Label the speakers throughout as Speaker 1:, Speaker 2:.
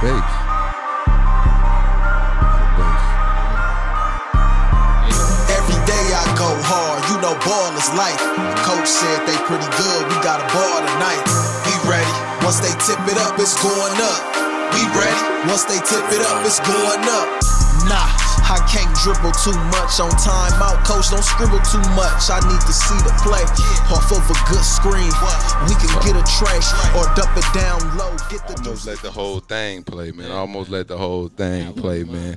Speaker 1: bass.
Speaker 2: Every day I go hard, you know baller's life. The coach said they pretty good, we got a ball tonight. Be ready, once they tip it up, it's going up. Be ready, once they tip it up, it's going up. Nah, I can't dribble too much on timeout. Coach, don't scribble too much. I need to see the play off of a good screen. We can get a tray or dump it down low. Get the
Speaker 1: almost let the whole thing play, man. I almost let the whole thing play, man.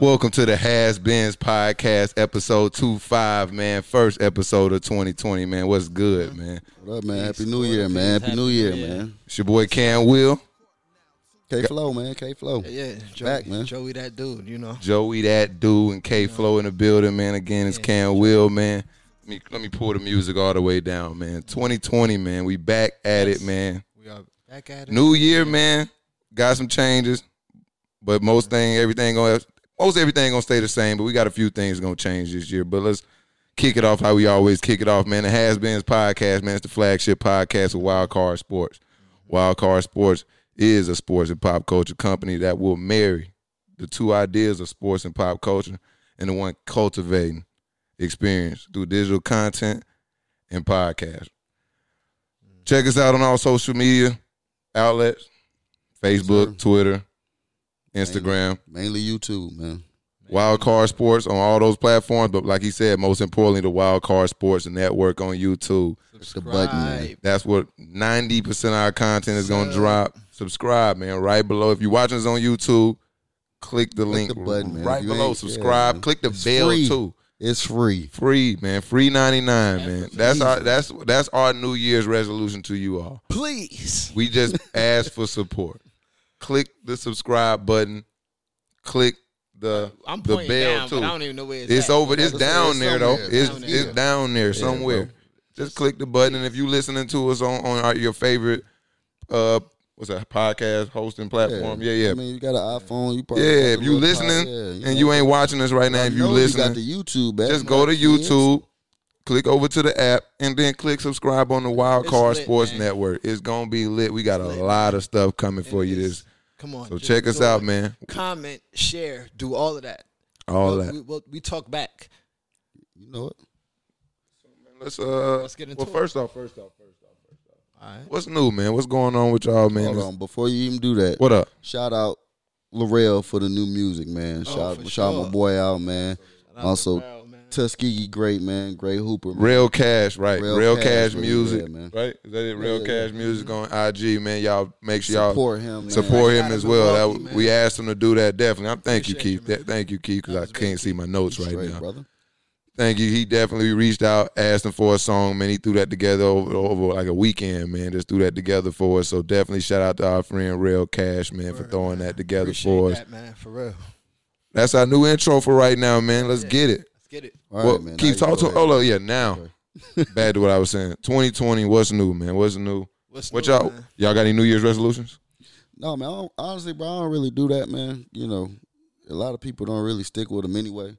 Speaker 1: Welcome to the Has Beens Podcast, episode two five, man. First episode of 2020, man. What's good, man?
Speaker 3: What up, man? Happy New Year, man. Happy New Year, man.
Speaker 1: It's your boy Cam Will,
Speaker 3: K Flow, man. K Flow.
Speaker 4: Yeah, Joey,
Speaker 3: Back, man.
Speaker 4: Joey, that dude, you know.
Speaker 1: Joey that dude, and K Flow in the building, man. Again, it's Cam Will, man. Let me let me pull the music all the way down, man. 2020, man. We back at it, man.
Speaker 4: We are back at it.
Speaker 1: New year, man. Got some changes, but most thing, everything gonna most everything gonna stay the same. But we got a few things gonna change this year. But let's kick it off how we always kick it off, man. The Has Beens podcast, man. It's the flagship podcast of Wild Card Sports.
Speaker 4: Mm-hmm.
Speaker 1: Wild Card Sports is a sports and pop culture company that will marry the two ideas of sports and pop culture and the one cultivating experience through digital content and podcast. Check us out on all social media outlets Facebook, Twitter, Instagram,
Speaker 3: Mainly YouTube, man.
Speaker 1: Wild Card Sports on all those platforms. But like he said, most importantly, the Wild Card Sports Network on YouTube.
Speaker 3: The button, man.
Speaker 1: That's what 90% of our content is going to drop. Subscribe, man, right below. If you're watching us on YouTube, click the link
Speaker 3: the button, man.
Speaker 1: right
Speaker 3: If you
Speaker 1: below.
Speaker 3: ain't-
Speaker 1: Subscribe.
Speaker 3: yeah, man.
Speaker 1: click the
Speaker 3: It's
Speaker 1: bell,
Speaker 3: free.
Speaker 1: too.
Speaker 3: It's free.
Speaker 1: Free, man. Free 99, man. That's our that's that's our New Year's resolution to you all.
Speaker 4: Please.
Speaker 1: We just ask for support. Click the subscribe button. Click the
Speaker 4: I'm
Speaker 1: the
Speaker 4: pointing
Speaker 1: bell
Speaker 4: down,
Speaker 1: too.
Speaker 4: but I don't even know where it's,
Speaker 1: It's
Speaker 4: at.
Speaker 1: over. It's
Speaker 3: It's
Speaker 1: down there though.
Speaker 3: somewhere.
Speaker 1: It's
Speaker 4: Down there.
Speaker 1: it's down there somewhere. Just click the button, and if you listening to us on on our, your favorite uh what's that podcast hosting platform? Yeah, yeah,
Speaker 3: I mean, you got an iPhone. You
Speaker 1: yeah.
Speaker 3: probably
Speaker 1: If you listening and you ain't watching us right now, if you
Speaker 3: you got
Speaker 1: listening,
Speaker 3: the YouTube. Back,
Speaker 1: just go to
Speaker 3: my kids.
Speaker 1: YouTube, click over to the app, and then click subscribe on the Wild
Speaker 4: It's
Speaker 1: Card
Speaker 4: lit,
Speaker 1: Sports
Speaker 4: man.
Speaker 1: Network. It's gonna be lit. We got a lot of stuff coming for you this.
Speaker 4: Come on.
Speaker 1: So
Speaker 4: just
Speaker 1: check us
Speaker 4: do
Speaker 1: out,
Speaker 4: it.
Speaker 1: man.
Speaker 4: Comment, share, do all of that.
Speaker 1: All
Speaker 4: We'll-
Speaker 1: that.
Speaker 4: We, we'll, we talk back.
Speaker 3: You know what?
Speaker 1: Let's uh.
Speaker 4: Let's get into
Speaker 1: well,
Speaker 4: it.
Speaker 1: first off, first off, first off.
Speaker 4: All right.
Speaker 1: What's new, man? What's going on with y'all, man?
Speaker 3: Hold
Speaker 1: This-
Speaker 3: on. Before you even do that,
Speaker 1: What up?
Speaker 3: shout out Laurel for the new music, man. Shout,
Speaker 4: Oh, for
Speaker 3: shout
Speaker 4: sure.
Speaker 3: my boy out, man. also,
Speaker 4: Wow, man.
Speaker 3: Tuskegee, great man, great hooper. Man.
Speaker 1: Real Cash, right? Real,
Speaker 3: Real
Speaker 1: Cash,
Speaker 3: Cash, what he
Speaker 1: Music,
Speaker 3: read, man.
Speaker 1: right? Is that it? Real
Speaker 3: Yeah.
Speaker 1: Cash Music on IG, man. Y'all make sure y'all
Speaker 3: Support him. Man.
Speaker 1: support
Speaker 4: I
Speaker 1: him
Speaker 4: got
Speaker 1: as
Speaker 4: him
Speaker 1: well.
Speaker 4: Milwaukee,
Speaker 1: That,
Speaker 4: man.
Speaker 1: we asked him to do that. Definitely. I'm thank you,
Speaker 4: Appreciate you,
Speaker 1: Keith. Th- thank you, Keith, because I can't see my notes right
Speaker 3: Straight,
Speaker 1: now.
Speaker 3: brother.
Speaker 1: Thank you. He definitely reached out, asked him for a song, man. He threw that together over, over like a weekend, man. Just threw that together for us. So definitely shout out to our friend Real Cash, man, for throwing that together
Speaker 4: Appreciate
Speaker 1: for us.
Speaker 4: that, man. For real.
Speaker 1: That's our new intro for right now, man. Let's get it.
Speaker 4: Let's get it.
Speaker 3: All right,
Speaker 1: well,
Speaker 3: man.
Speaker 1: keep
Speaker 3: Now you
Speaker 1: talking.
Speaker 3: go ahead.
Speaker 1: Oh, no, yeah. Now, back to what I was saying. 2020. What's new, man? What's new?
Speaker 4: What's
Speaker 1: What
Speaker 4: new,
Speaker 1: y'all?
Speaker 4: man?
Speaker 1: Y'all got any New Year's resolutions?
Speaker 3: No, man. I don't, honestly, bro, I don't really do that, man. You know, a lot of people don't really stick with them anyway.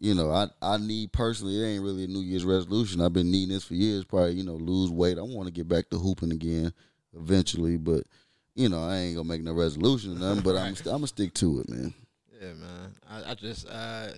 Speaker 3: You know, I I need personally, it ain't really a New Year's resolution. I've been needing this for years. Probably, you know, lose weight. I want to get back to hooping again eventually, but you know, I ain't gonna make no resolution or nothing. But I'm I'm gonna stick to it, man.
Speaker 4: Yeah, man. I, I just uh,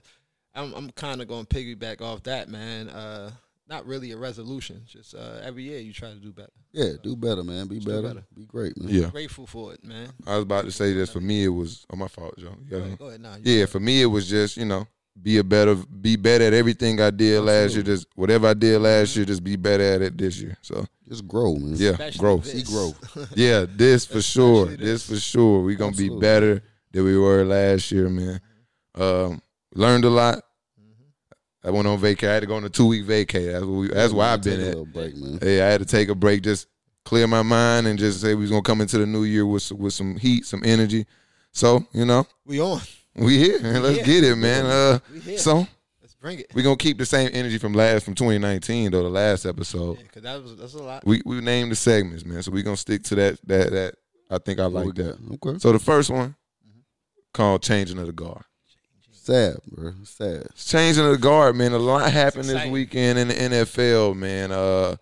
Speaker 4: I'm I'm kind of going to piggyback off that, man. Uh, not really a resolution. Just uh, every year you try to do better.
Speaker 3: Yeah, do better, man. Be better.
Speaker 4: better.
Speaker 3: Be great, man.
Speaker 1: Yeah.
Speaker 4: Grateful for it, man.
Speaker 1: I was about to say this. For me, it was. Oh, my fault, Joe. You got
Speaker 4: Go
Speaker 1: it.
Speaker 4: ahead, go ahead. Nah, you-
Speaker 1: Yeah, for me, it was just you know be a better, be better at everything I did last year. Just whatever I did last year, just be better at it this year. So
Speaker 3: Just grow, man.
Speaker 1: yeah,
Speaker 4: Especially
Speaker 1: growth.
Speaker 4: this.
Speaker 1: Yeah, this for sure. This. for sure. We gonna be
Speaker 3: Absolutely.
Speaker 1: better than we were last year, man. Um, learned a lot. I went on vacation. I had to go on a two week vacay. That's what we, that's where I've
Speaker 3: Mm-hmm. Take
Speaker 1: been
Speaker 3: a
Speaker 1: at.
Speaker 3: little break, man.
Speaker 1: Hey, I had to take a break, just clear my mind, and just say we was gonna come into the new year with some- with some heat, some energy. So you know,
Speaker 4: We on.
Speaker 1: we here. Man. Let's
Speaker 4: here.
Speaker 1: get it, man. Uh,
Speaker 4: We here.
Speaker 1: so
Speaker 4: Let's bring it.
Speaker 1: we gonna keep the same energy from last from 2019 though. The last episode,
Speaker 4: Yeah, cause that was that's a lot.
Speaker 1: we we named the segments, man. So we gonna stick to that that that. I think I
Speaker 3: What we
Speaker 1: like that.
Speaker 3: got? Okay.
Speaker 1: So the first one
Speaker 4: Mm-hmm.
Speaker 1: called Changing of the Guard.
Speaker 3: Sad, bro. Sad.
Speaker 1: It's Changing of the Guard, man. A lot happened this
Speaker 4: exciting.
Speaker 1: weekend in the NFL, man. Uh,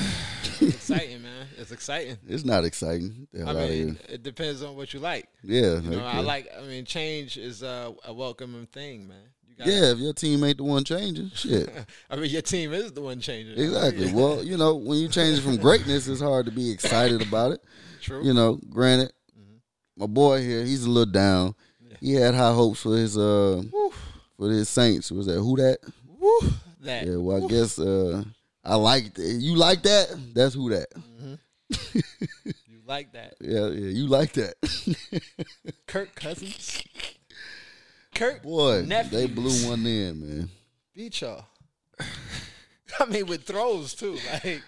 Speaker 4: It's exciting, man. It's It's exciting.
Speaker 3: It's not exciting. The
Speaker 4: I
Speaker 3: hell outta here.
Speaker 4: mean, it depends on what you like.
Speaker 3: yeah,
Speaker 4: You know, I
Speaker 3: okay.
Speaker 4: like. I mean, change is uh, a welcoming thing, man. You gotta-
Speaker 3: Yeah, if your team ain't the one changing, shit.
Speaker 4: I mean, your team is the one changing.
Speaker 3: Exactly. Well, you know, when you change it from greatness, it's hard to be excited about it.
Speaker 4: True. Mm-hmm.
Speaker 3: You know, granted, my boy here, he's a little down. He had high hopes for his uh for his Saints. Was that who that?
Speaker 4: Woo, that.
Speaker 3: Yeah, well I guess uh I like that. You like that? That's who that.
Speaker 4: Mm-hmm. You like that.
Speaker 3: Yeah, yeah, you like that.
Speaker 4: Kirk Cousins. Kirk
Speaker 3: Boy,
Speaker 4: nephew.
Speaker 3: they blew one in, man.
Speaker 4: beat y'all. I mean, with throws too, like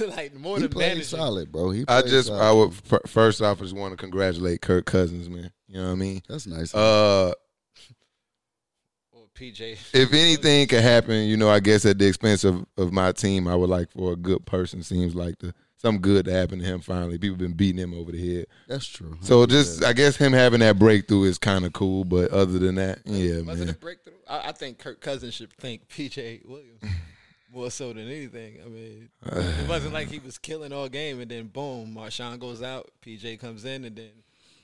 Speaker 4: like more
Speaker 3: He
Speaker 4: than
Speaker 3: played
Speaker 4: managing.
Speaker 3: solid, bro. He
Speaker 1: I
Speaker 3: played
Speaker 1: just, uh,
Speaker 3: solid.
Speaker 1: I would f- first off, I just want to congratulate Kirk Cousins, man. You know what I mean?
Speaker 3: That's nice.
Speaker 1: Uh,
Speaker 4: Or PJ.
Speaker 1: if anything could happen, you know, I guess at the expense of, of my team, I would like for a good person. Seems like the something good to happen to him. Finally, people been beating him over the head.
Speaker 3: That's true.
Speaker 4: Oh,
Speaker 1: So just, I guess him having that breakthrough is kind of cool. But other than that, yeah,
Speaker 4: Was it a
Speaker 1: man.
Speaker 4: breakthrough? I, I think Kirk Cousins should thank PJ Williams more so than anything. I mean, it wasn't like he was killing all game and then boom, Marshawn goes out, PJ comes in, and then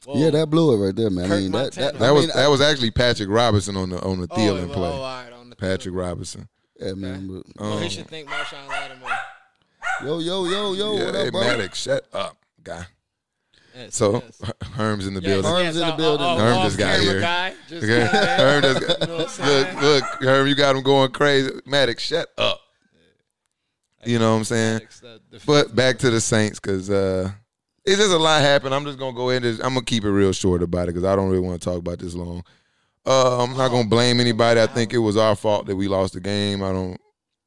Speaker 4: whoa,
Speaker 3: yeah, that blew it right there, man. I
Speaker 4: Kirk
Speaker 3: mean, that, that,
Speaker 4: Montana.
Speaker 1: That
Speaker 3: I
Speaker 1: was
Speaker 3: mean,
Speaker 1: that was actually Patrick Robinson on the on the
Speaker 4: oh,
Speaker 1: Thielen
Speaker 4: oh,
Speaker 1: play.
Speaker 4: all right, on the
Speaker 1: Patrick Robinson.
Speaker 3: yeah, man, but-
Speaker 1: Um,
Speaker 4: Well, he should thank Marshawn Lattimore.
Speaker 3: Yo, yo, yo, yo,
Speaker 1: yeah,
Speaker 3: what
Speaker 1: hey,
Speaker 3: up, bro?
Speaker 1: Maddox, shut up, guy.
Speaker 4: Yes,
Speaker 1: So
Speaker 4: yes.
Speaker 1: Herm's in the
Speaker 4: Yes,
Speaker 1: building.
Speaker 3: Herm's
Speaker 4: yes,
Speaker 3: in the
Speaker 4: our-
Speaker 3: building.
Speaker 4: our- our
Speaker 1: Herm just got
Speaker 4: off-camera
Speaker 1: here.
Speaker 4: Guy just
Speaker 1: Okay.
Speaker 4: got there.
Speaker 1: Herm just got-
Speaker 4: You know what I'm saying?
Speaker 1: look, look, Herm, you got him going crazy. Maddox, shut up. You know what I'm saying?
Speaker 4: Next, uh, the-
Speaker 1: But back to the Saints, because uh, it's just a lot happened. I'm just gonna go ahead and I'm gonna keep it real short about it because I don't really want to talk about this long. Uh, I'm not gonna blame anybody. I think it was our fault that we lost the game. I don't,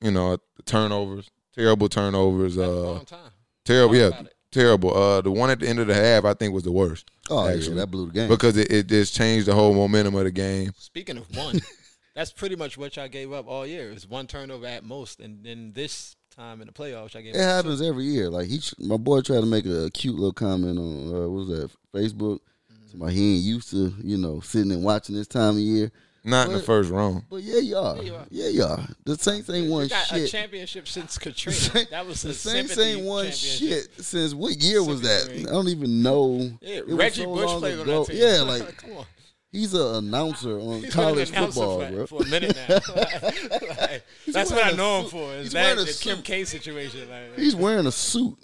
Speaker 1: you know, turnovers, terrible turnovers.
Speaker 4: that's a
Speaker 1: Uh,
Speaker 4: long time.
Speaker 1: terrible,
Speaker 4: Talk
Speaker 1: yeah,
Speaker 4: about it.
Speaker 1: terrible. Uh, the one at the end of the half, I think, was the worst
Speaker 3: Oh,
Speaker 1: Actually.
Speaker 3: yeah, that blew the game.
Speaker 1: because it, it just changed the whole momentum of the game.
Speaker 4: Speaking of one, that's pretty much what y'all gave up all year. It was one turnover at most, and then this time in the playoffs, y'all gave
Speaker 3: it
Speaker 4: up.
Speaker 3: happens every year. Like he, my boy, tried to make a cute little comment on uh, what was that Facebook?
Speaker 4: Mm-hmm.
Speaker 3: Somebody he ain't used to, you know, sitting and watching this time of year.
Speaker 1: Not in the first round.
Speaker 3: But yeah, you are.
Speaker 4: you are.
Speaker 3: Yeah, you are. The Saints ain't
Speaker 4: You
Speaker 3: won
Speaker 4: got a
Speaker 3: shit.
Speaker 4: championship since Katrina. That was
Speaker 3: the
Speaker 4: a
Speaker 3: Saints
Speaker 4: sympathy
Speaker 3: ain't won
Speaker 4: championship.
Speaker 3: shit since what year was that?
Speaker 4: Sympathy ring.
Speaker 3: I don't even know.
Speaker 4: Yeah,
Speaker 3: It was
Speaker 4: Reggie
Speaker 3: so
Speaker 4: Bush
Speaker 3: long
Speaker 4: played on
Speaker 3: ago.
Speaker 4: that team.
Speaker 3: Yeah, like
Speaker 4: come on,
Speaker 3: he's an announcer on
Speaker 4: He's been an
Speaker 3: college
Speaker 4: announcer
Speaker 3: football,
Speaker 4: for,
Speaker 3: bro.
Speaker 4: for a minute now. Like, that's what
Speaker 3: wearing
Speaker 4: I
Speaker 3: a
Speaker 4: know him
Speaker 3: suit.
Speaker 4: for. Is
Speaker 3: He's
Speaker 4: that
Speaker 3: wearing a
Speaker 4: the Kim
Speaker 3: suit.
Speaker 4: K situation? Like,
Speaker 3: He's wearing a suit.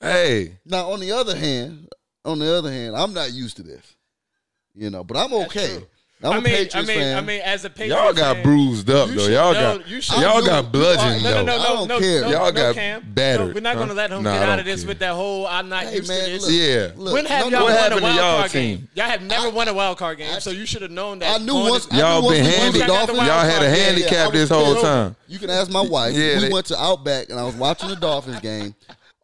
Speaker 1: Hey,
Speaker 3: Now, on the other hand, on the other hand, I'm not used to this, you know, but I'm okay.
Speaker 4: true.
Speaker 3: I'm
Speaker 4: I
Speaker 3: a
Speaker 4: mean,
Speaker 3: Patriots
Speaker 4: I mean,
Speaker 3: fan.
Speaker 4: I mean, as a Patriots
Speaker 1: Y'all got
Speaker 4: fan,
Speaker 1: bruised up though.
Speaker 4: should-
Speaker 1: Y'all
Speaker 4: no,
Speaker 1: got
Speaker 4: you should-
Speaker 1: y'all
Speaker 3: I
Speaker 1: got
Speaker 3: knew-
Speaker 1: bludgeoned
Speaker 3: I-
Speaker 4: No, no,
Speaker 1: though.
Speaker 4: no,
Speaker 3: I
Speaker 4: no,
Speaker 3: don't
Speaker 4: no,
Speaker 3: care.
Speaker 4: no,
Speaker 1: Y'all
Speaker 4: no,
Speaker 1: got
Speaker 4: Cam.
Speaker 1: battered,
Speaker 4: No, we're not
Speaker 1: huh?
Speaker 4: gonna let him
Speaker 1: Nah, I
Speaker 4: get out
Speaker 1: don't
Speaker 4: of this
Speaker 1: care.
Speaker 4: with that whole "I'm not
Speaker 3: Hey,
Speaker 4: used
Speaker 3: man,
Speaker 4: to this."
Speaker 3: look,
Speaker 1: Yeah.
Speaker 3: look,
Speaker 4: when have
Speaker 3: number
Speaker 1: What
Speaker 4: y'all
Speaker 3: one,
Speaker 4: won a
Speaker 1: happened to
Speaker 4: wild
Speaker 1: y'all
Speaker 4: card game?
Speaker 1: team?
Speaker 4: Y'all have never won a wild card game, so you should have known that.
Speaker 3: I knew
Speaker 4: going
Speaker 3: once.
Speaker 4: to-
Speaker 3: I knew
Speaker 1: Y'all
Speaker 3: once
Speaker 1: been
Speaker 3: we won
Speaker 1: handy.
Speaker 3: the
Speaker 4: got
Speaker 1: Y'all
Speaker 4: the wild
Speaker 1: had
Speaker 4: card.
Speaker 1: a
Speaker 4: Yeah,
Speaker 1: handy
Speaker 3: I
Speaker 1: handicap
Speaker 3: was
Speaker 1: this whole
Speaker 3: pissed.
Speaker 1: time.
Speaker 3: You can ask my wife.
Speaker 1: Yeah,
Speaker 3: we
Speaker 1: they-
Speaker 3: went to Outback and I was watching the Dolphins game.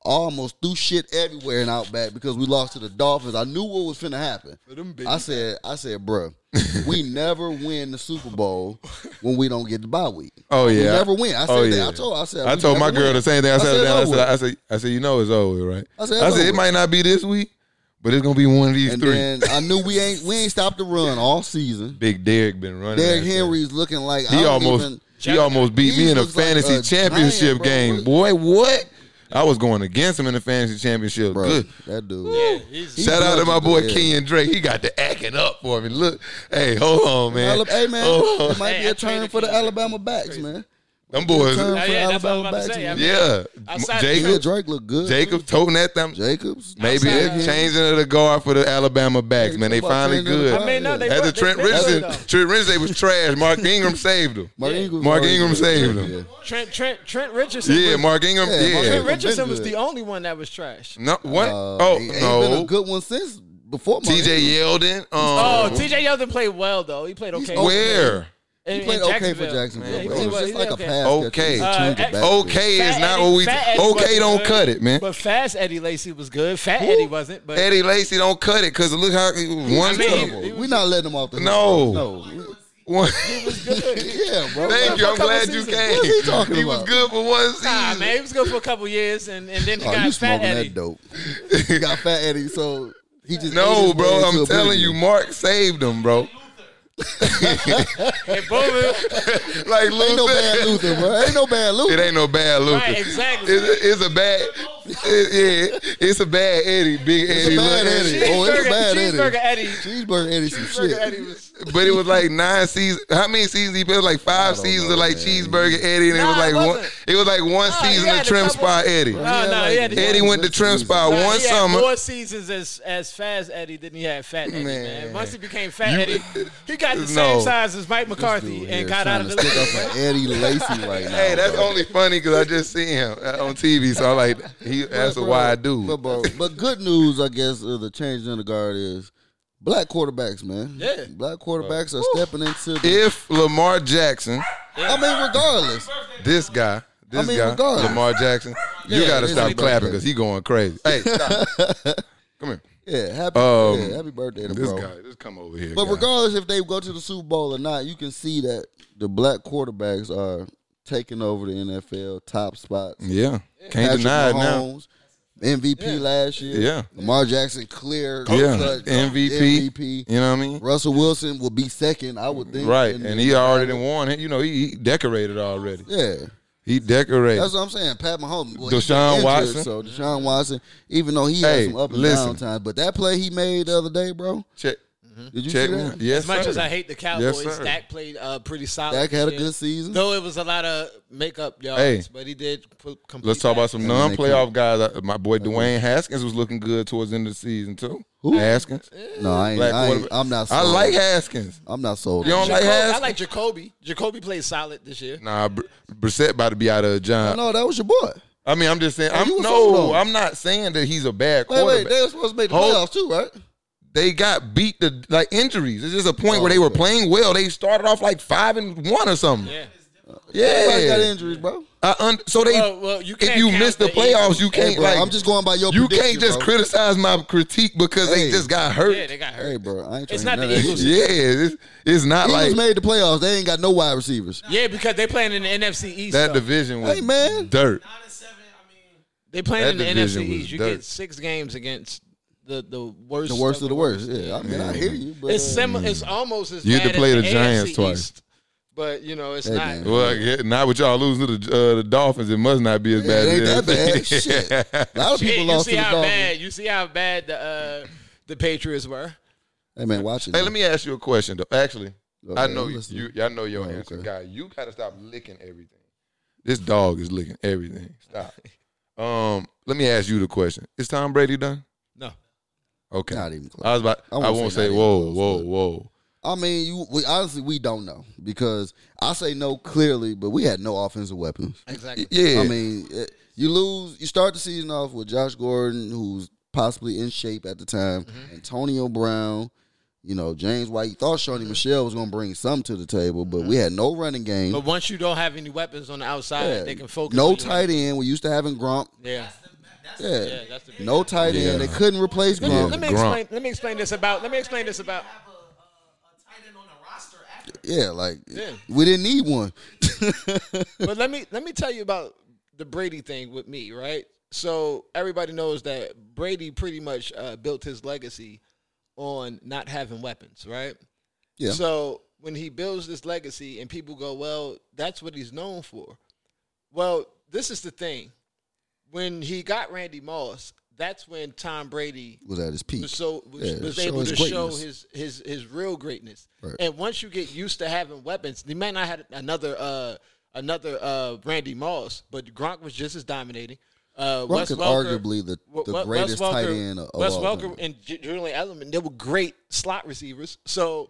Speaker 3: Almost threw shit everywhere in Outback because we lost to the Dolphins. I knew what was finna happen.
Speaker 4: them
Speaker 3: I said, I said, bruh, we never win the Super Bowl when we don't get the bye week.
Speaker 1: Oh
Speaker 3: we
Speaker 1: yeah,
Speaker 3: never win. I said
Speaker 1: oh,
Speaker 3: that.
Speaker 1: yeah.
Speaker 3: I told, I said,
Speaker 1: I
Speaker 3: we
Speaker 1: told my
Speaker 3: never
Speaker 1: girl
Speaker 3: win.
Speaker 1: the same thing. I sat her down. I
Speaker 3: it's
Speaker 1: said,
Speaker 3: over.
Speaker 1: I said, I said, you know it's over, right? I
Speaker 3: I
Speaker 1: said,
Speaker 3: said, it's
Speaker 1: it
Speaker 3: over.
Speaker 1: might not be this week, but it's gonna be one of these
Speaker 3: and
Speaker 1: three.
Speaker 3: then I knew we ain't we ain't stopped the run all season.
Speaker 1: Big Derek been running.
Speaker 3: Derrick
Speaker 1: out there.
Speaker 3: Henry's looking like I
Speaker 1: He
Speaker 3: don't
Speaker 1: almost
Speaker 3: even-
Speaker 1: he almost beat me
Speaker 3: He
Speaker 1: in a
Speaker 3: looks like
Speaker 1: fantasy
Speaker 3: a
Speaker 1: championship game.
Speaker 3: giant, bro.
Speaker 1: Boy, what? I was going against him in the fantasy championship.
Speaker 3: bro,
Speaker 1: Good.
Speaker 3: that dude.
Speaker 4: he's-
Speaker 3: He
Speaker 1: Shout out to my boy
Speaker 3: bludgeoned the hell.
Speaker 1: Kenyon Drake. He got the acting up for me. Look, hey, hold on, man.
Speaker 3: Alab- Hey man,
Speaker 1: Oh.
Speaker 3: it might
Speaker 4: Hey,
Speaker 3: be
Speaker 4: I
Speaker 3: a turn
Speaker 4: traded
Speaker 3: for the
Speaker 4: Kenyon.
Speaker 3: Alabama backs, man.
Speaker 1: Them boys,
Speaker 3: Turn
Speaker 4: yeah,
Speaker 3: for
Speaker 4: that's what I
Speaker 3: Alabama
Speaker 4: was about to
Speaker 3: backs.
Speaker 4: say. I
Speaker 3: man.
Speaker 4: mean,
Speaker 1: yeah.
Speaker 4: Outside
Speaker 3: Yeah,
Speaker 1: Jacob,
Speaker 3: Drake look good.
Speaker 1: Jacob toting at them.
Speaker 3: Jacobs.
Speaker 1: Maybe
Speaker 4: Outside
Speaker 1: it
Speaker 4: of-
Speaker 1: changing of the guard for the Alabama backs,
Speaker 3: Yeah,
Speaker 1: man. They
Speaker 3: football
Speaker 1: finally
Speaker 3: changing of the
Speaker 1: good.
Speaker 3: guard, I mean, no, yeah.
Speaker 4: they
Speaker 1: After
Speaker 4: were-
Speaker 1: Trent
Speaker 4: they've been
Speaker 1: Richardson,
Speaker 4: good, though.
Speaker 1: Trent Richardson was trash. Mark Ingram saved him.
Speaker 3: Mark Ingram.
Speaker 1: Mark Ingram saved him.
Speaker 4: Trent Trent Trent Richardson.
Speaker 1: Yeah,
Speaker 4: was-
Speaker 1: Mark Ingram.
Speaker 3: Yeah, Mark
Speaker 1: Yeah.
Speaker 4: Trent
Speaker 3: Ingram.
Speaker 4: Richardson
Speaker 3: been
Speaker 4: was
Speaker 3: good.
Speaker 4: the only one that was trash.
Speaker 1: No, what?
Speaker 3: Oh,
Speaker 1: oh
Speaker 3: he, Ain't been a
Speaker 1: no.
Speaker 3: good one since before. Mark
Speaker 1: T.J.
Speaker 3: Ingram.
Speaker 1: Yeldon. Um,
Speaker 4: Oh, T.J. Yeldon played well though. He played okay.
Speaker 1: Where?
Speaker 4: In-
Speaker 3: He
Speaker 4: in
Speaker 3: played okay for Jacksonville.
Speaker 4: Jacksonville. Yeah, he
Speaker 3: bro.
Speaker 4: played
Speaker 3: It was
Speaker 4: well.
Speaker 3: just
Speaker 4: He
Speaker 3: like a
Speaker 4: did
Speaker 3: pass.
Speaker 1: Okay.
Speaker 3: catcher
Speaker 4: Uh,
Speaker 3: between the backfields.
Speaker 1: Okay
Speaker 4: Fat
Speaker 1: is not
Speaker 4: Eddie-
Speaker 1: what we.
Speaker 4: Fat Eddie
Speaker 1: okay,
Speaker 4: wasn't
Speaker 1: don't
Speaker 4: good.
Speaker 1: cut it, man.
Speaker 4: But fast Eddie Lacy was good. Fat Eddie wasn't, but
Speaker 1: Eddie Lacy don't cut it because look how one.
Speaker 4: I
Speaker 1: double.
Speaker 4: mean, he- he was-
Speaker 3: We're not letting him off the hook,
Speaker 1: No.
Speaker 3: bro. no.
Speaker 1: One-
Speaker 3: Yeah, bro.
Speaker 1: Thank you. I'm
Speaker 4: couple
Speaker 1: glad you
Speaker 4: seasons.
Speaker 1: came.
Speaker 3: What is he talking
Speaker 1: was
Speaker 3: about?
Speaker 1: good for one season.
Speaker 4: nah, man, he was good for a couple years, and, and then he
Speaker 3: Oh,
Speaker 4: got
Speaker 3: you
Speaker 4: Fat
Speaker 3: smoking
Speaker 4: Eddie.
Speaker 3: that dope? You got Fat Eddie, so he just ate
Speaker 1: No,
Speaker 3: his way
Speaker 1: bro.
Speaker 3: into
Speaker 1: I'm
Speaker 3: oblivion.
Speaker 1: telling you, Mark saved him, bro.
Speaker 4: And boom,
Speaker 1: Like
Speaker 3: Ain't no bad
Speaker 1: Luther.
Speaker 3: Luther, bro. Ain't no bad Luther.
Speaker 1: It ain't no bad Luther.
Speaker 4: Right, exactly.
Speaker 1: It's a, it's a bad. It- yeah, it's a bad Eddie, big
Speaker 3: It's a
Speaker 1: Eddie,
Speaker 3: bad
Speaker 1: little
Speaker 3: Eddie.
Speaker 1: Eddie.
Speaker 3: Oh, it's a
Speaker 4: Cheeseburger-
Speaker 3: bad Eddie.
Speaker 4: Cheeseburger Eddie.
Speaker 3: Cheeseburger Eddie some
Speaker 4: Cheeseburger Eddie
Speaker 3: shit.
Speaker 4: was.
Speaker 1: But it was like nine seasons. How many seasons he played? It was like five seasons of like cheeseburger Eddie, and
Speaker 4: Nah,
Speaker 1: it was
Speaker 4: it
Speaker 1: like one.
Speaker 4: wasn't.
Speaker 1: It was like one
Speaker 4: Nah, he
Speaker 1: season
Speaker 4: had
Speaker 1: of
Speaker 4: a
Speaker 1: trim
Speaker 4: couple-
Speaker 1: spot Eddie.
Speaker 4: Nah, nah, he had-
Speaker 1: Eddie went to trim spot
Speaker 4: Nah,
Speaker 1: one
Speaker 4: he had
Speaker 1: summer.
Speaker 4: four seasons as as fast Eddie than he had fat Eddie. Man,
Speaker 1: Man.
Speaker 4: once he became fat Eddie, he got the
Speaker 1: No.
Speaker 4: same size as Mike McCarthy
Speaker 3: Dude,
Speaker 4: and
Speaker 3: yeah,
Speaker 4: got
Speaker 3: trying
Speaker 4: out of
Speaker 3: to
Speaker 4: the
Speaker 3: stick
Speaker 4: league.
Speaker 3: up for Eddie Lacy right now.
Speaker 1: Hey, that's
Speaker 3: bro.
Speaker 1: only funny because I just seen him uh, on TV, so I'm like, he, that's a
Speaker 3: Bro,
Speaker 1: wide dude.
Speaker 3: But, bro, but good news, I guess, of the change in the guard is black quarterbacks, man.
Speaker 4: Yeah.
Speaker 3: black quarterbacks are stepping into. The,
Speaker 1: If Lamar Jackson,
Speaker 3: I mean, regardless,
Speaker 1: this guy, this
Speaker 3: I mean,
Speaker 1: guy,
Speaker 3: regardless.
Speaker 1: Lamar Jackson, you
Speaker 3: Yeah,
Speaker 1: gotta
Speaker 3: it's
Speaker 1: stop
Speaker 3: his
Speaker 1: clapping
Speaker 3: birthday.
Speaker 1: because he going crazy. Hey, stop. come here.
Speaker 3: yeah, happy,
Speaker 1: Um,
Speaker 3: yeah, happy birthday to
Speaker 1: This
Speaker 3: bro.
Speaker 1: guy, just come over here.
Speaker 3: But
Speaker 1: guy.
Speaker 3: regardless if they go to the Super Bowl or not, you can see that the black quarterbacks are taking over the NFL top spots.
Speaker 1: yeah, can't deny it now.
Speaker 3: MVP last year.
Speaker 1: Yeah.
Speaker 3: Lamar Jackson clear.
Speaker 1: Yeah,
Speaker 3: cut, uh,
Speaker 1: MVP.
Speaker 3: MVP.
Speaker 1: You know what I mean?
Speaker 3: Russell Wilson will be second, I would think.
Speaker 1: Right,
Speaker 3: in
Speaker 1: and
Speaker 3: the-
Speaker 1: he already done won. it. You know, he, he decorated already.
Speaker 3: Yeah.
Speaker 1: He decorated.
Speaker 3: That's what I'm saying. Pat Mahomes. Well,
Speaker 1: Deshaun
Speaker 3: he been injured,
Speaker 1: Watson.
Speaker 3: So Deshaun Watson, even though he
Speaker 1: Hey,
Speaker 3: had some up and
Speaker 1: listen.
Speaker 3: down times, but that play he made the other day, bro.
Speaker 1: check,
Speaker 3: Did you
Speaker 1: check
Speaker 3: see
Speaker 1: me.
Speaker 3: that?
Speaker 1: Yes,
Speaker 4: As much
Speaker 1: sir.
Speaker 4: as I hate the Cowboys,
Speaker 1: sir.
Speaker 4: Stack played uh, pretty solid.
Speaker 3: Dak had a
Speaker 4: this year.
Speaker 3: good season.
Speaker 4: Though it was a lot of makeup yards,
Speaker 1: Hey.
Speaker 4: but he did. put- complete
Speaker 1: Let's talk about
Speaker 4: that.
Speaker 1: some
Speaker 3: And then they
Speaker 1: non-playoff guys. Uh, My boy Dwayne Haskins was looking good towards the end of the season too. Haskins,
Speaker 3: No, I ain't.
Speaker 1: black
Speaker 3: I ain't
Speaker 1: quarterback.
Speaker 3: I'm not.
Speaker 1: I
Speaker 3: Sold.
Speaker 1: like Haskins.
Speaker 3: I'm not sold.
Speaker 1: You don't like
Speaker 4: Jacob- I
Speaker 1: Haskins?
Speaker 4: like Jacoby. Jacoby played solid this year.
Speaker 1: Nah, Br- Brissett about to be out of a job.
Speaker 3: no, that was your boy.
Speaker 1: I mean, I'm just saying. I'm
Speaker 3: you was sold
Speaker 1: no,
Speaker 3: on.
Speaker 1: I'm not saying that he's a bad
Speaker 3: Wait,
Speaker 1: quarterback.
Speaker 3: wait, they were supposed to make the
Speaker 1: Hold-
Speaker 3: playoffs too, right?
Speaker 1: they got beat the like injuries. It's just a point
Speaker 3: Oh,
Speaker 1: where they were playing well. They started off like five and one or something.
Speaker 4: Yeah.
Speaker 3: Everybody got
Speaker 1: Yeah,
Speaker 3: injuries, bro.
Speaker 1: I un- so they
Speaker 4: Well, well, you
Speaker 1: if
Speaker 4: can't
Speaker 1: you
Speaker 4: count
Speaker 1: miss the
Speaker 4: the
Speaker 1: playoffs, you
Speaker 3: Hey,
Speaker 1: can't
Speaker 3: bro,
Speaker 1: like
Speaker 3: I'm just going by your.
Speaker 1: you
Speaker 3: prediction,
Speaker 1: can't just
Speaker 3: bro.
Speaker 1: criticize my critique because
Speaker 3: Hey.
Speaker 1: they just got hurt.
Speaker 4: Yeah, they got hurt.
Speaker 3: Hey, bro, I ain't
Speaker 4: It's
Speaker 3: trying
Speaker 4: not
Speaker 3: none
Speaker 4: the
Speaker 3: of that
Speaker 4: Eagles.
Speaker 3: shit.
Speaker 1: Yeah, it's, it's not
Speaker 3: Eagles
Speaker 1: like
Speaker 3: made the playoffs. They ain't got no wide receivers.
Speaker 4: Yeah, because they playing in the NFC East.
Speaker 1: that
Speaker 4: though.
Speaker 1: division was
Speaker 3: Hey, man.
Speaker 1: dirt.
Speaker 4: they playing
Speaker 1: that
Speaker 4: in the NFC
Speaker 1: division was
Speaker 4: East. You
Speaker 1: dirt.
Speaker 4: get six games against the the worst.
Speaker 3: The worst of the worst. Yeah, I mean, I hear you, but
Speaker 4: It's
Speaker 3: uh,
Speaker 4: similar. It's almost as
Speaker 1: Mm. You had
Speaker 4: bad
Speaker 1: to play
Speaker 4: as
Speaker 1: the
Speaker 4: the,
Speaker 1: Giants
Speaker 4: AFC
Speaker 1: twice.
Speaker 4: East, but you know it's
Speaker 3: Hey,
Speaker 4: not.
Speaker 3: man.
Speaker 1: Well, yeah, not with y'all losing to the, uh, the Dolphins, it must not be as bad.
Speaker 3: it ain't
Speaker 1: as
Speaker 3: that bad.
Speaker 1: is.
Speaker 3: Shit, a lot of
Speaker 4: Shit,
Speaker 3: people
Speaker 4: you
Speaker 3: lost to
Speaker 4: see
Speaker 3: the
Speaker 4: how
Speaker 3: Dolphins.
Speaker 4: bad you see how bad the uh, the Patriots were.
Speaker 3: Hey man, watch it.
Speaker 1: Hey, let me ask you a question though. Actually,
Speaker 3: Okay,
Speaker 1: I know
Speaker 3: I'm
Speaker 1: you,
Speaker 3: listening.
Speaker 1: you. I know your
Speaker 3: Oh,
Speaker 1: answer,
Speaker 3: okay.
Speaker 1: guy. You gotta stop licking everything. This dog is licking everything. Stop. um, let me ask you the question: Is Tom Brady done?
Speaker 4: No,
Speaker 1: Okay,
Speaker 3: Not even close.
Speaker 1: I was about. I
Speaker 3: I won't
Speaker 1: won't,
Speaker 3: say not
Speaker 1: say.
Speaker 3: even
Speaker 1: Whoa,
Speaker 3: close,
Speaker 1: whoa,
Speaker 3: but-
Speaker 1: whoa.
Speaker 3: I mean, you we, honestly we don't know because I say no clearly, but we had no offensive weapons.
Speaker 4: exactly.
Speaker 1: Yeah,
Speaker 3: I mean, eh, you lose. You start the season off with Josh Gordon, who's possibly in shape at the time.
Speaker 4: Mm-hmm.
Speaker 3: Antonio Brown, you know James White. You thought
Speaker 4: Mm-hmm.
Speaker 3: Shawnee Michelle was going to bring some to the table, but we had no running game.
Speaker 4: But once you don't have any weapons on the outside,
Speaker 3: Yeah.
Speaker 4: they can focus. on
Speaker 3: no
Speaker 4: you.
Speaker 3: tight end. We used to having Grump.
Speaker 4: Yeah.
Speaker 3: Yeah.
Speaker 4: Yeah, that's the big
Speaker 3: no tight end. They couldn't replace
Speaker 4: Let me,
Speaker 3: Grump.
Speaker 4: let me
Speaker 1: Gronk.
Speaker 4: explain. Let me explain this about. Let me explain this about.
Speaker 3: Yeah, like
Speaker 4: Yeah.
Speaker 3: we didn't need one.
Speaker 4: but let me let me tell you about the Brady thing with me, right? So everybody knows that Brady pretty much uh, built his legacy on not having weapons, right?
Speaker 3: Yeah.
Speaker 4: So when he builds this legacy and people go, well, that's what he's known for. Well, this is the thing. When he got Randy Moss, that's when Tom Brady
Speaker 3: was at his peak.
Speaker 4: was so was,
Speaker 3: Yeah,
Speaker 4: was
Speaker 3: show
Speaker 4: able
Speaker 3: his
Speaker 4: to show
Speaker 3: greatness.
Speaker 4: his his his real greatness.
Speaker 3: Right.
Speaker 4: And once you get used to having weapons, they might not have another uh another uh Randy Moss, but Gronk was just as dominating. Uh,
Speaker 3: Gronk
Speaker 4: Wes
Speaker 3: is
Speaker 4: Welker-
Speaker 3: arguably the,
Speaker 4: Wa-
Speaker 3: the
Speaker 4: Wa- Wes
Speaker 3: greatest
Speaker 4: Welker-
Speaker 3: tight end of
Speaker 4: Wes
Speaker 3: all
Speaker 4: Welker
Speaker 3: time.
Speaker 4: and Ju- Julian Edelman, they were great slot receivers. So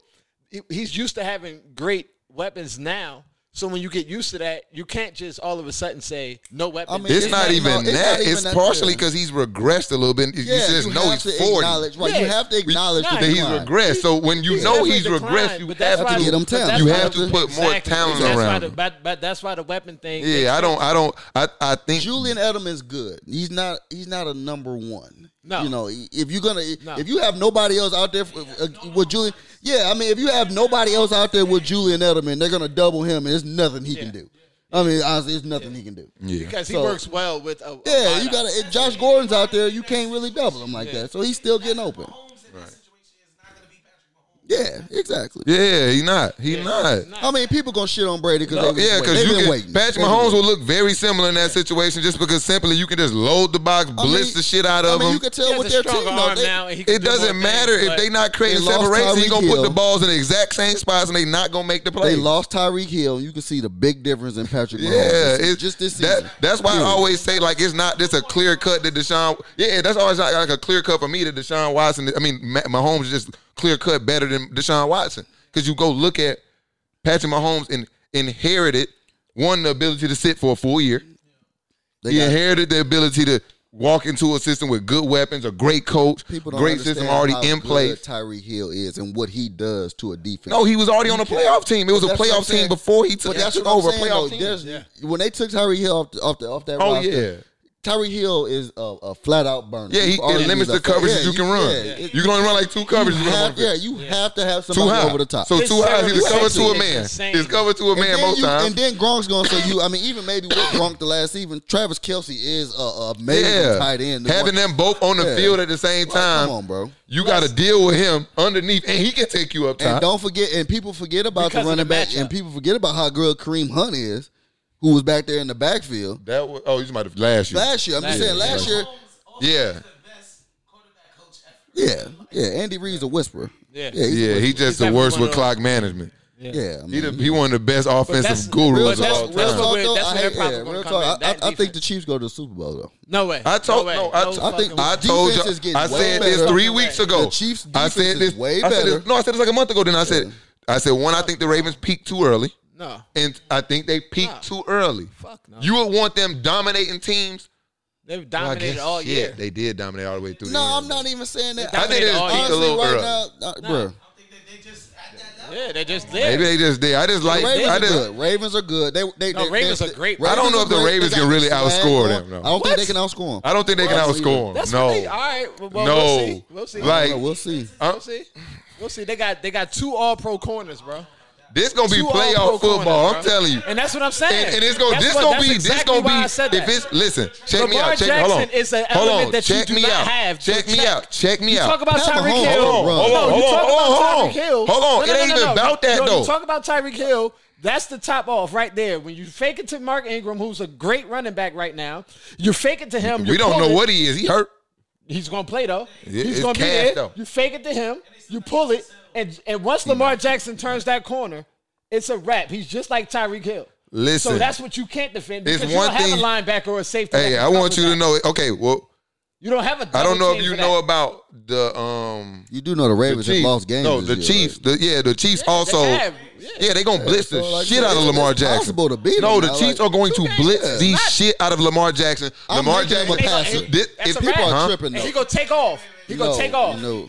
Speaker 4: he- he's used to having great weapons now. So when you get used to that, you can't just all of a sudden say no weapons.
Speaker 3: mean,
Speaker 1: it's,
Speaker 3: it's
Speaker 1: not,
Speaker 3: not-
Speaker 1: even
Speaker 3: no, it's
Speaker 1: that.
Speaker 3: not even
Speaker 1: it's
Speaker 3: that
Speaker 1: partially
Speaker 3: good.
Speaker 1: because he's regressed a little bit. You just know
Speaker 3: have
Speaker 1: he's
Speaker 3: to
Speaker 1: forty.
Speaker 3: acknowledge- Right, you
Speaker 4: Yeah.
Speaker 3: have to acknowledge
Speaker 4: Nah,
Speaker 3: the
Speaker 1: That he's
Speaker 3: decline.
Speaker 1: regressed. So when you know
Speaker 4: definitely
Speaker 1: he's
Speaker 4: declined,
Speaker 1: regressed, you
Speaker 4: but that's
Speaker 1: have
Speaker 4: why-
Speaker 1: to
Speaker 3: get him
Speaker 4: but that's
Speaker 3: talent.
Speaker 1: You
Speaker 4: why
Speaker 1: have
Speaker 4: the-
Speaker 1: to put more talent
Speaker 4: that's
Speaker 1: around
Speaker 4: Why the,
Speaker 1: him.
Speaker 4: but, but that's why the weapon thing. makes
Speaker 1: Yeah, I don't.
Speaker 4: sense.
Speaker 1: I don't. I. I think.
Speaker 3: Julian Edelman's good. He's not. He's not a number one.
Speaker 4: No.
Speaker 3: you know if you're gonna
Speaker 4: No.
Speaker 3: if you have nobody else out there for, uh, with Julian. Yeah, I mean if you have nobody else out there with Julian Edelman, they're gonna double him, and there's nothing he can do. I mean honestly, there's nothing he can do.
Speaker 1: yeah.
Speaker 4: because he
Speaker 3: So-
Speaker 4: works well with a. a
Speaker 3: Yeah,
Speaker 4: lineup.
Speaker 3: you gotta. If Josh Gordon's out there, you can't really double him like that. So he's still getting open. Yeah, exactly.
Speaker 1: Yeah, he not. He not.
Speaker 3: I mean, people gonna shit on Brady because
Speaker 1: No,
Speaker 3: they
Speaker 1: yeah, because
Speaker 3: because
Speaker 1: you
Speaker 3: been
Speaker 1: can,
Speaker 3: waiting.
Speaker 1: Patrick
Speaker 3: They've been
Speaker 1: Mahomes
Speaker 3: waiting.
Speaker 1: will look very similar in that situation just because simply you can just load the box,
Speaker 3: I mean-
Speaker 1: blitz the shit out of
Speaker 3: I mean,
Speaker 1: him.
Speaker 3: you can
Speaker 4: He
Speaker 3: tell
Speaker 4: has
Speaker 3: with
Speaker 4: a
Speaker 3: their
Speaker 4: stronger
Speaker 3: team though.
Speaker 4: arm
Speaker 3: They,
Speaker 4: now, and he can
Speaker 1: It
Speaker 4: do more
Speaker 1: doesn't
Speaker 4: things,
Speaker 1: matter if
Speaker 4: but-
Speaker 1: they not creating
Speaker 3: They lost
Speaker 1: separation. He
Speaker 3: Tyreek
Speaker 1: gonna put the
Speaker 3: Hill.
Speaker 1: balls in the exact same spots and they not gonna make the play.
Speaker 3: they lost Tyreek Hill. You can see the big difference in Patrick Mahomes.
Speaker 1: Yeah,
Speaker 3: It's
Speaker 1: it's,
Speaker 3: just this
Speaker 1: that-
Speaker 3: season.
Speaker 1: that's why
Speaker 3: Period.
Speaker 1: I always say like it's not just a clear cut that Deshaun. Yeah, that's always like, like a clear cut for me that Deshaun Watson. I mean, Ma- Mahomes is just clear cut better than Deshaun Watson because you go look at Patrick Mahomes and inherited one the ability to sit for a full year.
Speaker 3: They
Speaker 1: he
Speaker 3: got-
Speaker 1: inherited the ability to walk into a system with good weapons, a great coach,
Speaker 3: people don't
Speaker 1: great system
Speaker 3: understand
Speaker 1: already
Speaker 3: how
Speaker 1: in
Speaker 3: good
Speaker 1: place.
Speaker 3: Tyreek Hill is and what he does to a defense.
Speaker 1: No, he was already on a
Speaker 3: can't-
Speaker 1: playoff team. It was a
Speaker 3: But that's what I'm
Speaker 1: playoff team
Speaker 3: saying.
Speaker 1: before he took
Speaker 3: But that's what
Speaker 1: over.
Speaker 3: I'm
Speaker 1: a
Speaker 3: saying.
Speaker 1: playoff
Speaker 3: though.
Speaker 1: team.
Speaker 3: There's- When they took Tyreek Hill off the, off, the, off that
Speaker 1: Oh
Speaker 3: roster,
Speaker 1: yeah.
Speaker 3: Tyreek Hill is a, a flat out burner.
Speaker 1: Yeah, he,
Speaker 3: You've already
Speaker 1: it limits the
Speaker 3: used that-
Speaker 1: coverages
Speaker 3: yeah,
Speaker 1: you can run.
Speaker 3: yeah, it-
Speaker 1: you can only run like two coverages.
Speaker 3: you
Speaker 1: when I'm on
Speaker 3: have,
Speaker 1: the field.
Speaker 3: yeah, you have to have
Speaker 1: Too
Speaker 3: somebody
Speaker 1: high
Speaker 3: over the top.
Speaker 1: So
Speaker 4: His
Speaker 1: two high, he's
Speaker 4: service
Speaker 1: covered to a
Speaker 4: is
Speaker 1: man.
Speaker 4: insane.
Speaker 1: He's covered to a man
Speaker 3: then
Speaker 1: most
Speaker 3: you-
Speaker 1: times.
Speaker 3: And then Gronk's gonna say you. I mean, even maybe with Gronk the last season, Travis Kelsey is a, a amazing
Speaker 1: yeah,
Speaker 3: tight end. The
Speaker 1: having
Speaker 3: one-
Speaker 1: them both on the
Speaker 3: Yeah.
Speaker 1: field at the same
Speaker 3: Like,
Speaker 1: time.
Speaker 3: come on, bro.
Speaker 1: You got to deal with him underneath, and he can take you up
Speaker 3: And
Speaker 1: top.
Speaker 3: don't forget, and people forget about
Speaker 4: Because
Speaker 3: the
Speaker 4: of the
Speaker 3: running back,
Speaker 4: matchup.
Speaker 3: and people forget about how good Kareem Hunt is, who was back there in the backfield
Speaker 1: that was, oh, you might have last year.
Speaker 3: last year. I'm just
Speaker 4: Last
Speaker 3: saying,
Speaker 4: year,
Speaker 3: last year,
Speaker 1: yeah,
Speaker 3: yeah, yeah. Andy Reid's a whisperer.
Speaker 4: Yeah.
Speaker 3: he's a
Speaker 1: yeah, he just the
Speaker 4: definitely
Speaker 1: worst
Speaker 4: one
Speaker 1: with
Speaker 4: of
Speaker 1: clock management.
Speaker 3: Yeah, I
Speaker 1: He,
Speaker 3: mean,
Speaker 1: the, he one of the best offensive
Speaker 4: that's-
Speaker 1: gurus
Speaker 4: but
Speaker 1: of
Speaker 4: that's-
Speaker 1: all
Speaker 4: that's
Speaker 1: time.
Speaker 4: what- where- that's
Speaker 3: I hate-
Speaker 4: where their problem
Speaker 3: yeah,
Speaker 4: gonna
Speaker 3: real
Speaker 4: come
Speaker 3: talk,
Speaker 4: in,
Speaker 3: I-
Speaker 4: that
Speaker 3: I, I think
Speaker 4: defense.
Speaker 3: the Chiefs go to the Super Bowl though.
Speaker 4: No way.
Speaker 1: I told
Speaker 4: no, way.
Speaker 1: no. I,
Speaker 4: No
Speaker 1: I think
Speaker 4: fucking way.
Speaker 1: I
Speaker 3: way.
Speaker 1: told you.
Speaker 3: Defense is getting
Speaker 1: I said
Speaker 3: way
Speaker 1: this
Speaker 3: better.
Speaker 1: three weeks ago.
Speaker 3: The Chiefs'
Speaker 1: I
Speaker 3: defense
Speaker 1: said
Speaker 3: is
Speaker 1: this
Speaker 3: way
Speaker 1: I said
Speaker 3: better.
Speaker 1: this- no, I said this like a month ago. Then I said I said one. I think the Ravens peaked too early,
Speaker 4: No.
Speaker 1: and I think they peaked too early.
Speaker 4: Fuck no.
Speaker 1: You would want them dominating teams.
Speaker 4: They've
Speaker 1: Well, I
Speaker 4: dominated
Speaker 1: guess,
Speaker 4: all
Speaker 1: shit,
Speaker 4: year.
Speaker 1: They did dominate all the way through.
Speaker 3: No,
Speaker 1: the end.
Speaker 3: I'm not even saying that.
Speaker 1: I think they just
Speaker 4: dominated all
Speaker 1: peaked a
Speaker 4: year.
Speaker 3: honestly,
Speaker 1: little
Speaker 3: right
Speaker 1: early.
Speaker 3: now, uh, bruh.
Speaker 4: yeah, they just
Speaker 1: Maybe
Speaker 4: there.
Speaker 1: they just did. I just like.
Speaker 3: The Ravens
Speaker 1: I
Speaker 3: are
Speaker 1: just.
Speaker 3: good. Ravens are good. They, they,
Speaker 4: No,
Speaker 3: they-
Speaker 4: Ravens
Speaker 3: they-
Speaker 4: are great.
Speaker 1: I don't know if the
Speaker 3: are great.
Speaker 1: Ravens
Speaker 3: They
Speaker 1: can
Speaker 3: got
Speaker 1: really
Speaker 3: swag
Speaker 1: outscore
Speaker 3: going.
Speaker 1: them, though.
Speaker 3: I don't think
Speaker 4: What?
Speaker 3: they can outscore them.
Speaker 1: I don't think they can
Speaker 3: Well,
Speaker 1: outscore them.
Speaker 4: That's
Speaker 1: No.
Speaker 4: what they. All right. Well, well,
Speaker 1: No.
Speaker 4: We'll see. We'll see.
Speaker 1: Like-
Speaker 3: No, we'll see.
Speaker 1: Uh,
Speaker 4: we'll see. We'll see. They got they got two All Pro corners, bro.
Speaker 1: this gonna be
Speaker 4: Two All-Pro
Speaker 1: playoff football.
Speaker 4: corners,
Speaker 1: I'm
Speaker 4: bro.
Speaker 1: telling you.
Speaker 4: And that's what I'm saying.
Speaker 1: And, and it's gonna
Speaker 4: That's
Speaker 1: this
Speaker 4: what-
Speaker 1: gonna
Speaker 4: that's
Speaker 1: be
Speaker 4: exactly
Speaker 1: this
Speaker 4: why I
Speaker 1: gonna
Speaker 4: said
Speaker 1: be
Speaker 4: that.
Speaker 1: if it's listen check me
Speaker 4: Lamar
Speaker 1: out check hold on
Speaker 4: Jackson is an
Speaker 1: hold
Speaker 4: element
Speaker 1: on
Speaker 4: that you
Speaker 1: check
Speaker 4: do
Speaker 1: me
Speaker 4: not
Speaker 1: out
Speaker 4: have to
Speaker 1: check me
Speaker 4: attack.
Speaker 1: out check me
Speaker 4: You
Speaker 1: out
Speaker 4: talk about
Speaker 3: Not
Speaker 4: Tyreek
Speaker 3: Mahomes,
Speaker 4: Hill.
Speaker 1: hold on, hold on,
Speaker 4: no, you
Speaker 1: hold
Speaker 4: talk
Speaker 1: on,
Speaker 4: about
Speaker 1: hold on,
Speaker 4: Tyreek Hill.
Speaker 1: hold on.
Speaker 4: No,
Speaker 1: It
Speaker 4: no,
Speaker 1: ain't
Speaker 4: no,
Speaker 1: even
Speaker 4: no.
Speaker 1: about that,
Speaker 4: no,
Speaker 1: though.
Speaker 4: You talk about Tyreek Hill. That's the top off right there. When you fake it to Mark Ingram, who's a great running back right now, you fake it to him.
Speaker 1: we don't know what he is he hurt
Speaker 4: he's going to play though.
Speaker 1: Yeah,
Speaker 4: he's
Speaker 1: it's
Speaker 4: going to be
Speaker 1: cash,
Speaker 4: there.
Speaker 1: though.
Speaker 4: You fake it to him. You pull it, and and once Lamar Jackson turns that corner, it's a wrap. He's just like Tyreek Hill.
Speaker 1: listen
Speaker 4: So that's what you can't defend
Speaker 1: It's
Speaker 4: because you
Speaker 1: one
Speaker 4: don't have
Speaker 1: thing-
Speaker 4: a linebacker or a safety. that
Speaker 1: hey
Speaker 4: can
Speaker 1: I want you
Speaker 4: cover
Speaker 1: to
Speaker 4: that.
Speaker 1: know okay well
Speaker 4: You don't have a.
Speaker 1: I don't
Speaker 4: double
Speaker 1: know if
Speaker 4: team
Speaker 1: you
Speaker 4: for
Speaker 1: know
Speaker 4: that.
Speaker 1: about the um
Speaker 3: You do know the Ravens have
Speaker 1: Chiefs.
Speaker 3: lost games.
Speaker 1: no
Speaker 3: this
Speaker 1: the
Speaker 3: year,
Speaker 1: Chiefs the, yeah the Chiefs also
Speaker 4: have, yeah.
Speaker 1: yeah. they gonna blitz the
Speaker 3: so, like,
Speaker 1: shit
Speaker 3: so
Speaker 1: out of
Speaker 3: it's-
Speaker 1: Lamar
Speaker 3: it's
Speaker 1: Jackson
Speaker 3: possible to beat
Speaker 1: no
Speaker 3: him,
Speaker 1: the
Speaker 3: now,
Speaker 1: Chiefs
Speaker 3: like-
Speaker 1: are going to
Speaker 4: games
Speaker 1: blitz
Speaker 4: is
Speaker 1: the
Speaker 4: not-
Speaker 1: shit out of Lamar Jackson
Speaker 3: I'm
Speaker 1: Lamar
Speaker 3: making him a
Speaker 1: Jackson
Speaker 3: pass.
Speaker 1: thi- if
Speaker 4: That's a
Speaker 1: people
Speaker 4: wrap.
Speaker 1: huh?
Speaker 3: tripping,
Speaker 4: And
Speaker 3: though.
Speaker 4: he gonna take off. He
Speaker 3: right?
Speaker 4: gonna take off.
Speaker 3: No,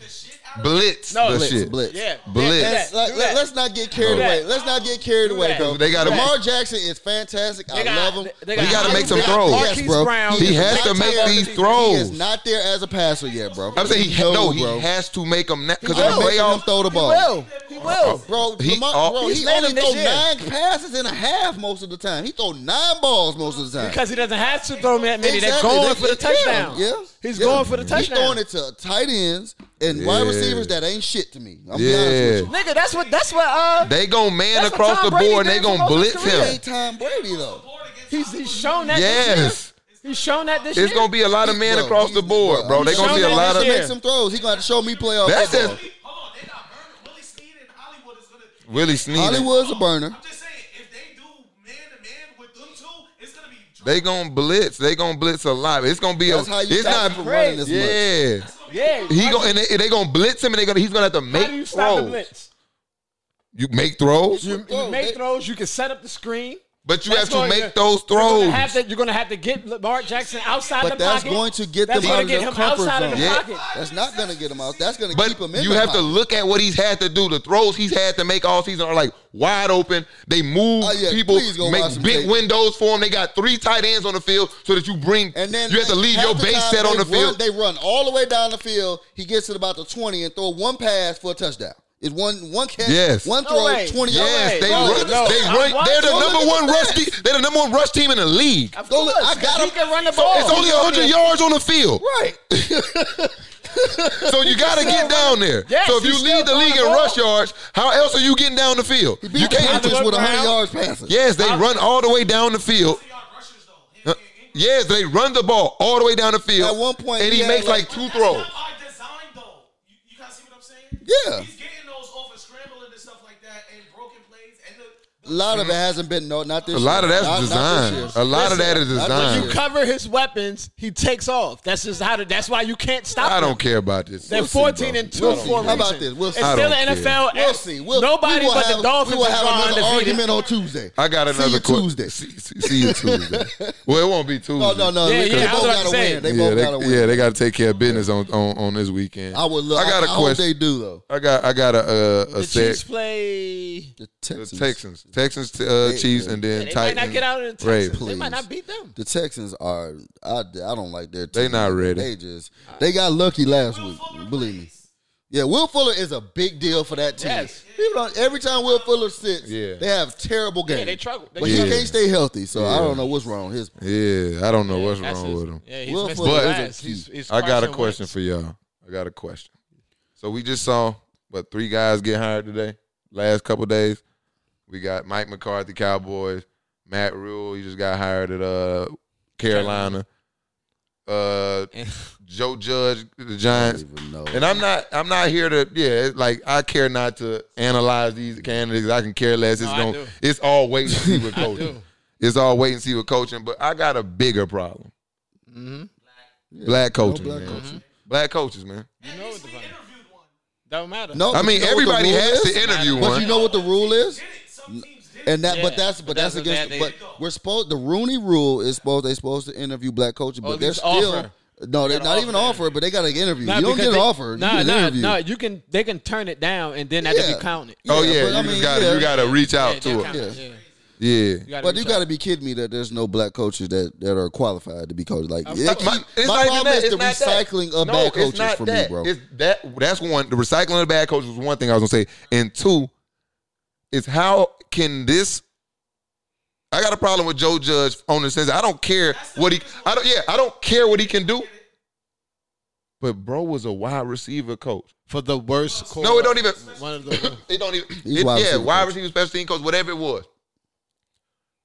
Speaker 1: blitz
Speaker 4: No,
Speaker 1: the
Speaker 4: blitz,
Speaker 1: shit
Speaker 3: blitz.
Speaker 4: Yeah.
Speaker 1: Blitz.
Speaker 4: Yeah, do
Speaker 3: Let's,
Speaker 4: that, do that.
Speaker 3: let, us not get carried
Speaker 4: Do
Speaker 3: away.
Speaker 4: that.
Speaker 3: Let's not get carried
Speaker 4: Do
Speaker 3: away,
Speaker 4: that.
Speaker 3: bro.
Speaker 1: They gotta-
Speaker 3: Lamar Jackson is fantastic. I
Speaker 4: They got-
Speaker 3: love him.
Speaker 4: they
Speaker 3: but
Speaker 1: got- gotta make some
Speaker 3: Marquise
Speaker 1: throws.
Speaker 3: Yes, bro.
Speaker 4: Brown.
Speaker 1: He has
Speaker 3: is
Speaker 1: to
Speaker 3: not
Speaker 1: make
Speaker 3: there-
Speaker 1: these
Speaker 3: he is
Speaker 1: throws.
Speaker 3: not there as a passer yet, bro.
Speaker 1: I'm saying he
Speaker 3: No,
Speaker 1: no, he
Speaker 3: bro.
Speaker 1: has to make them because
Speaker 3: He
Speaker 1: in the
Speaker 3: gotta make him
Speaker 1: playoff.
Speaker 3: throw the
Speaker 4: He
Speaker 3: ball. Oh,
Speaker 4: will. He will.
Speaker 3: Bro,
Speaker 1: He-
Speaker 3: Lamar,
Speaker 1: uh,
Speaker 3: bro,
Speaker 1: he's
Speaker 3: he
Speaker 4: made
Speaker 3: only
Speaker 4: them this
Speaker 3: throw
Speaker 4: year.
Speaker 3: nine passes and a half most of the time. He throw nine balls most of the time.
Speaker 4: Because he doesn't have to throw him that many.
Speaker 3: Exactly.
Speaker 4: They're going
Speaker 3: They-
Speaker 4: for the
Speaker 3: they kill him.
Speaker 4: touchdown.
Speaker 3: Yeah,
Speaker 4: He's
Speaker 3: Yeah.
Speaker 4: going for the
Speaker 3: He's
Speaker 4: touchdown.
Speaker 3: throwing it to tight ends and wide
Speaker 1: Yeah.
Speaker 3: receivers that ain't shit to me. I'm
Speaker 1: Yeah.
Speaker 3: yeah. honest with
Speaker 4: Nigga, that's what. That's what. Uh,
Speaker 1: They gonna man
Speaker 4: That's what
Speaker 1: across
Speaker 4: Tom
Speaker 1: the
Speaker 4: Brady
Speaker 1: board and
Speaker 4: did
Speaker 1: they
Speaker 4: for
Speaker 1: gonna
Speaker 4: most of
Speaker 1: blitz
Speaker 4: his
Speaker 3: you.
Speaker 1: him.
Speaker 4: career.
Speaker 3: Ain't Tom Brady though.
Speaker 4: he's he's shown that.
Speaker 1: Yes,
Speaker 4: This year. He's shown that this
Speaker 1: it's
Speaker 4: year.
Speaker 1: gonna be a lot of men
Speaker 3: Bro,
Speaker 1: across
Speaker 3: he's-
Speaker 1: the board, bro. They
Speaker 3: he's
Speaker 1: gonna
Speaker 4: showing
Speaker 1: see a
Speaker 4: that
Speaker 1: lot
Speaker 4: this
Speaker 1: of.
Speaker 4: year.
Speaker 3: Make some throws. He gonna have to show me playoff.
Speaker 1: That's
Speaker 3: football.
Speaker 1: just
Speaker 5: Hold on, they not burning Willie Sneed and Hollywood is gonna.
Speaker 1: Willie Sneed.
Speaker 3: Hollywood's a burner.
Speaker 5: I'm just saying, if they do man to man with them two, it's gonna be.
Speaker 1: They gonna blitz. They gonna blitz a lot. It's gonna be. A,
Speaker 3: That's how you
Speaker 1: it's
Speaker 3: stop
Speaker 1: not.
Speaker 3: him from running this much.
Speaker 1: Yeah,
Speaker 4: Yeah.
Speaker 1: he
Speaker 4: how
Speaker 1: gonna
Speaker 4: do-
Speaker 1: and they, they gonna blitz him and they gonna he's gonna have to
Speaker 4: How do you
Speaker 1: make
Speaker 4: stop the
Speaker 1: throws.
Speaker 4: blitz?
Speaker 1: You make throws,
Speaker 4: You,
Speaker 3: Throw.
Speaker 4: you make
Speaker 3: They-
Speaker 4: throws. You can set up the screen.
Speaker 1: but you
Speaker 4: That's
Speaker 1: have to
Speaker 4: going-
Speaker 1: make those
Speaker 4: You're
Speaker 1: throws.
Speaker 4: gonna have to, you're gonna have to get Lamar Jackson outside
Speaker 3: But
Speaker 4: the
Speaker 3: that's
Speaker 4: pocket.
Speaker 3: going to get
Speaker 4: That's
Speaker 3: them
Speaker 4: gonna
Speaker 3: out of
Speaker 4: get
Speaker 3: their
Speaker 4: him
Speaker 3: comfort
Speaker 4: outside of the
Speaker 1: zone. Yeah.
Speaker 4: pocket.
Speaker 3: That's not gonna get him out. That's gonna
Speaker 1: But
Speaker 3: keep him in.
Speaker 1: you
Speaker 3: the
Speaker 1: have to
Speaker 3: pocket.
Speaker 1: look at what he's had to do. The throws he's had to make all season are like wide open. They move
Speaker 3: Oh, yeah,
Speaker 1: people,
Speaker 3: please go watch
Speaker 1: make
Speaker 3: some
Speaker 1: big
Speaker 3: tape.
Speaker 1: windows for him. They got three tight ends on the field so that you bring.
Speaker 3: And then
Speaker 1: you have to
Speaker 3: like,
Speaker 1: leave
Speaker 3: half
Speaker 1: your
Speaker 3: the
Speaker 1: base
Speaker 3: time
Speaker 1: set on
Speaker 3: they
Speaker 1: the
Speaker 3: run-
Speaker 1: field.
Speaker 3: They run all the way down the field. He gets it about the twenty and throw one pass for a touchdown. It's one one catch,
Speaker 1: Yes.
Speaker 3: one
Speaker 4: No
Speaker 3: throw,
Speaker 4: way.
Speaker 3: twenty
Speaker 4: No
Speaker 3: yards.
Speaker 1: yes,
Speaker 4: way.
Speaker 1: they
Speaker 4: No,
Speaker 1: run.
Speaker 4: no.
Speaker 1: They
Speaker 4: I'm
Speaker 1: run. They're the
Speaker 4: watching.
Speaker 1: number
Speaker 3: Look at
Speaker 1: one rush.
Speaker 3: that.
Speaker 1: Te- they're the number one rush team in the league.
Speaker 4: Of
Speaker 3: Go look,
Speaker 4: course,
Speaker 3: I got
Speaker 4: he
Speaker 3: him.
Speaker 4: can run the
Speaker 3: So
Speaker 4: ball.
Speaker 1: It's only hundred yards on the field.
Speaker 3: Right.
Speaker 1: so you got to get down there.
Speaker 4: Yes,
Speaker 1: so if
Speaker 4: he
Speaker 1: you
Speaker 4: stepped
Speaker 1: lead the
Speaker 4: on
Speaker 1: league
Speaker 4: the
Speaker 1: in
Speaker 4: ball.
Speaker 1: rush yards, how else are you getting down the field?
Speaker 3: He beat
Speaker 1: You can't.
Speaker 3: the Patriots with
Speaker 4: Brown.
Speaker 3: 100 yards passing.
Speaker 1: Yes, they run all the way down the field.
Speaker 5: Y'all rushers though.
Speaker 1: Huh?
Speaker 5: Him being in-
Speaker 1: Yes, they run the ball all the way down the field.
Speaker 3: At one point,
Speaker 1: and he,
Speaker 3: he had,
Speaker 1: makes like
Speaker 3: like-
Speaker 1: two
Speaker 5: But
Speaker 1: throws.
Speaker 5: That's not by design though. You, you guys see what I'm saying?
Speaker 3: Yeah.
Speaker 5: He's getting those off of scrambling and stuff like that and broken plays and the,
Speaker 3: A lot of it hasn't been no, not this.
Speaker 1: Mm-hmm. A lot of
Speaker 3: year.
Speaker 1: that's
Speaker 3: Not- not this
Speaker 1: design.
Speaker 3: year.
Speaker 1: A lot of
Speaker 4: Listen,
Speaker 1: that is
Speaker 3: not this
Speaker 1: design.
Speaker 3: year.
Speaker 4: Cover his weapons. He takes off. That's just how. To, that's why you can't stop.
Speaker 1: I
Speaker 4: him.
Speaker 1: don't care about this.
Speaker 4: They're
Speaker 1: We'll see,
Speaker 4: 14
Speaker 1: bro.
Speaker 4: and two
Speaker 3: We'll see.
Speaker 4: for
Speaker 3: How
Speaker 4: a reason.
Speaker 3: about this? We'll see.
Speaker 4: It's
Speaker 1: I
Speaker 4: still
Speaker 1: don't
Speaker 4: the NFL.
Speaker 3: We'll see. We'll,
Speaker 4: Nobody
Speaker 3: we will
Speaker 4: but
Speaker 3: have,
Speaker 4: the Dolphins
Speaker 3: We will
Speaker 4: is
Speaker 3: have
Speaker 4: going
Speaker 3: another
Speaker 4: undefeated.
Speaker 3: argument on Tuesday.
Speaker 1: I got another
Speaker 3: see you
Speaker 1: que-
Speaker 3: Tuesday.
Speaker 1: See, see- see you Tuesday. well, it won't be Tuesday.
Speaker 3: No, no, no.
Speaker 4: Yeah,
Speaker 3: they
Speaker 4: yeah, I was
Speaker 3: both
Speaker 4: about
Speaker 3: got
Speaker 4: to
Speaker 3: to
Speaker 4: say.
Speaker 3: win. They
Speaker 1: yeah,
Speaker 3: both
Speaker 1: they,
Speaker 3: got to win.
Speaker 1: yeah, they got to take care of business on, on, on this weekend.
Speaker 3: I would love.
Speaker 1: I got a
Speaker 3: I,
Speaker 1: question.
Speaker 3: I hope they do though.
Speaker 1: I got I got a uh, a
Speaker 4: The Chiefs
Speaker 1: set.
Speaker 4: play.
Speaker 3: The
Speaker 1: The
Speaker 3: Texans.
Speaker 1: Texans, Texans, uh, Chiefs, and then
Speaker 4: They might
Speaker 1: Titans.
Speaker 4: not get out of the
Speaker 1: Ravens.
Speaker 4: Texans. They might
Speaker 3: please.
Speaker 4: not beat them.
Speaker 3: The Texans are. I, I don't like their.
Speaker 1: They
Speaker 3: team.
Speaker 1: not ready.
Speaker 3: They just. They got lucky last
Speaker 5: Will
Speaker 3: week.
Speaker 5: Fuller
Speaker 3: Believe me.
Speaker 5: plays.
Speaker 3: Yeah, Will Fuller is a big deal for that team.
Speaker 4: Yes.
Speaker 3: People don't, every time Will Fuller sits,
Speaker 1: Yeah.
Speaker 3: they have terrible games.
Speaker 4: Yeah, they struggle. They
Speaker 3: But
Speaker 1: Yeah.
Speaker 3: he can't stay healthy, so I
Speaker 1: Yeah.
Speaker 3: don't know what's wrong. with His
Speaker 1: Yeah, I don't know what's
Speaker 4: That's
Speaker 1: wrong
Speaker 4: his-
Speaker 1: with them.
Speaker 4: Yeah, he's
Speaker 3: Will
Speaker 4: missed
Speaker 3: Fuller
Speaker 4: the
Speaker 3: is a
Speaker 4: glass.
Speaker 3: key.
Speaker 4: He's- he's
Speaker 1: I got a
Speaker 4: crushing
Speaker 1: question
Speaker 4: Wentz.
Speaker 1: for y'all. I got a question. So we just saw what three guys get hired today. Last couple days, we got Mike McCarthy, Cowboys. Matt Rule, he just got hired at uh Carolina. Uh, Joe Judge, the Giants.
Speaker 3: even know.
Speaker 1: And I'm not, I'm not here to, yeah. it's Like I care not to analyze these candidates. I can care less. It's
Speaker 4: No, I
Speaker 1: going
Speaker 4: do.
Speaker 1: to it's all wait and see with
Speaker 4: I
Speaker 1: coaching.
Speaker 4: do.
Speaker 1: It's all wait and see with coaching. But I got a bigger problem.
Speaker 3: Mm-hmm.
Speaker 1: Black coaching,
Speaker 3: black
Speaker 1: man.
Speaker 3: coaching.
Speaker 1: Black coaches, man.
Speaker 4: You know what the
Speaker 5: We
Speaker 4: problem-
Speaker 5: interviewed one.
Speaker 4: Don't matter.
Speaker 3: No,
Speaker 1: I
Speaker 3: but
Speaker 1: mean,
Speaker 3: you know what the
Speaker 1: everybody
Speaker 3: rule
Speaker 1: has
Speaker 3: is?
Speaker 1: to interview
Speaker 3: But
Speaker 1: one.
Speaker 3: you know what the rule is,
Speaker 5: Did it? Some teams did.
Speaker 3: and that,
Speaker 4: Yeah,
Speaker 3: but that's, but,
Speaker 4: but
Speaker 3: that's,
Speaker 4: that's what
Speaker 3: against.
Speaker 4: they-
Speaker 3: but we're supposed the Rooney Rule is supposed they supposed to interview black coaches,
Speaker 4: Or
Speaker 3: but
Speaker 4: at
Speaker 3: they're
Speaker 4: least
Speaker 3: still
Speaker 4: Oh, offer.
Speaker 3: no, they're
Speaker 4: gotta
Speaker 3: not even
Speaker 4: offer.
Speaker 3: offer, but they got to interview.
Speaker 4: Nah,
Speaker 3: you don't
Speaker 4: because
Speaker 3: get an
Speaker 4: they-
Speaker 3: offer, you
Speaker 4: Nah,
Speaker 3: get an
Speaker 4: nah,
Speaker 3: interview.
Speaker 4: nah. You can. They can turn it down, and then that
Speaker 3: Yeah.
Speaker 4: to be counted.
Speaker 1: oh
Speaker 3: Yeah,
Speaker 1: yeah,
Speaker 3: but
Speaker 1: you
Speaker 3: I
Speaker 1: just
Speaker 3: mean,
Speaker 1: got to
Speaker 3: yeah.
Speaker 1: you got to reach out
Speaker 4: they'll
Speaker 1: to
Speaker 4: count
Speaker 1: her.
Speaker 4: it,
Speaker 3: Yeah.
Speaker 4: yeah.
Speaker 1: Yeah.
Speaker 4: You gotta
Speaker 3: But you
Speaker 4: reach
Speaker 3: got
Speaker 4: out.
Speaker 3: to be kidding me that there's no black coaches that, that are qualified to be coaches. Like
Speaker 1: My-
Speaker 3: it keep-
Speaker 1: my- it's
Speaker 3: my
Speaker 1: not even
Speaker 3: problem
Speaker 1: that,
Speaker 3: is
Speaker 1: it's
Speaker 3: the
Speaker 1: not that.
Speaker 3: recycling of
Speaker 1: No,
Speaker 3: bad
Speaker 1: it's
Speaker 3: coaches
Speaker 1: not
Speaker 3: for
Speaker 1: that.
Speaker 3: me, bro.
Speaker 1: It's that that's one. The recycling of the bad coaches was one thing I was gonna say, and two is how can this? I got a problem with Joe Judge on the sense that I don't care what he. I don't. Yeah, I don't care what he can do. But bro was a wide receiver coach.
Speaker 4: for the worst. Core.
Speaker 1: No, it don't even.
Speaker 4: One of the.
Speaker 1: It don't even.
Speaker 3: He's
Speaker 1: it-
Speaker 3: Oh, wide
Speaker 1: yeah,
Speaker 3: receiver
Speaker 1: wide
Speaker 3: coach.
Speaker 1: receiver, special team coach, whatever it was.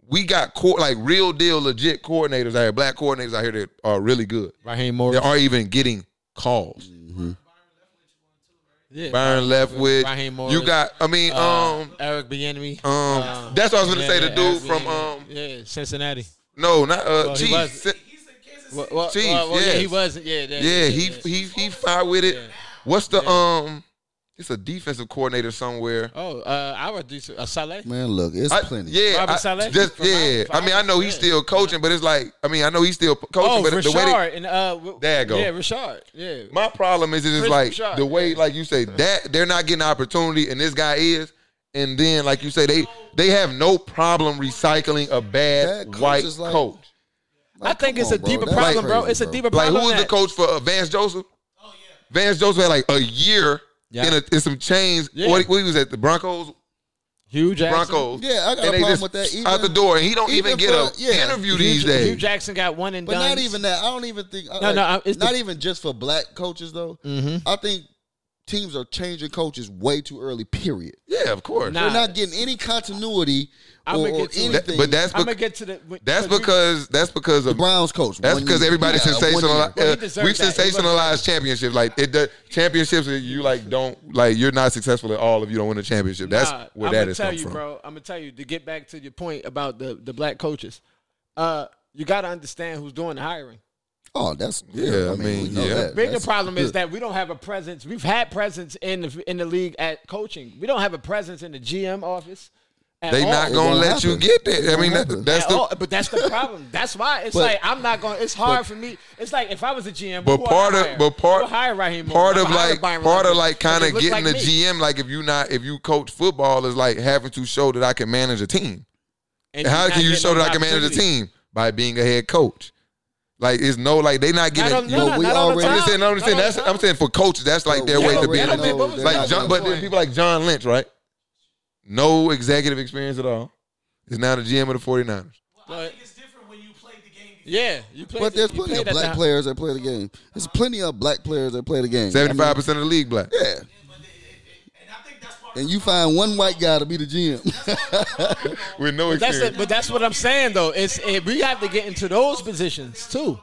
Speaker 1: We got court like real deal, legit coordinators out here, black coordinators out here that are really good.
Speaker 4: Raheem
Speaker 1: They
Speaker 4: Morris.
Speaker 1: are even getting calls.
Speaker 4: Yeah.
Speaker 1: Byron Leftwich.
Speaker 4: Raheem Morris.
Speaker 1: You got. I mean, um,
Speaker 4: Eric Bieniemy.
Speaker 1: um. that's what I was gonna
Speaker 4: yeah,
Speaker 1: say. The
Speaker 4: yeah,
Speaker 1: dude
Speaker 4: Eric
Speaker 1: from
Speaker 4: Bieniemy.
Speaker 1: um.
Speaker 4: yeah, Cincinnati.
Speaker 1: No, not uh.
Speaker 4: Well, he
Speaker 1: Chiefs.
Speaker 4: was-
Speaker 5: He's in Kansas
Speaker 4: Well,
Speaker 5: City.
Speaker 4: well,
Speaker 1: Chiefs,
Speaker 4: well, yeah,
Speaker 1: yes.
Speaker 4: he wasn't. Yeah, that-
Speaker 1: Yeah, he
Speaker 4: yeah.
Speaker 1: he he fired with it.
Speaker 4: Yeah.
Speaker 1: What's the um? It's a defensive coordinator somewhere.
Speaker 4: Oh, uh, I would do so- uh, Saleh.
Speaker 3: Man, look, it's
Speaker 1: I-
Speaker 3: plenty.
Speaker 1: Yeah,
Speaker 4: Robert
Speaker 1: I-
Speaker 4: Saleh
Speaker 1: just-
Speaker 4: from
Speaker 1: yeah.
Speaker 4: Mount-
Speaker 1: I mean, I know he's
Speaker 4: yeah.
Speaker 1: still coaching, but it's like, I mean, I know he's still p- coaching,
Speaker 4: oh,
Speaker 1: but
Speaker 4: Richard
Speaker 1: the way they,
Speaker 4: and uh, w-
Speaker 1: There you go.
Speaker 4: Yeah, Richard. Yeah,
Speaker 1: my problem is, it's
Speaker 4: Chris
Speaker 1: like
Speaker 4: Rashad,
Speaker 1: the way,
Speaker 4: yeah.
Speaker 1: like you say, that they're not getting opportunity, and this guy is, and then, like you say, they they have no problem recycling a bad,
Speaker 3: Bad coach
Speaker 1: white
Speaker 3: is like-
Speaker 1: coach.
Speaker 4: I
Speaker 3: Like,
Speaker 4: think
Speaker 3: come
Speaker 4: it's a
Speaker 3: on, bro.
Speaker 4: deeper
Speaker 3: That's
Speaker 4: problem, bro.
Speaker 3: crazy,
Speaker 4: It's a deeper
Speaker 1: Like
Speaker 4: problem.
Speaker 1: who was
Speaker 4: than
Speaker 1: the
Speaker 4: that. Oh,
Speaker 1: coach for uh, Vance Joseph? Vance Joseph had like a year
Speaker 4: Yeah.
Speaker 1: in, a, in some change.
Speaker 4: Yeah.
Speaker 1: What, what he was at the Broncos?
Speaker 4: Hugh Jackson.
Speaker 1: Broncos.
Speaker 3: Yeah, I got a
Speaker 1: and they
Speaker 3: problem
Speaker 1: just
Speaker 3: with that.
Speaker 1: out
Speaker 3: Even-
Speaker 1: the door, and he don't even,
Speaker 3: even
Speaker 1: get a
Speaker 3: for- yeah.
Speaker 1: interview
Speaker 3: Hugh-
Speaker 1: these
Speaker 4: Hugh
Speaker 1: days.
Speaker 4: Jackson got one and
Speaker 3: But
Speaker 4: done.
Speaker 3: not even that. I don't even think. No,
Speaker 4: no, I- it's the- Mm-hmm.
Speaker 3: not even just for black coaches though. I think teams are changing coaches way too early. Period.
Speaker 1: yeah, of course.
Speaker 4: Nah,
Speaker 3: They're not getting any continuity or,
Speaker 4: I'ma
Speaker 3: or
Speaker 4: get to it.
Speaker 3: anything.
Speaker 1: That- but that's because
Speaker 4: I'm gonna get to the. when-
Speaker 1: That's
Speaker 4: when we-
Speaker 1: because that's because of
Speaker 3: Browns coach.
Speaker 1: that's
Speaker 3: one
Speaker 1: because
Speaker 3: year.
Speaker 1: everybody
Speaker 3: Yeah, one
Speaker 1: sensationalized.
Speaker 3: year.
Speaker 4: Well, he
Speaker 1: uh,
Speaker 4: deserved
Speaker 1: we've
Speaker 4: that. He wasn't-
Speaker 1: sensationalized championships. Like it, the championships, that you like don't like you're not successful at all if you don't win a championship. That's
Speaker 4: Nah,
Speaker 1: where
Speaker 4: I'm
Speaker 1: that
Speaker 4: gonna
Speaker 1: is
Speaker 4: tell
Speaker 1: come
Speaker 4: you,
Speaker 1: from.
Speaker 4: bro. I'm gonna tell you to get back to your point about the the black coaches. Uh, you got to understand who's doing the hiring.
Speaker 3: Oh, that's
Speaker 1: Yeah, I mean,
Speaker 3: we know
Speaker 1: yeah.
Speaker 3: that.
Speaker 4: Bigger
Speaker 3: That's
Speaker 4: problem is
Speaker 3: good.
Speaker 4: that we don't have a presence. We've had presence in the in the league at coaching. We don't have a presence in the GM office. at
Speaker 1: They
Speaker 4: all.
Speaker 1: not gonna
Speaker 3: won't
Speaker 1: let you
Speaker 3: happen.
Speaker 1: get that. I mean,
Speaker 3: won't
Speaker 1: that,
Speaker 3: happen.
Speaker 1: that's
Speaker 4: at
Speaker 1: the
Speaker 4: all. But that's the problem. That's why it's
Speaker 3: But-
Speaker 4: like I'm not going. to It's hard for me. It's like if I was a GM,
Speaker 1: but
Speaker 4: who I
Speaker 1: part of
Speaker 4: hire?
Speaker 1: but
Speaker 4: Who I
Speaker 1: part
Speaker 4: hire Raheem Morris?
Speaker 1: part
Speaker 4: I
Speaker 1: of
Speaker 4: would hire
Speaker 1: like
Speaker 4: Byron
Speaker 1: part of
Speaker 4: Leftwich.
Speaker 1: like kind
Speaker 4: They
Speaker 1: of
Speaker 4: look
Speaker 1: getting
Speaker 4: like
Speaker 1: the
Speaker 4: me.
Speaker 1: GM. Like if you not if you coach football is like having to show that I can manage a team.
Speaker 4: And
Speaker 1: And how can
Speaker 4: you're not
Speaker 1: you
Speaker 4: getting
Speaker 1: show that
Speaker 4: those
Speaker 1: I can manage a
Speaker 4: opportunities.
Speaker 1: team by being a head coach? Like it's no like they not
Speaker 4: Not
Speaker 1: getting.
Speaker 4: on- no,
Speaker 3: But
Speaker 4: no,
Speaker 3: we
Speaker 4: not all the
Speaker 3: already-
Speaker 1: I'm just
Speaker 4: time.
Speaker 1: saying. I'm just saying.
Speaker 4: Not all
Speaker 1: That's,
Speaker 4: the
Speaker 1: I'm saying for coaches, that's like their
Speaker 3: But
Speaker 1: way
Speaker 3: we
Speaker 1: to be.
Speaker 4: Yeah,
Speaker 1: in the
Speaker 4: but
Speaker 1: league.
Speaker 3: already know
Speaker 4: Like,
Speaker 3: they're
Speaker 1: Like
Speaker 3: not
Speaker 1: John,
Speaker 3: gonna
Speaker 1: but
Speaker 3: play.
Speaker 1: then people like John Lynch, right? No executive experience at all. Is now the GM of the 49ers.
Speaker 5: Well, I think it's different when you played the game before.
Speaker 4: Yeah, you played.
Speaker 3: But there's
Speaker 4: you
Speaker 3: plenty
Speaker 4: played
Speaker 3: of
Speaker 4: at the
Speaker 3: black
Speaker 4: hou-
Speaker 3: players that play the game. There's plenty of black players that play the game.
Speaker 1: Seventy five percent of the league black.
Speaker 3: Yeah.
Speaker 5: But it, it, it, and I think that's part
Speaker 3: And
Speaker 5: of
Speaker 3: you find one white guy to be the GM.
Speaker 1: With no
Speaker 4: That's
Speaker 1: experience.
Speaker 4: it, but that's what I'm saying though. It's it, we have to get into those positions too.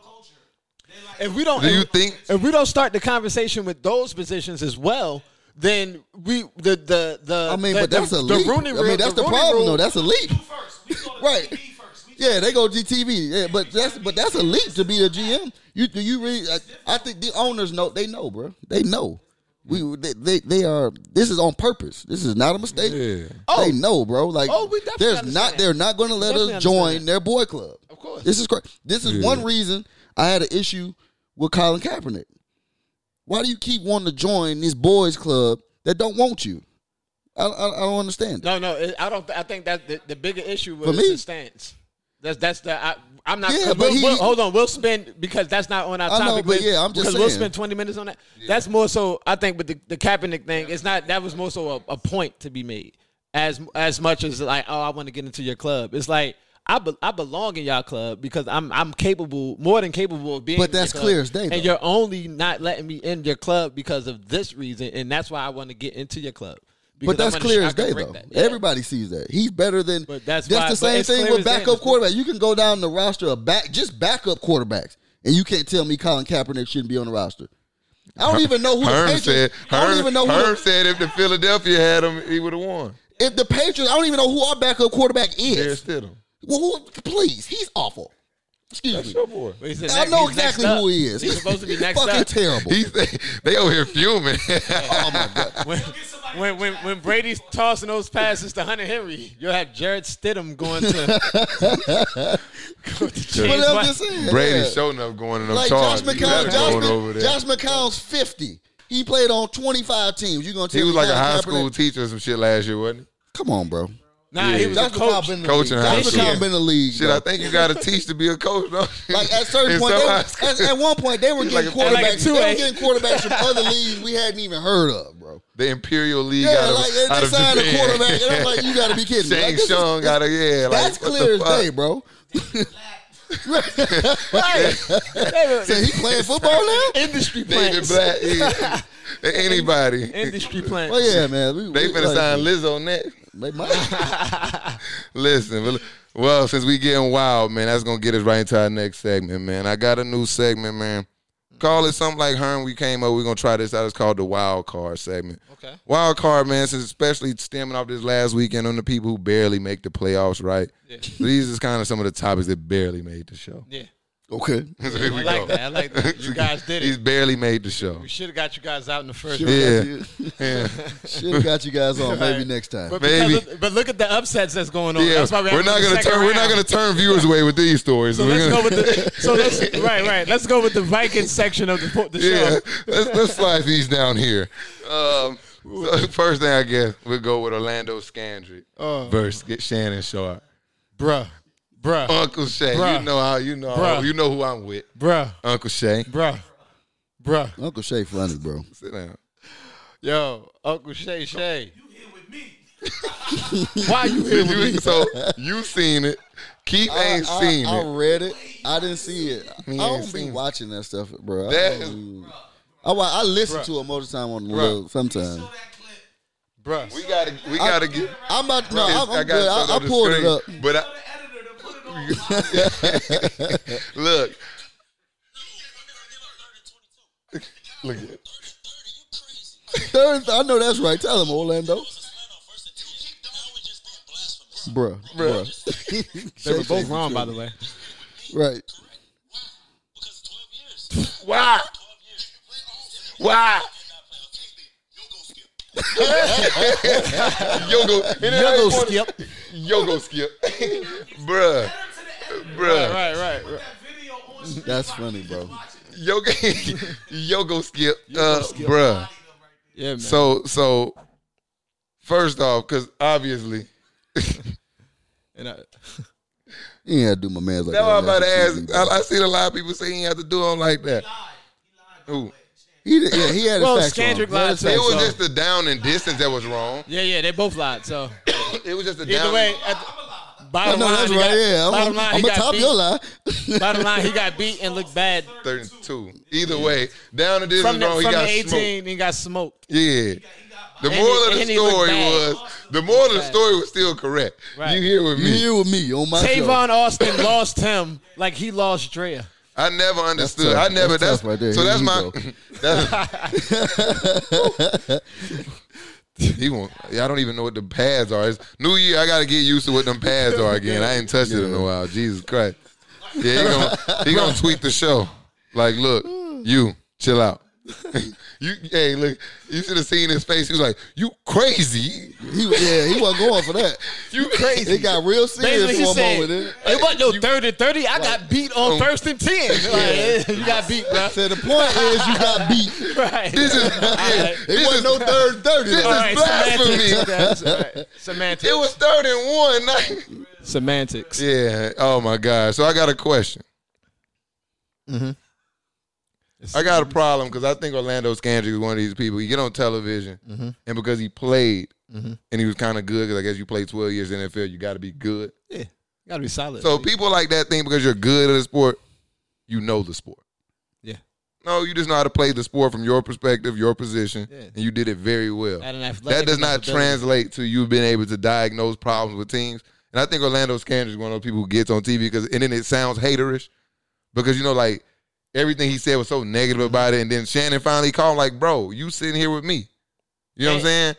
Speaker 4: If we don't,
Speaker 1: Do you think-
Speaker 4: if we don't start the conversation with those positions as well, then we the the the
Speaker 3: I mean,
Speaker 4: the,
Speaker 3: but that's a
Speaker 4: the,
Speaker 3: leap.
Speaker 4: the Rooney
Speaker 3: I
Speaker 4: rule-
Speaker 3: mean, that's the,
Speaker 4: Rooney
Speaker 3: problem
Speaker 4: rule-
Speaker 3: though. That's a leap.
Speaker 5: you first. We go to
Speaker 3: Right.
Speaker 5: TV first. We
Speaker 3: Yeah, they go GTV. Yeah, but that's but that's a leap to be a GM. You do you really? I, I think the owners know. They know, bro. They know. We they, they they are. This is on purpose. This is not a mistake.
Speaker 1: Yeah.
Speaker 4: Oh.
Speaker 3: They know, bro. Like,
Speaker 4: Oh, we definitely
Speaker 3: there's
Speaker 4: understand
Speaker 3: not.
Speaker 4: that.
Speaker 3: They're not going to let
Speaker 4: Definitely
Speaker 3: us
Speaker 4: understand
Speaker 3: join
Speaker 4: that.
Speaker 3: their boy club.
Speaker 4: Of course.
Speaker 3: This is cra- This is one reason I had an issue with Colin Kaepernick. Why do you keep wanting to join this boys club that don't want you? I I, I don't understand. it.
Speaker 4: No, no, it, I don't. th- I think that the, the bigger issue
Speaker 3: For
Speaker 4: was
Speaker 3: me-
Speaker 4: the stance. That's that's the. I, I'm not.
Speaker 3: Yeah,
Speaker 4: we'll-
Speaker 3: but he-
Speaker 4: we'll- hold on, we'll spend because that's not on our
Speaker 3: I know,
Speaker 4: topic.
Speaker 3: but
Speaker 4: list,
Speaker 3: yeah, I'm just
Speaker 4: because we'll
Speaker 3: saying.
Speaker 4: spend 20 minutes on that. That's more so. I think with the, the Kaepernick thing, it's not. That was more so a, a point to be made. As as much as like, oh, I want to get into your club. It's like. I, be, I belong in y'all club because I'm I'm capable more than capable of being.
Speaker 3: But
Speaker 4: in your
Speaker 3: that's
Speaker 4: club.
Speaker 3: clear as day, though.
Speaker 4: And you're only not letting me in your club because of this reason, and that's why I want to get into your club.
Speaker 3: But
Speaker 4: Because I
Speaker 3: that's
Speaker 4: wanna-
Speaker 3: clear
Speaker 4: I
Speaker 3: as
Speaker 4: can
Speaker 3: day,
Speaker 4: break
Speaker 3: though.
Speaker 4: that. Yeah.
Speaker 3: Everybody sees that he's better than.
Speaker 4: But that's why-
Speaker 3: the
Speaker 4: but
Speaker 3: same
Speaker 4: it's
Speaker 3: thing
Speaker 4: clear
Speaker 3: with
Speaker 4: as day.
Speaker 3: backup quarterback. You can go down the roster of back just backup quarterbacks, and you can't tell me Colin Kaepernick shouldn't be on the roster. I don't even know who the
Speaker 1: Herm
Speaker 3: Patriots.
Speaker 1: said.
Speaker 3: I don't
Speaker 1: Herm,
Speaker 3: even know who
Speaker 1: Herm
Speaker 3: the,
Speaker 1: said if the Philadelphia had him, he would have won.
Speaker 3: if the Patriots. I don't even know who our backup quarterback
Speaker 1: Jared
Speaker 3: is.
Speaker 1: Stidham.
Speaker 3: Well, who, please, he's awful. Excuse
Speaker 1: That's
Speaker 3: me.
Speaker 1: your boy.
Speaker 4: But he's the
Speaker 3: I
Speaker 4: next-
Speaker 3: know
Speaker 4: he's next
Speaker 3: exactly
Speaker 4: up.
Speaker 3: who he is.
Speaker 4: He's supposed to be next
Speaker 3: fucking
Speaker 4: up.
Speaker 3: terrible.
Speaker 1: He said they over here fuming.
Speaker 3: oh my god.
Speaker 4: When, when, when, when Brady's tossing those passes to Hunter Henry, you'll have Jared Stidham going to. go to James
Speaker 3: But I'm
Speaker 4: White.
Speaker 3: just saying.
Speaker 1: Brady
Speaker 3: yeah.
Speaker 1: showing up going in them
Speaker 3: Like
Speaker 1: charges.
Speaker 3: Josh
Speaker 1: You got
Speaker 3: McCown,
Speaker 1: him
Speaker 3: Josh,
Speaker 1: going
Speaker 3: Mc-
Speaker 1: over there.
Speaker 3: Josh McCown's fifty. He played on twenty five teams. You gonna tell
Speaker 1: he was
Speaker 3: me
Speaker 1: like a
Speaker 3: Colin
Speaker 1: high
Speaker 3: Kaepernick-
Speaker 1: school teacher or some shit last year, wasn't
Speaker 3: Come on, bro.
Speaker 4: Nah, he was
Speaker 3: Josh McCown
Speaker 4: a coach.
Speaker 3: been in the
Speaker 1: Coach in
Speaker 3: league.
Speaker 1: high
Speaker 3: Josh
Speaker 4: school.
Speaker 3: McCown been in the league.
Speaker 1: he? Shit,
Speaker 3: bro.
Speaker 1: I think you got to teach to be a coach, though.
Speaker 3: Like at certain
Speaker 1: In
Speaker 3: point,
Speaker 1: some
Speaker 3: they
Speaker 1: high
Speaker 3: were,
Speaker 1: school.
Speaker 3: at, at one point they were
Speaker 1: like
Speaker 3: getting
Speaker 1: a-
Speaker 3: quarterbacks.
Speaker 4: like a
Speaker 3: they were
Speaker 4: 2A.
Speaker 3: getting quarterbacks from other leagues we hadn't even heard of, bro.
Speaker 1: the Imperial League.
Speaker 3: Yeah,
Speaker 1: out of,
Speaker 3: like they-
Speaker 1: out
Speaker 3: they
Speaker 1: of
Speaker 3: signed a
Speaker 1: Japan.
Speaker 3: quarterback, and I'm like, you gotta be kidding me.
Speaker 1: Shang
Speaker 3: Like, this is-
Speaker 1: Tsung out of yeah. Like,
Speaker 3: That's
Speaker 1: what the
Speaker 3: clear as
Speaker 1: fuck?
Speaker 3: day, bro.
Speaker 4: Right. They
Speaker 3: Say he playing football now?
Speaker 4: were industry
Speaker 1: David
Speaker 4: plans.
Speaker 1: Black, yeah. anybody.
Speaker 4: Industry plans.
Speaker 3: Well, Oh, yeah, man. We,
Speaker 1: They
Speaker 3: we,
Speaker 1: finna
Speaker 3: like,
Speaker 1: sign Lizzo next.
Speaker 3: They might.
Speaker 1: Listen, well- well, since we getting wild, man, that's gonna get us right into our next segment, man. I got a new segment, man. Call it something like Herm. We came up. We're gonna try this out. It's called the wild card segment.
Speaker 4: Okay.
Speaker 1: Wild card, man. Since especially stemming off this last weekend on the people who barely make the playoffs, right? So these is kind of some of the topics that barely made the show.
Speaker 4: Yeah.
Speaker 3: Okay.
Speaker 1: So here
Speaker 4: I
Speaker 1: we
Speaker 4: like
Speaker 1: go.
Speaker 4: that. I like that. You guys did
Speaker 1: He's
Speaker 4: it.
Speaker 1: barely made the show.
Speaker 4: We should have got you guys out in the first
Speaker 3: Should
Speaker 4: round.
Speaker 1: Yeah.
Speaker 3: have got you guys on maybe
Speaker 4: Right.
Speaker 3: next time.
Speaker 4: But,
Speaker 1: Maybe.
Speaker 4: because of- but look at the upsets that's going on.
Speaker 1: Yeah,
Speaker 4: That's why
Speaker 1: we're,
Speaker 4: we have to
Speaker 1: not
Speaker 4: do the
Speaker 1: gonna
Speaker 4: second
Speaker 1: turn. We're not
Speaker 4: round.
Speaker 1: gonna turn viewers away with these stories.
Speaker 4: So
Speaker 1: We're
Speaker 4: let's
Speaker 1: gonna-
Speaker 4: go with the. So let's right, right. Let's go with the Vikings section of the, po- the show.
Speaker 1: Yeah, let's, let's slide these down here. Um, so first thing I guess we'll go with Orlando Scandrick versus get Shannon Sharp,
Speaker 4: Bruh, bruh,
Speaker 1: Uncle Shay. You
Speaker 4: Bruh.
Speaker 1: know how you know
Speaker 4: Bruh.
Speaker 1: you know who I'm with,
Speaker 4: bruh,
Speaker 1: Uncle Shay.
Speaker 4: bruh, bruh.
Speaker 3: Uncle Shay funny, bro.
Speaker 1: Sit down.
Speaker 4: Yo, Uncle Shay Shay.
Speaker 5: You here with me.
Speaker 4: Why you here with me?
Speaker 1: You- so you seen it? Keith ain't
Speaker 3: I,
Speaker 1: seen
Speaker 3: I,
Speaker 1: it.
Speaker 3: I read it. I didn't see it. I
Speaker 1: ain't
Speaker 3: don't
Speaker 1: seen
Speaker 3: be
Speaker 1: it.
Speaker 3: watching that stuff, bro. I
Speaker 1: That
Speaker 3: don't
Speaker 1: is-
Speaker 3: even- I, wa- I listen to it most of the time on the road sometimes.
Speaker 5: Show that clip.
Speaker 1: We gotta we
Speaker 3: I-
Speaker 1: gotta get.
Speaker 3: I'm about no,
Speaker 1: It's-
Speaker 3: I'm,
Speaker 1: gotta
Speaker 3: I'm good.
Speaker 1: throw
Speaker 3: I, I
Speaker 1: the
Speaker 3: pulled it
Speaker 1: screen,
Speaker 3: up.
Speaker 1: but I,
Speaker 5: Tell the editor to put it on. Wow.
Speaker 1: Look. Look at it.
Speaker 3: Third, I know that's right. Tell him Orlando, Bruh. Bruh.
Speaker 4: They were both wrong, by the way.
Speaker 3: right.
Speaker 1: Why? Why? Yogo,
Speaker 4: Yogo skip.
Speaker 1: Yogo skip, bruh, bruh,
Speaker 4: Right, right, right.
Speaker 5: That video on stream
Speaker 3: That's funny, bro.
Speaker 1: Yogo, Yogo skip, uh, bruh.
Speaker 4: Yeah, man.
Speaker 1: So, so first off, because obviously,
Speaker 4: and I,
Speaker 3: You ain't gotta do my man's like
Speaker 1: that's
Speaker 3: that.
Speaker 1: why I'm about to
Speaker 3: That's
Speaker 1: ask.
Speaker 3: easy,
Speaker 1: I,
Speaker 3: bro.
Speaker 1: I seen a lot of people say he have to do him like that. Who?
Speaker 3: He did, yeah, he had his
Speaker 4: Well,
Speaker 3: facts wrong.
Speaker 4: Skandrick
Speaker 3: He had his
Speaker 4: lied
Speaker 1: It
Speaker 4: to
Speaker 3: facts
Speaker 1: was
Speaker 4: So-
Speaker 1: just the down and distance that was wrong.
Speaker 4: yeah, yeah. They both lied. So
Speaker 1: It was just the
Speaker 4: either
Speaker 1: down.
Speaker 4: way, at the,
Speaker 3: I
Speaker 4: bottom
Speaker 3: know
Speaker 4: line,
Speaker 3: that's
Speaker 4: he
Speaker 3: right.
Speaker 4: got-
Speaker 3: yeah, I'm,
Speaker 4: bottom line,
Speaker 3: I'm
Speaker 4: he
Speaker 3: gonna
Speaker 4: got
Speaker 3: top
Speaker 4: beat.
Speaker 3: your lie.
Speaker 4: Bottom line, he got beat and looked bad
Speaker 1: 32. Either way, down to this
Speaker 4: from
Speaker 1: is
Speaker 4: the,
Speaker 1: wrong.
Speaker 4: from
Speaker 1: He
Speaker 4: the
Speaker 1: got
Speaker 4: 18.
Speaker 1: smoked.
Speaker 4: He got smoked.
Speaker 1: Yeah. The moral
Speaker 4: And he-
Speaker 1: of the
Speaker 4: and he looked
Speaker 1: story
Speaker 4: bad.
Speaker 1: was the moral of the story was still correct.
Speaker 4: Right.
Speaker 1: You here with
Speaker 3: you
Speaker 1: me?
Speaker 3: here with me on my show.
Speaker 4: Tavon Austin lost him like he lost Drea.
Speaker 1: I never understood.
Speaker 3: tough.
Speaker 1: I never. That's,
Speaker 3: That's tough right there.
Speaker 1: so.
Speaker 3: Here
Speaker 1: That's my.
Speaker 3: you
Speaker 1: that's, he won't. I don't even know what the pads are. It's New Year. I got to get used to what them pads are again. I ain't touched it in a while. Jesus Christ. Yeah, he gonna he gonna tweet the show. Like, look, you chill out. you hey, look, you should have seen his face. He was like, you crazy,
Speaker 3: He, yeah, he wasn't going for that.
Speaker 1: you crazy.
Speaker 3: It got real serious
Speaker 4: Basically, he
Speaker 3: for a
Speaker 4: said,
Speaker 3: moment. eh?
Speaker 4: it wasn't no 30 30. I got beat on
Speaker 1: Um,
Speaker 4: first and 10. Like, you got beat, bro.
Speaker 3: So the point is, you got beat.
Speaker 4: Right.
Speaker 1: This is yeah,
Speaker 4: It
Speaker 1: this
Speaker 3: It
Speaker 1: is-
Speaker 3: wasn't no third thirty.
Speaker 1: This
Speaker 3: though.
Speaker 4: All
Speaker 1: is blasphemy.
Speaker 4: semantics. That's right. Semantics.
Speaker 1: It was third and one. Like,
Speaker 4: semantics.
Speaker 1: yeah. Oh my God. So I got a question. I got a problem because I think Orlando Scandrick is one of these people. You get on television, and because he played and he was kind of good, because I guess you play 12 years in the NFL, you got to be good.
Speaker 4: Yeah. Gotta be solid.
Speaker 1: So people like that think because you're good at a sport, you know the sport.
Speaker 4: yeah.
Speaker 1: No, you just know how to play the sport from your perspective, your position,
Speaker 4: Yeah.
Speaker 1: and you did it very well.
Speaker 4: At an athletic
Speaker 1: That does not
Speaker 4: ability.
Speaker 1: translate to you being able to diagnose problems with teams. And I think Orlando Scandrick is one of those people who gets on TV because, and then it sounds haterish because you know, like everything he said was so negative about it. And then Shannon finally called, like, "Bro, you sitting here with me." You know what I'm saying?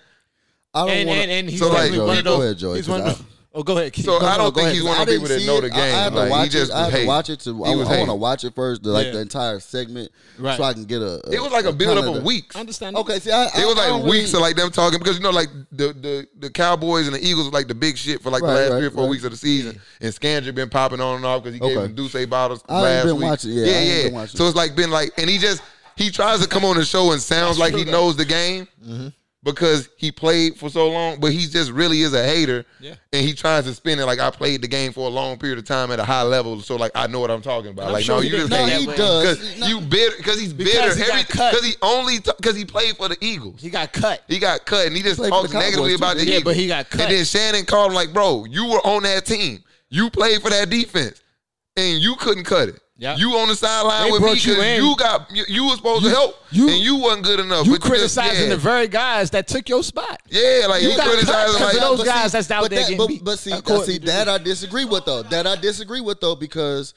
Speaker 3: I don't
Speaker 4: And,
Speaker 3: want
Speaker 4: and, and he's
Speaker 1: So, like,
Speaker 4: definitely one of
Speaker 1: people-
Speaker 4: those.
Speaker 3: Go ahead, Joey,
Speaker 4: he's one of
Speaker 3: because
Speaker 4: those. Oh, go ahead. Keith.
Speaker 1: So I don't think
Speaker 3: go ahead,
Speaker 1: he's
Speaker 3: 'cause
Speaker 1: one of
Speaker 3: I
Speaker 1: those people
Speaker 3: didn't
Speaker 1: that
Speaker 3: see
Speaker 1: know
Speaker 3: it.
Speaker 1: the
Speaker 3: I- I
Speaker 1: game.
Speaker 3: have
Speaker 1: Like,
Speaker 3: to
Speaker 1: he
Speaker 3: watch
Speaker 1: just
Speaker 3: it. I have
Speaker 1: hating.
Speaker 3: to watch it
Speaker 1: He
Speaker 3: to. I,
Speaker 1: was
Speaker 3: want to
Speaker 1: hating.
Speaker 3: watch it first, the, like
Speaker 4: Right.
Speaker 3: the entire segment,
Speaker 4: Right.
Speaker 3: so I can get a.
Speaker 1: It was like a build up of weeks.
Speaker 4: I understand. that.
Speaker 3: Okay, see, I, I,
Speaker 1: It was
Speaker 3: I
Speaker 1: like
Speaker 3: don't really-
Speaker 1: weeks of like them talking because you know like the the, the Cowboys and the Eagles were like the big shit for like the
Speaker 3: Right,
Speaker 1: last
Speaker 3: right,
Speaker 1: three or four
Speaker 3: right.
Speaker 1: weeks of the season. And Scandrick been popping on and off because he gave
Speaker 3: Okay.
Speaker 1: him Duce bottles
Speaker 3: I ain't
Speaker 1: last
Speaker 3: been
Speaker 1: week.
Speaker 3: watching, yeah, I
Speaker 1: yeah,
Speaker 3: ain't
Speaker 1: yeah.
Speaker 3: been watching.
Speaker 1: So it's like been like, and he just he tries to come on the show and sounds like he knows the game
Speaker 3: Mm-hmm.
Speaker 1: because he played for so long, but he just really is a hater.
Speaker 4: Yeah.
Speaker 1: And he tries to spin it like I played the game for a long period of time at a high level, so like I know what I'm talking about.
Speaker 4: I'm
Speaker 1: like
Speaker 4: sure
Speaker 1: no,
Speaker 4: he
Speaker 1: you just
Speaker 4: didn't play
Speaker 1: hate
Speaker 4: that
Speaker 1: me
Speaker 4: way.
Speaker 1: because
Speaker 3: No.
Speaker 1: you bitter because he's bitter
Speaker 4: Because he got cut.
Speaker 1: because he only because he played for the Eagles.
Speaker 4: He got cut.
Speaker 1: He got cut, and he just
Speaker 3: played for
Speaker 1: talks
Speaker 3: the Cowboys,
Speaker 1: negatively
Speaker 3: too,
Speaker 1: about the
Speaker 4: didn't he? Yeah,
Speaker 1: Eagles.
Speaker 4: but he got cut.
Speaker 1: And then Shannon called him like, "Bro, you were on that team. You played for that defense, and you couldn't cut it.
Speaker 4: Yeah.
Speaker 1: You on the sideline
Speaker 4: They
Speaker 1: with me
Speaker 4: brought you
Speaker 1: because
Speaker 4: in.
Speaker 1: you got you, you was supposed
Speaker 4: You-
Speaker 1: to help,
Speaker 4: you-
Speaker 1: and you wasn't good enough.
Speaker 4: You
Speaker 1: but just-
Speaker 4: criticizing
Speaker 1: yeah.
Speaker 4: the very guys that took your spot.
Speaker 1: yeah, like
Speaker 4: You
Speaker 1: he
Speaker 4: got cut
Speaker 1: criticizing
Speaker 4: 'cause
Speaker 1: like
Speaker 4: of those
Speaker 3: But
Speaker 4: guys that's out
Speaker 3: but
Speaker 4: there
Speaker 3: that-
Speaker 4: getting
Speaker 3: but,
Speaker 4: beat.
Speaker 3: But see,
Speaker 4: Of course.
Speaker 3: see, that I disagree with though. That I disagree with though because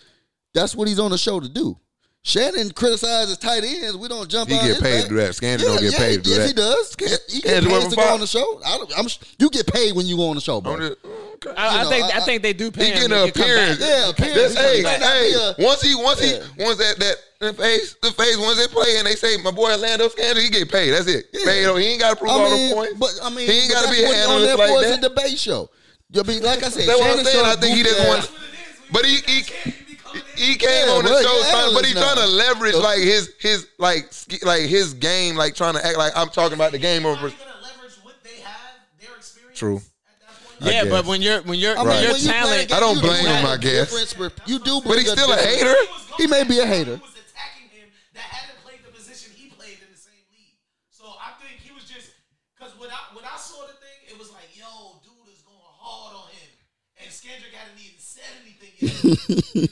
Speaker 3: that's what he's on the show to do. Shannon criticizes tight ends. We don't jump.
Speaker 1: He
Speaker 3: out
Speaker 1: get
Speaker 3: his
Speaker 1: paid
Speaker 3: back.
Speaker 1: to do that. Scandrick don't get paid to do
Speaker 3: yes,
Speaker 1: that.
Speaker 3: he does. He, he get
Speaker 1: Scandrick
Speaker 3: paid
Speaker 1: working
Speaker 3: to go
Speaker 1: Fox.
Speaker 3: on the show. I don't, I'm, sh- you get paid when you go on the show, bro.
Speaker 1: I'm just- okay.
Speaker 4: I, I
Speaker 3: know,
Speaker 4: think I,
Speaker 3: I-
Speaker 4: think they do pay
Speaker 1: He
Speaker 4: him
Speaker 1: getting
Speaker 4: when
Speaker 1: an
Speaker 4: you come back.
Speaker 1: appearance.
Speaker 3: Yeah,
Speaker 1: That's,
Speaker 3: appearance.
Speaker 1: hey,
Speaker 3: He might not
Speaker 1: hey,
Speaker 3: be a-
Speaker 1: once he, once
Speaker 3: Yeah.
Speaker 1: he, once that that the face, the face, once they play and they say, my boy Orlando Scandrick, he get paid. That's it. Paid. He ain't got to prove
Speaker 3: I
Speaker 1: all
Speaker 3: mean,
Speaker 1: the points.
Speaker 3: But I mean,
Speaker 1: he ain't
Speaker 3: but
Speaker 1: got to
Speaker 3: that's
Speaker 1: be
Speaker 3: what he
Speaker 1: an
Speaker 3: on there
Speaker 1: analyst
Speaker 3: for
Speaker 1: like
Speaker 3: is
Speaker 1: that.
Speaker 3: a debate show. I mean, like I said,
Speaker 1: That's what I'm
Speaker 3: Shannon
Speaker 1: saying.
Speaker 3: showed
Speaker 1: I think he
Speaker 3: goofy
Speaker 1: didn't
Speaker 3: ass-
Speaker 1: want. But he he he came
Speaker 3: Yeah,
Speaker 1: on the
Speaker 3: bro,
Speaker 1: show,
Speaker 3: you
Speaker 1: trying, but he
Speaker 3: analyst
Speaker 1: trying to
Speaker 3: now.
Speaker 1: leverage like his his like sk- like his game, like trying to act like I'm talking about the game over. True. I
Speaker 4: Yeah, but
Speaker 1: guess.
Speaker 4: when you're when you're
Speaker 3: I mean,
Speaker 4: when your
Speaker 3: when you play
Speaker 4: talent,
Speaker 3: against-
Speaker 1: I don't
Speaker 3: you
Speaker 1: blame
Speaker 3: got
Speaker 1: him,
Speaker 3: a
Speaker 1: I guess.
Speaker 3: difference per- You do,
Speaker 1: But he's
Speaker 3: bring
Speaker 1: still a
Speaker 3: difference.
Speaker 1: hater.
Speaker 3: He may be a hater.
Speaker 5: Who was attacking him that hadn't played the position he played in the same league. So I think he was just because when I when I saw the thing, it was like, yo, dude is going hard on him, and Skendrick hadn't even said anything yet. you know what I'm saying?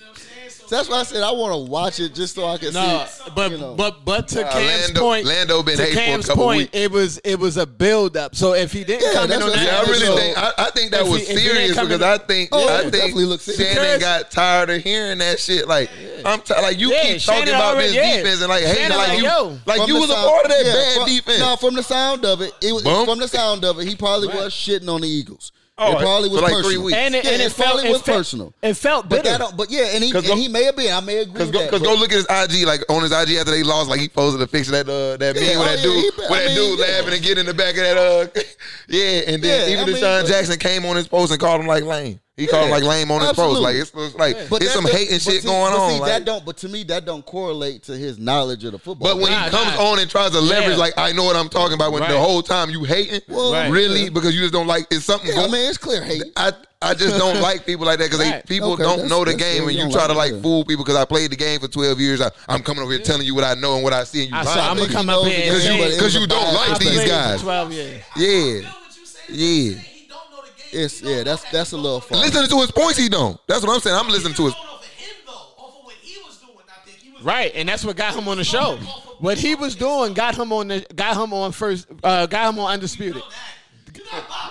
Speaker 5: So
Speaker 3: So that's why I said I want to watch it just so I can
Speaker 4: no,
Speaker 3: see.
Speaker 4: but
Speaker 3: you know.
Speaker 4: but but to
Speaker 1: Nah,
Speaker 4: Cam's
Speaker 1: Lando-
Speaker 4: point,
Speaker 1: Lando been
Speaker 4: to
Speaker 1: hateful a
Speaker 4: Cam's
Speaker 1: couple
Speaker 4: point,
Speaker 1: weeks.
Speaker 4: it was it was a build up. So if he didn't
Speaker 3: Yeah,
Speaker 4: come in
Speaker 3: that's
Speaker 4: on
Speaker 3: what I'm
Speaker 4: that,
Speaker 1: Yeah, I really
Speaker 4: episode-
Speaker 1: think I, I think that
Speaker 4: If he-
Speaker 1: was
Speaker 4: if he didn't
Speaker 1: serious
Speaker 4: come
Speaker 1: because
Speaker 4: in-
Speaker 1: I think
Speaker 3: Oh,
Speaker 1: I
Speaker 3: it
Speaker 1: think
Speaker 3: definitely looked serious.
Speaker 1: Shannon
Speaker 4: Because-
Speaker 1: got tired of hearing that shit. Like I'm t- like you
Speaker 4: Yeah,
Speaker 1: keep talking
Speaker 4: Shannon
Speaker 1: about
Speaker 4: already-
Speaker 1: this
Speaker 4: yeah.
Speaker 1: defense and like hating
Speaker 4: Shannon
Speaker 1: like,
Speaker 4: like,
Speaker 1: you
Speaker 4: yo.
Speaker 1: like
Speaker 3: From
Speaker 1: you
Speaker 3: the
Speaker 1: was a
Speaker 3: sound-
Speaker 1: part of that
Speaker 3: yeah,
Speaker 1: bad
Speaker 3: from-
Speaker 1: defense.
Speaker 3: No, from the sound of it, it was
Speaker 1: Bump.
Speaker 3: from the sound of it. He probably was shitting on the Eagles.
Speaker 1: Oh,
Speaker 3: it probably
Speaker 1: for
Speaker 3: was
Speaker 1: like three
Speaker 3: personal.
Speaker 1: weeks.
Speaker 4: and it,
Speaker 3: Yeah,
Speaker 4: and it, felt
Speaker 3: probably
Speaker 4: it
Speaker 3: was
Speaker 4: felt-
Speaker 3: personal.
Speaker 4: It felt
Speaker 3: But that
Speaker 4: bitter.
Speaker 3: don't. But yeah, and he
Speaker 1: 'Cause
Speaker 3: and
Speaker 1: go-
Speaker 3: he may have been. I may agree.
Speaker 1: Cause
Speaker 3: with
Speaker 1: go,
Speaker 3: that,
Speaker 1: cause
Speaker 3: but-
Speaker 1: go look at his IG, like on his IG after they lost, like he posted a picture of that uh, that
Speaker 3: Yeah,
Speaker 1: man with
Speaker 3: oh,
Speaker 1: that
Speaker 3: yeah,
Speaker 1: dude,
Speaker 3: he-
Speaker 1: with
Speaker 3: I
Speaker 1: that
Speaker 3: mean,
Speaker 1: dude
Speaker 3: yeah.
Speaker 1: laughing and getting in the back of that uh, yeah. And then
Speaker 3: Yeah,
Speaker 1: even
Speaker 3: I
Speaker 1: if
Speaker 3: mean,
Speaker 1: Deshaun
Speaker 3: but-
Speaker 1: Jackson came on his post and called him like lame. He called him
Speaker 3: Yeah,
Speaker 1: like lame on his post.
Speaker 3: absolutely.
Speaker 1: Like it's, it's like
Speaker 3: But
Speaker 1: it's
Speaker 3: that
Speaker 1: some
Speaker 3: don't-
Speaker 1: hating
Speaker 3: but
Speaker 1: shit
Speaker 3: see-
Speaker 1: going
Speaker 3: but
Speaker 1: on.
Speaker 3: See,
Speaker 1: like-
Speaker 3: that don't. But to me, that don't correlate to his knowledge of the football.
Speaker 1: But when
Speaker 3: game.
Speaker 4: Nah,
Speaker 1: he comes
Speaker 4: nah.
Speaker 1: on and tries to leverage,
Speaker 4: Yeah.
Speaker 1: like I know what I'm talking about, when
Speaker 4: Right.
Speaker 1: the whole time you hating,
Speaker 3: Well, Right.
Speaker 1: really,
Speaker 3: yeah.
Speaker 1: because you just don't like it's something
Speaker 3: yeah, I
Speaker 1: going.
Speaker 3: mean, it's clear hate.
Speaker 1: I I just don't like people like that because
Speaker 4: Right.
Speaker 1: people
Speaker 3: Okay,
Speaker 1: don't
Speaker 3: that's-
Speaker 1: know the
Speaker 3: that's
Speaker 1: game
Speaker 3: good.
Speaker 1: and
Speaker 3: You
Speaker 1: you
Speaker 3: don't
Speaker 1: try
Speaker 3: like
Speaker 1: to
Speaker 3: it,
Speaker 1: like
Speaker 3: yeah.
Speaker 1: fool people because I played the game for 12 years. I, I'm coming over here telling you what I know and what I see, and you
Speaker 4: I said,
Speaker 1: lying.
Speaker 4: I'm gonna
Speaker 3: he
Speaker 4: come up
Speaker 3: knows
Speaker 4: here
Speaker 3: the
Speaker 4: and
Speaker 1: because
Speaker 3: game,
Speaker 1: you
Speaker 3: but it
Speaker 1: because
Speaker 3: was
Speaker 1: you
Speaker 3: a
Speaker 1: don't
Speaker 3: biased
Speaker 1: like
Speaker 4: I
Speaker 1: these
Speaker 4: played for
Speaker 1: guys.
Speaker 4: Twelve years.
Speaker 1: Yeah,
Speaker 5: Feel what you saying?
Speaker 1: yeah.
Speaker 5: He don't know the game.
Speaker 3: It's yeah, that's that's a little far.
Speaker 1: Listening to his points, he don't. That's what I'm saying. I'm listening to his.
Speaker 5: Off of him though, off of what he was doing. I think he was
Speaker 4: Right, and that's what got him on the show. What he was doing got him on the got him on first uh, got him on undisputed.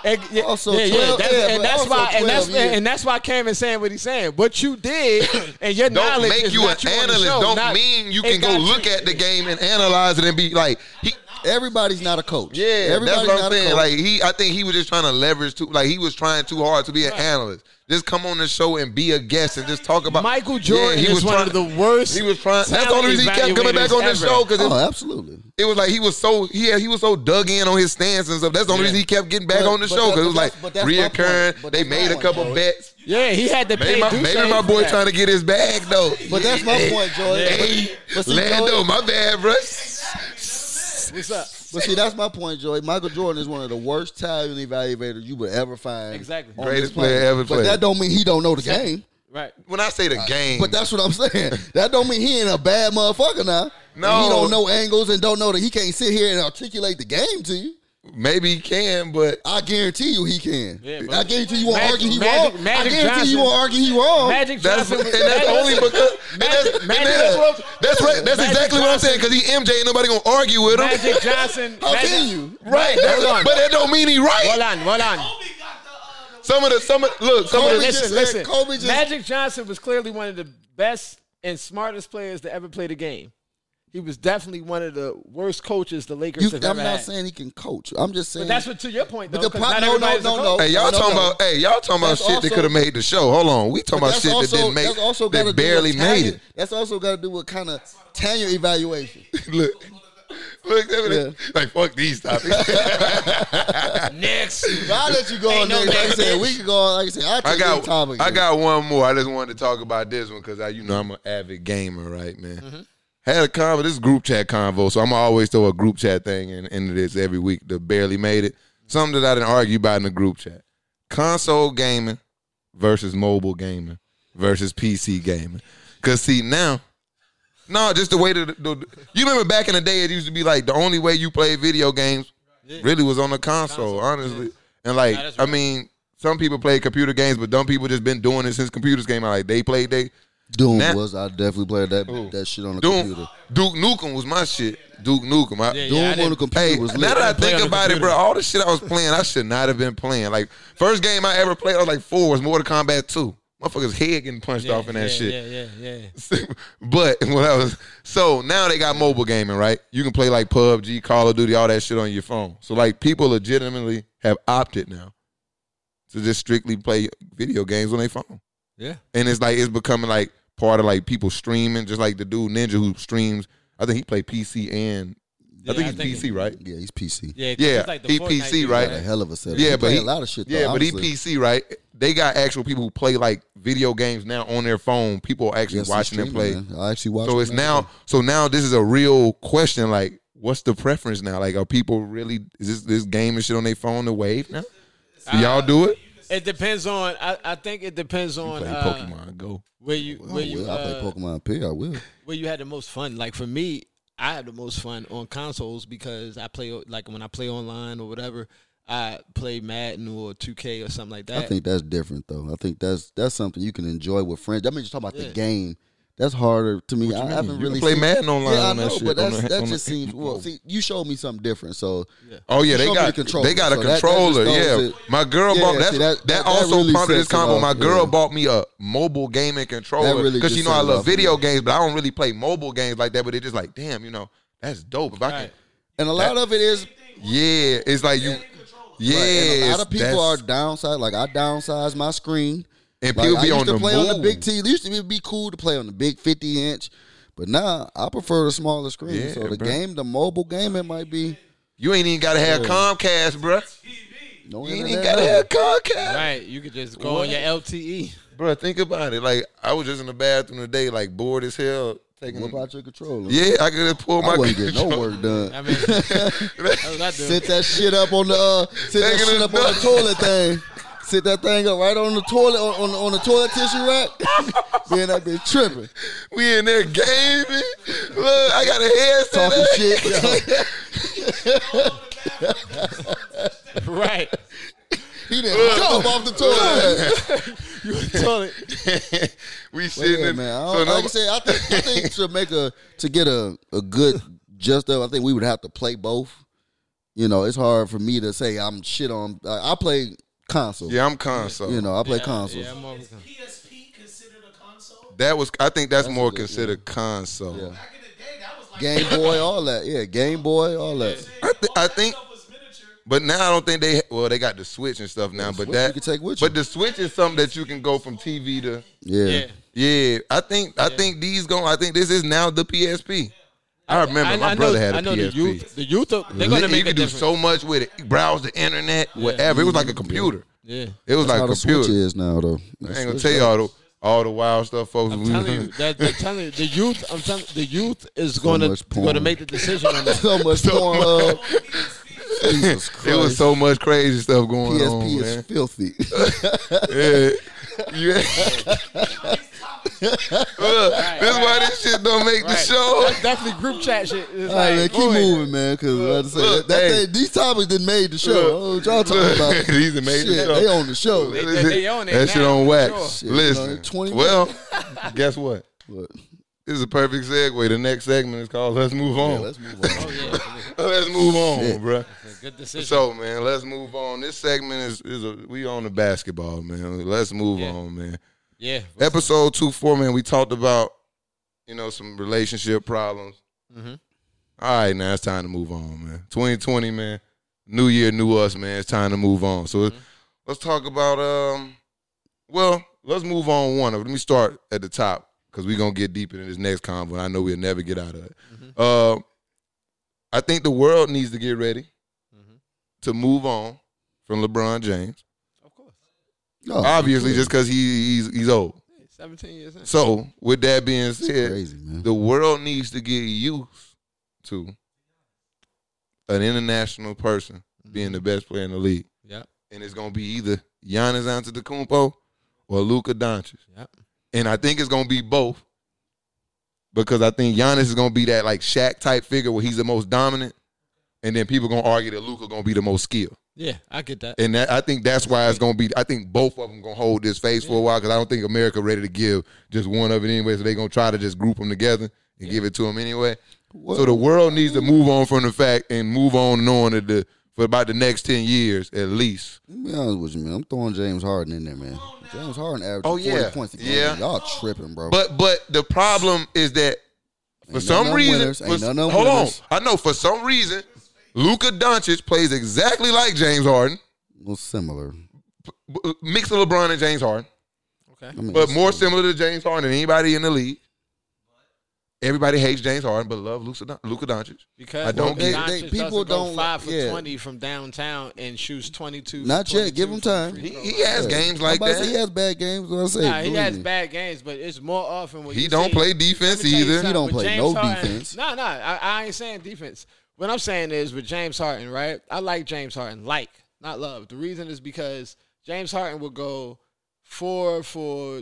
Speaker 4: And, yeah,
Speaker 3: Also
Speaker 4: yeah, yeah,
Speaker 3: 12
Speaker 4: that's-
Speaker 3: yeah, but
Speaker 4: and that's
Speaker 3: also
Speaker 4: why, and that's
Speaker 3: 12 years.
Speaker 4: and that's why Cameron's saying what he's saying. What you did, and your
Speaker 1: Don't
Speaker 4: knowledge
Speaker 1: make
Speaker 4: is
Speaker 1: you an
Speaker 4: not on the
Speaker 1: analyst.
Speaker 4: show,
Speaker 1: Don't
Speaker 4: not-
Speaker 1: mean you
Speaker 4: it
Speaker 1: can go
Speaker 4: got
Speaker 1: look
Speaker 4: you.
Speaker 1: at the game and analyze it and be like he.
Speaker 3: Everybody's not a coach.
Speaker 1: Yeah,
Speaker 3: everybody's
Speaker 1: that's what I'm
Speaker 3: not a
Speaker 1: saying.
Speaker 3: coach.
Speaker 1: Like he, I think he was just trying to leverage too. Like he was trying too hard to be an analyst. Just come on the show and be a guest and just talk about
Speaker 4: Michael Jordan is one of the worst
Speaker 1: He was trying. That's the only reason he kept coming back on this
Speaker 4: evaluators
Speaker 1: show because
Speaker 3: oh, absolutely.
Speaker 1: it was like he was so he had, he was so dug in on his stance and stuff. That's the only reason he kept getting back
Speaker 3: But-
Speaker 1: on the
Speaker 3: but
Speaker 1: show
Speaker 3: that-
Speaker 1: because it was
Speaker 3: but
Speaker 1: like
Speaker 3: that's- but that's my point.
Speaker 1: reoccurring.
Speaker 3: But
Speaker 1: They
Speaker 3: that's
Speaker 1: made
Speaker 3: my
Speaker 1: a
Speaker 3: point,
Speaker 1: couple
Speaker 3: Joey.
Speaker 1: bets.
Speaker 4: Yeah, he had to
Speaker 1: Maybe
Speaker 4: pay.
Speaker 1: my,
Speaker 4: Duce
Speaker 1: maybe my
Speaker 4: for
Speaker 1: boy
Speaker 4: that.
Speaker 1: trying to get his bag though.
Speaker 3: But that's my point, Joey.
Speaker 1: Hey,
Speaker 3: But see,
Speaker 1: Lando,
Speaker 3: Joey-
Speaker 1: my bad, bruh.
Speaker 4: What's up?
Speaker 3: But see, that's my point, Joey. Michael Jordan is one of the worst talent evaluators you would ever find.
Speaker 4: Exactly.
Speaker 3: on
Speaker 1: Greatest
Speaker 3: this planet.
Speaker 1: player ever
Speaker 3: But
Speaker 1: played.
Speaker 3: that don't mean he don't know the game.
Speaker 4: Right.
Speaker 1: When I say the game,
Speaker 3: But that's what I'm saying. That don't mean he ain't a bad motherfucker now.
Speaker 1: No.
Speaker 3: he don't know angles and don't know that he can't sit here and articulate the game to you.
Speaker 1: maybe he can, but
Speaker 3: I guarantee you he can.
Speaker 4: Yeah, but-
Speaker 3: I guarantee you won't
Speaker 4: Magic-
Speaker 3: argue he
Speaker 4: Magic-
Speaker 3: wrong.
Speaker 4: Magic
Speaker 3: I guarantee you
Speaker 4: Johnson-
Speaker 3: won't argue he wrong.
Speaker 4: Magic
Speaker 1: Oh, That's
Speaker 4: Johnson.
Speaker 1: and
Speaker 4: was-
Speaker 1: that's only because and that's,
Speaker 4: Magic-
Speaker 1: and
Speaker 4: Magic-
Speaker 1: that's, what I'm- that's right. That's
Speaker 4: Magic
Speaker 1: exactly what I'm saying. Because he MJ, ain't nobody gonna argue with him.
Speaker 4: Magic Johnson.
Speaker 3: How
Speaker 4: Magic-
Speaker 3: can you?
Speaker 1: Right, that's,
Speaker 4: Hold on.
Speaker 1: but that don't mean he
Speaker 4: Hold
Speaker 1: right.
Speaker 4: on, hold on.
Speaker 5: Kobe got the uh, the
Speaker 1: Some of the some of, look some
Speaker 3: Kobe
Speaker 1: of the
Speaker 3: just
Speaker 4: listen,
Speaker 3: said-
Speaker 4: listen.
Speaker 3: Kobe just-
Speaker 4: Magic Johnson was clearly one of the best and smartest players to ever play the game. He was definitely one of the worst coaches the Lakers
Speaker 3: You-
Speaker 4: have
Speaker 3: I'm
Speaker 4: ever
Speaker 3: not
Speaker 4: had.
Speaker 3: saying he can coach. I'm just saying.
Speaker 4: but that's what to your point though.
Speaker 3: But the
Speaker 4: 'cause
Speaker 3: pro-
Speaker 4: not
Speaker 3: no, no,
Speaker 4: everybody's a
Speaker 3: no,
Speaker 4: coach.
Speaker 3: no.
Speaker 1: Hey, y'all
Speaker 3: Oh, No, no,
Speaker 1: talking
Speaker 3: no.
Speaker 1: about hey, y'all talking about
Speaker 3: That's
Speaker 1: shit that
Speaker 3: also-
Speaker 1: could have made the show. Hold on, we talking
Speaker 3: But
Speaker 1: about
Speaker 3: that's
Speaker 1: shit that
Speaker 3: also-
Speaker 1: didn't make
Speaker 3: that's also gotta do
Speaker 1: that barely
Speaker 3: with talent.
Speaker 1: made it.
Speaker 3: That's also got to do with kind of tenure evaluation.
Speaker 1: Look, look, that was-
Speaker 3: Yeah.
Speaker 1: like fuck these topics.
Speaker 4: Next.
Speaker 3: I'll let you go on
Speaker 4: Ain't no
Speaker 3: next. Like I said,
Speaker 4: bitch.
Speaker 3: we can go on. Like I said, I'll take
Speaker 1: I
Speaker 3: any
Speaker 1: got
Speaker 3: topic.
Speaker 1: I got one more. I just wanted to talk about this one because I, you know, I'm an avid gamer, right, man. Had a convo. This is group chat convo, so I'm always throw a group chat thing in, into this every week. The barely made it. Something that I didn't argue about in the group chat: console gaming versus mobile gaming versus PC gaming. Cause see now. No, just the way that the, the- you remember back in the day, it used to be like the only way you played video games really was on the console, honestly. And like,
Speaker 4: that's
Speaker 1: I mean, some people play computer games, but dumb people just been doing it since computers came out. Like they played they
Speaker 3: Doom
Speaker 1: Nah.
Speaker 3: was. I definitely played that that shit on the
Speaker 1: Doom,
Speaker 3: computer.
Speaker 1: Duke Nukem was my shit. Duke Nukem, I,
Speaker 4: Yeah,
Speaker 3: Doom
Speaker 4: I
Speaker 3: on the
Speaker 4: didn't-
Speaker 3: computer
Speaker 1: Hey,
Speaker 3: was lit.
Speaker 1: now that I
Speaker 4: Play on
Speaker 1: think
Speaker 4: the
Speaker 1: about it, bro,
Speaker 4: computer.
Speaker 1: all the shit I was playing, I should not have been playing. Like first game I ever played, I was like four was Mortal Kombat two. Motherfuckers head getting punched off in that
Speaker 4: yeah,
Speaker 1: shit.
Speaker 4: Yeah, yeah, yeah.
Speaker 1: but when I was so now they got mobile gaming, right? You can play like PUBG, Call of Duty, all that shit on your phone. So like people legitimately have opted now to just strictly play video games on their phone.
Speaker 4: Yeah.
Speaker 1: And it's like it's becoming like part of like people streaming, just like the dude Ninja who streams. I think he played PC and I
Speaker 4: Yeah,
Speaker 1: think
Speaker 4: I
Speaker 1: he's
Speaker 4: think-
Speaker 1: PC, right?
Speaker 3: Yeah, he's PC.
Speaker 4: Yeah, 'cause
Speaker 1: Yeah,
Speaker 4: it's like the
Speaker 1: he
Speaker 4: Fortnite
Speaker 1: PC,
Speaker 4: dude,
Speaker 1: right?
Speaker 3: Got a hell of a setup.
Speaker 1: Yeah,
Speaker 3: He
Speaker 1: but
Speaker 3: play
Speaker 1: he-
Speaker 3: a lot of shit. Though,
Speaker 1: Yeah, but
Speaker 3: honestly.
Speaker 1: he PC, right? They got actual people who play like video games now on their phone. People actually
Speaker 3: Yes, he's
Speaker 1: watching them play.
Speaker 3: streaming, man. I actually watched.
Speaker 1: So it's now. So now this is a real question. Like, what's the preference now? Like, are people really is this this game and shit on their phone the wave now? Do
Speaker 4: Uh,
Speaker 1: y'all do it?
Speaker 4: It depends on. I, I think it depends on
Speaker 1: Play
Speaker 4: uh,
Speaker 1: Pokemon Oh, Go.
Speaker 4: where you where
Speaker 3: I
Speaker 4: you
Speaker 3: will. I
Speaker 4: uh,
Speaker 3: play Pokemon P. I will.
Speaker 4: where you had the most fun. Like for me, I had the most fun on consoles because I play like when I play online or whatever, I play Madden or 2K or something like that.
Speaker 3: I think that's different though. I think that's that's something you can enjoy with friends. I mean, just talking about the
Speaker 4: Yeah.
Speaker 3: game. That's harder to me. I
Speaker 1: You
Speaker 3: haven't really
Speaker 1: can play
Speaker 3: seen-
Speaker 1: Madden online
Speaker 3: Yeah, I
Speaker 1: on
Speaker 3: know,
Speaker 1: that shit,
Speaker 3: but
Speaker 1: on
Speaker 3: that's,
Speaker 1: the-
Speaker 3: that
Speaker 1: on the-
Speaker 3: just seems. Well, see, you showed me something different, so
Speaker 1: Oh yeah,
Speaker 3: You
Speaker 1: they
Speaker 3: showed me
Speaker 1: got
Speaker 3: the controller,
Speaker 1: they got a
Speaker 3: so that- that
Speaker 1: controller.
Speaker 3: just
Speaker 1: yeah,
Speaker 3: throws it-
Speaker 1: my girl
Speaker 3: Yeah,
Speaker 1: bought that's,
Speaker 3: see,
Speaker 1: that,
Speaker 3: that- that- that
Speaker 1: also
Speaker 3: really
Speaker 1: prompted this
Speaker 3: sets it
Speaker 1: combo.
Speaker 3: off,
Speaker 1: My girl
Speaker 3: yeah.
Speaker 1: bought me a mobile gaming controller
Speaker 3: That really
Speaker 1: because
Speaker 3: just
Speaker 1: you know I
Speaker 3: set it
Speaker 1: love
Speaker 3: off, yeah.
Speaker 1: video games, but I don't really play mobile games like that. But it just like, damn, you know, that's dope. If I can,
Speaker 4: Right.
Speaker 3: and a lot of it is.
Speaker 1: yeah, it's like you, yeah.
Speaker 3: Right, and a lot of people are
Speaker 1: that's-
Speaker 3: downside. Like I downsized my screen.
Speaker 1: And
Speaker 3: Like,
Speaker 1: people
Speaker 3: I
Speaker 1: be
Speaker 3: used
Speaker 1: on
Speaker 3: to
Speaker 1: the
Speaker 3: play on the
Speaker 1: move.
Speaker 3: big T. It used to be cool to play on the big fifty inch, but now I prefer the smaller screen.
Speaker 1: Yeah,
Speaker 3: so the
Speaker 1: bruh.
Speaker 3: game, the mobile game, it might be
Speaker 1: You ain't even gotta have Comcast, bruh.
Speaker 3: no
Speaker 1: You ain't even
Speaker 3: internet.
Speaker 1: gotta
Speaker 3: no.
Speaker 1: have Comcast,
Speaker 4: right, you could just go on your E. LTE.
Speaker 1: Bruh, Think about it. Like I was just in the bathroom today, like bored as hell,
Speaker 3: Whip
Speaker 1: taking.
Speaker 3: out your controller.
Speaker 1: Yeah, I could just pull my.
Speaker 3: I wouldn't get no
Speaker 1: control-
Speaker 3: work done.
Speaker 4: I mean, that's what I do.
Speaker 3: Sit that shit up on the uh, sit that
Speaker 1: Taking
Speaker 3: shit
Speaker 1: a
Speaker 3: up on the
Speaker 1: dump.
Speaker 3: toilet thing. Sit that thing up right on the toilet on, on, on the toilet tissue rack. Man, that bitch tripping,
Speaker 1: We in there gaming. Look, I got a headset. on.
Speaker 3: talking shit. Yo,
Speaker 4: right.
Speaker 6: He done jump off the toilet.
Speaker 4: You in the toilet.
Speaker 1: we
Speaker 3: Well,
Speaker 1: sitting
Speaker 3: yeah,
Speaker 1: in
Speaker 3: man. I,
Speaker 1: so
Speaker 3: don't- like
Speaker 1: nobody-
Speaker 3: I said, I think, I think to make a to get a, a good just up, I think we would have to play both. You know, it's hard for me to say I'm shit on. I, I play console.
Speaker 1: yeah, I'm console.
Speaker 3: You know, I play consoles.
Speaker 4: Yeah, I'm on.
Speaker 5: PSP considered a console?
Speaker 1: That was I think that's, more
Speaker 3: good, yeah.
Speaker 1: considered console.
Speaker 3: Yeah.
Speaker 5: Back in the day, that was like
Speaker 3: Game Boy, all that. Yeah, Game Boy, all that.
Speaker 5: All
Speaker 1: I, th- I
Speaker 5: that
Speaker 1: think,
Speaker 5: stuff was miniature.
Speaker 1: but now I don't think they. Well, they got the Switch and stuff now, but
Speaker 3: Switch
Speaker 1: that
Speaker 3: you can take with
Speaker 1: But
Speaker 3: you.
Speaker 1: the Switch is something that you can go from TV to.
Speaker 3: Yeah.
Speaker 4: Yeah.
Speaker 1: Yeah, I think I think these going. I think this is now the PSP. I remember my
Speaker 4: I
Speaker 1: brother
Speaker 4: know,
Speaker 1: had a
Speaker 4: I know
Speaker 1: PSP.
Speaker 4: the youth. The youth, are- they're gonna
Speaker 1: Lit-
Speaker 4: make
Speaker 1: you
Speaker 4: a
Speaker 1: could do
Speaker 4: difference.
Speaker 1: so much with it. You Browse the internet, whatever. It was like a computer.
Speaker 4: Yeah.
Speaker 1: It was like
Speaker 3: How
Speaker 1: a
Speaker 3: the Switch
Speaker 1: computer.
Speaker 3: is now though.
Speaker 1: I ain't gonna tell you all the all the wild stuff, folks.
Speaker 4: I'm telling you, that, I'm telling you, the youth. I'm telling the youth is going
Speaker 3: much
Speaker 4: to
Speaker 3: porn.
Speaker 4: going to make the decision on that.
Speaker 3: so much porn. uh, Jesus
Speaker 1: it was
Speaker 3: Christ.
Speaker 1: so much crazy stuff going
Speaker 3: PSP
Speaker 1: on.
Speaker 3: is
Speaker 1: man.
Speaker 3: filthy.
Speaker 1: Yeah. You- Look, this why this shit don't make the
Speaker 4: Right.
Speaker 1: show.
Speaker 4: That's Oh, definitely group chat shit. It's
Speaker 3: All right, man,
Speaker 4: like,
Speaker 3: keep moving, man, because say,
Speaker 1: look,
Speaker 3: that, that
Speaker 1: hey.
Speaker 3: thing- these topics didn't made the show. I don't know what y'all talking about?
Speaker 1: These done made the
Speaker 3: Shit,
Speaker 1: show.
Speaker 3: They on the show.
Speaker 4: They- they- they own it
Speaker 1: that shit
Speaker 4: now,
Speaker 1: on
Speaker 4: for
Speaker 1: wax.
Speaker 4: sure.
Speaker 3: Shit, you know,
Speaker 1: Listen,
Speaker 3: 20
Speaker 1: well, guess what?
Speaker 3: But,
Speaker 1: This is a perfect segue. The next segment is called "Let's Move On."
Speaker 3: yeah, let's move on.
Speaker 4: oh yeah,
Speaker 1: Let's move on, bro.
Speaker 4: it's a good decision.
Speaker 1: So, man, let's move on. This segment is is a, we on the basketball, man. Let's move
Speaker 4: Yeah.
Speaker 1: on, man.
Speaker 4: yeah,
Speaker 1: Episode two four, man. We talked about you know some relationship problems.
Speaker 4: Mhm.
Speaker 1: All right, now it's time to move on, man. Twenty twenty, man. New year, new us, man. It's time to move on. So it- let's talk about um. Well, let's move on one. Let me start at the top because we're gonna get deeper in this next convo. and I know we'll never get out of it. Uh, I think the world needs to get ready to move on from LeBron James.
Speaker 4: of course.
Speaker 3: No,
Speaker 1: Obviously, just because he, he's he's old.
Speaker 4: Seventeen years in.
Speaker 1: So with that being said,
Speaker 3: crazy, man.
Speaker 1: the world needs to get used to an international person being the best player in the league,
Speaker 4: Yeah,
Speaker 1: and it's gonna be either Giannis Antetokounmpo or Luka Doncic,
Speaker 4: yeah,
Speaker 1: and I think it's gonna be both because I think Giannis is gonna be that like Shaq type figure where he's the most dominant, and then people gonna argue that Luka gonna be the most skilled.
Speaker 4: yeah. I get that.
Speaker 1: And that, I think that's why it's going to be. I think both of them going to hold this face for a while because I don't think America ready to give just one of it anyway. So they're going to try to just group them together and give it to them anyway. So the world needs to move on from the fact and move on knowing that the for about the next ten years at least.
Speaker 3: Let me be honest with you, man. I'm throwing James Harden in there, man. James Harden averaged
Speaker 1: Oh,
Speaker 3: 40
Speaker 1: yeah.
Speaker 3: points a game.
Speaker 1: Yeah.
Speaker 3: Y'all tripping, bro.
Speaker 1: But but the problem is that for
Speaker 3: Ain't none of
Speaker 1: some
Speaker 3: them
Speaker 1: reason,
Speaker 3: winners. Ain't
Speaker 1: for-
Speaker 3: none of them
Speaker 1: hold
Speaker 3: winners.
Speaker 1: on, I know for some reason, Luka Doncic plays exactly like James Harden,
Speaker 3: well, similar.
Speaker 1: b- mix of LeBron and James Harden.
Speaker 4: Okay.
Speaker 3: I mean,
Speaker 1: but more similar to James Harden than anybody in the league. Everybody hates James Harden, but love Luka Don- Luka Doncic.
Speaker 4: Because
Speaker 1: I don't
Speaker 4: Luka
Speaker 1: get-
Speaker 4: Doncic
Speaker 3: they- people
Speaker 4: doesn't go
Speaker 3: don't-
Speaker 4: five for
Speaker 3: yeah.
Speaker 4: twenty from downtown and shoots twenty two.
Speaker 3: Not yet. Give him time.
Speaker 1: He, he has games like
Speaker 3: I'm about to say he
Speaker 1: that.
Speaker 3: has bad games. What I say,
Speaker 4: Nah, he
Speaker 3: believe
Speaker 4: has
Speaker 3: me.
Speaker 4: bad games, but it's more often when
Speaker 1: He
Speaker 4: you
Speaker 1: don't
Speaker 4: see-
Speaker 1: play defense either.
Speaker 3: He don't play no defense.
Speaker 4: No, no, I, I ain't saying defense. What I'm saying is with James Harden, right? I like James Harden, like not love. The reason is because James Harden will go four for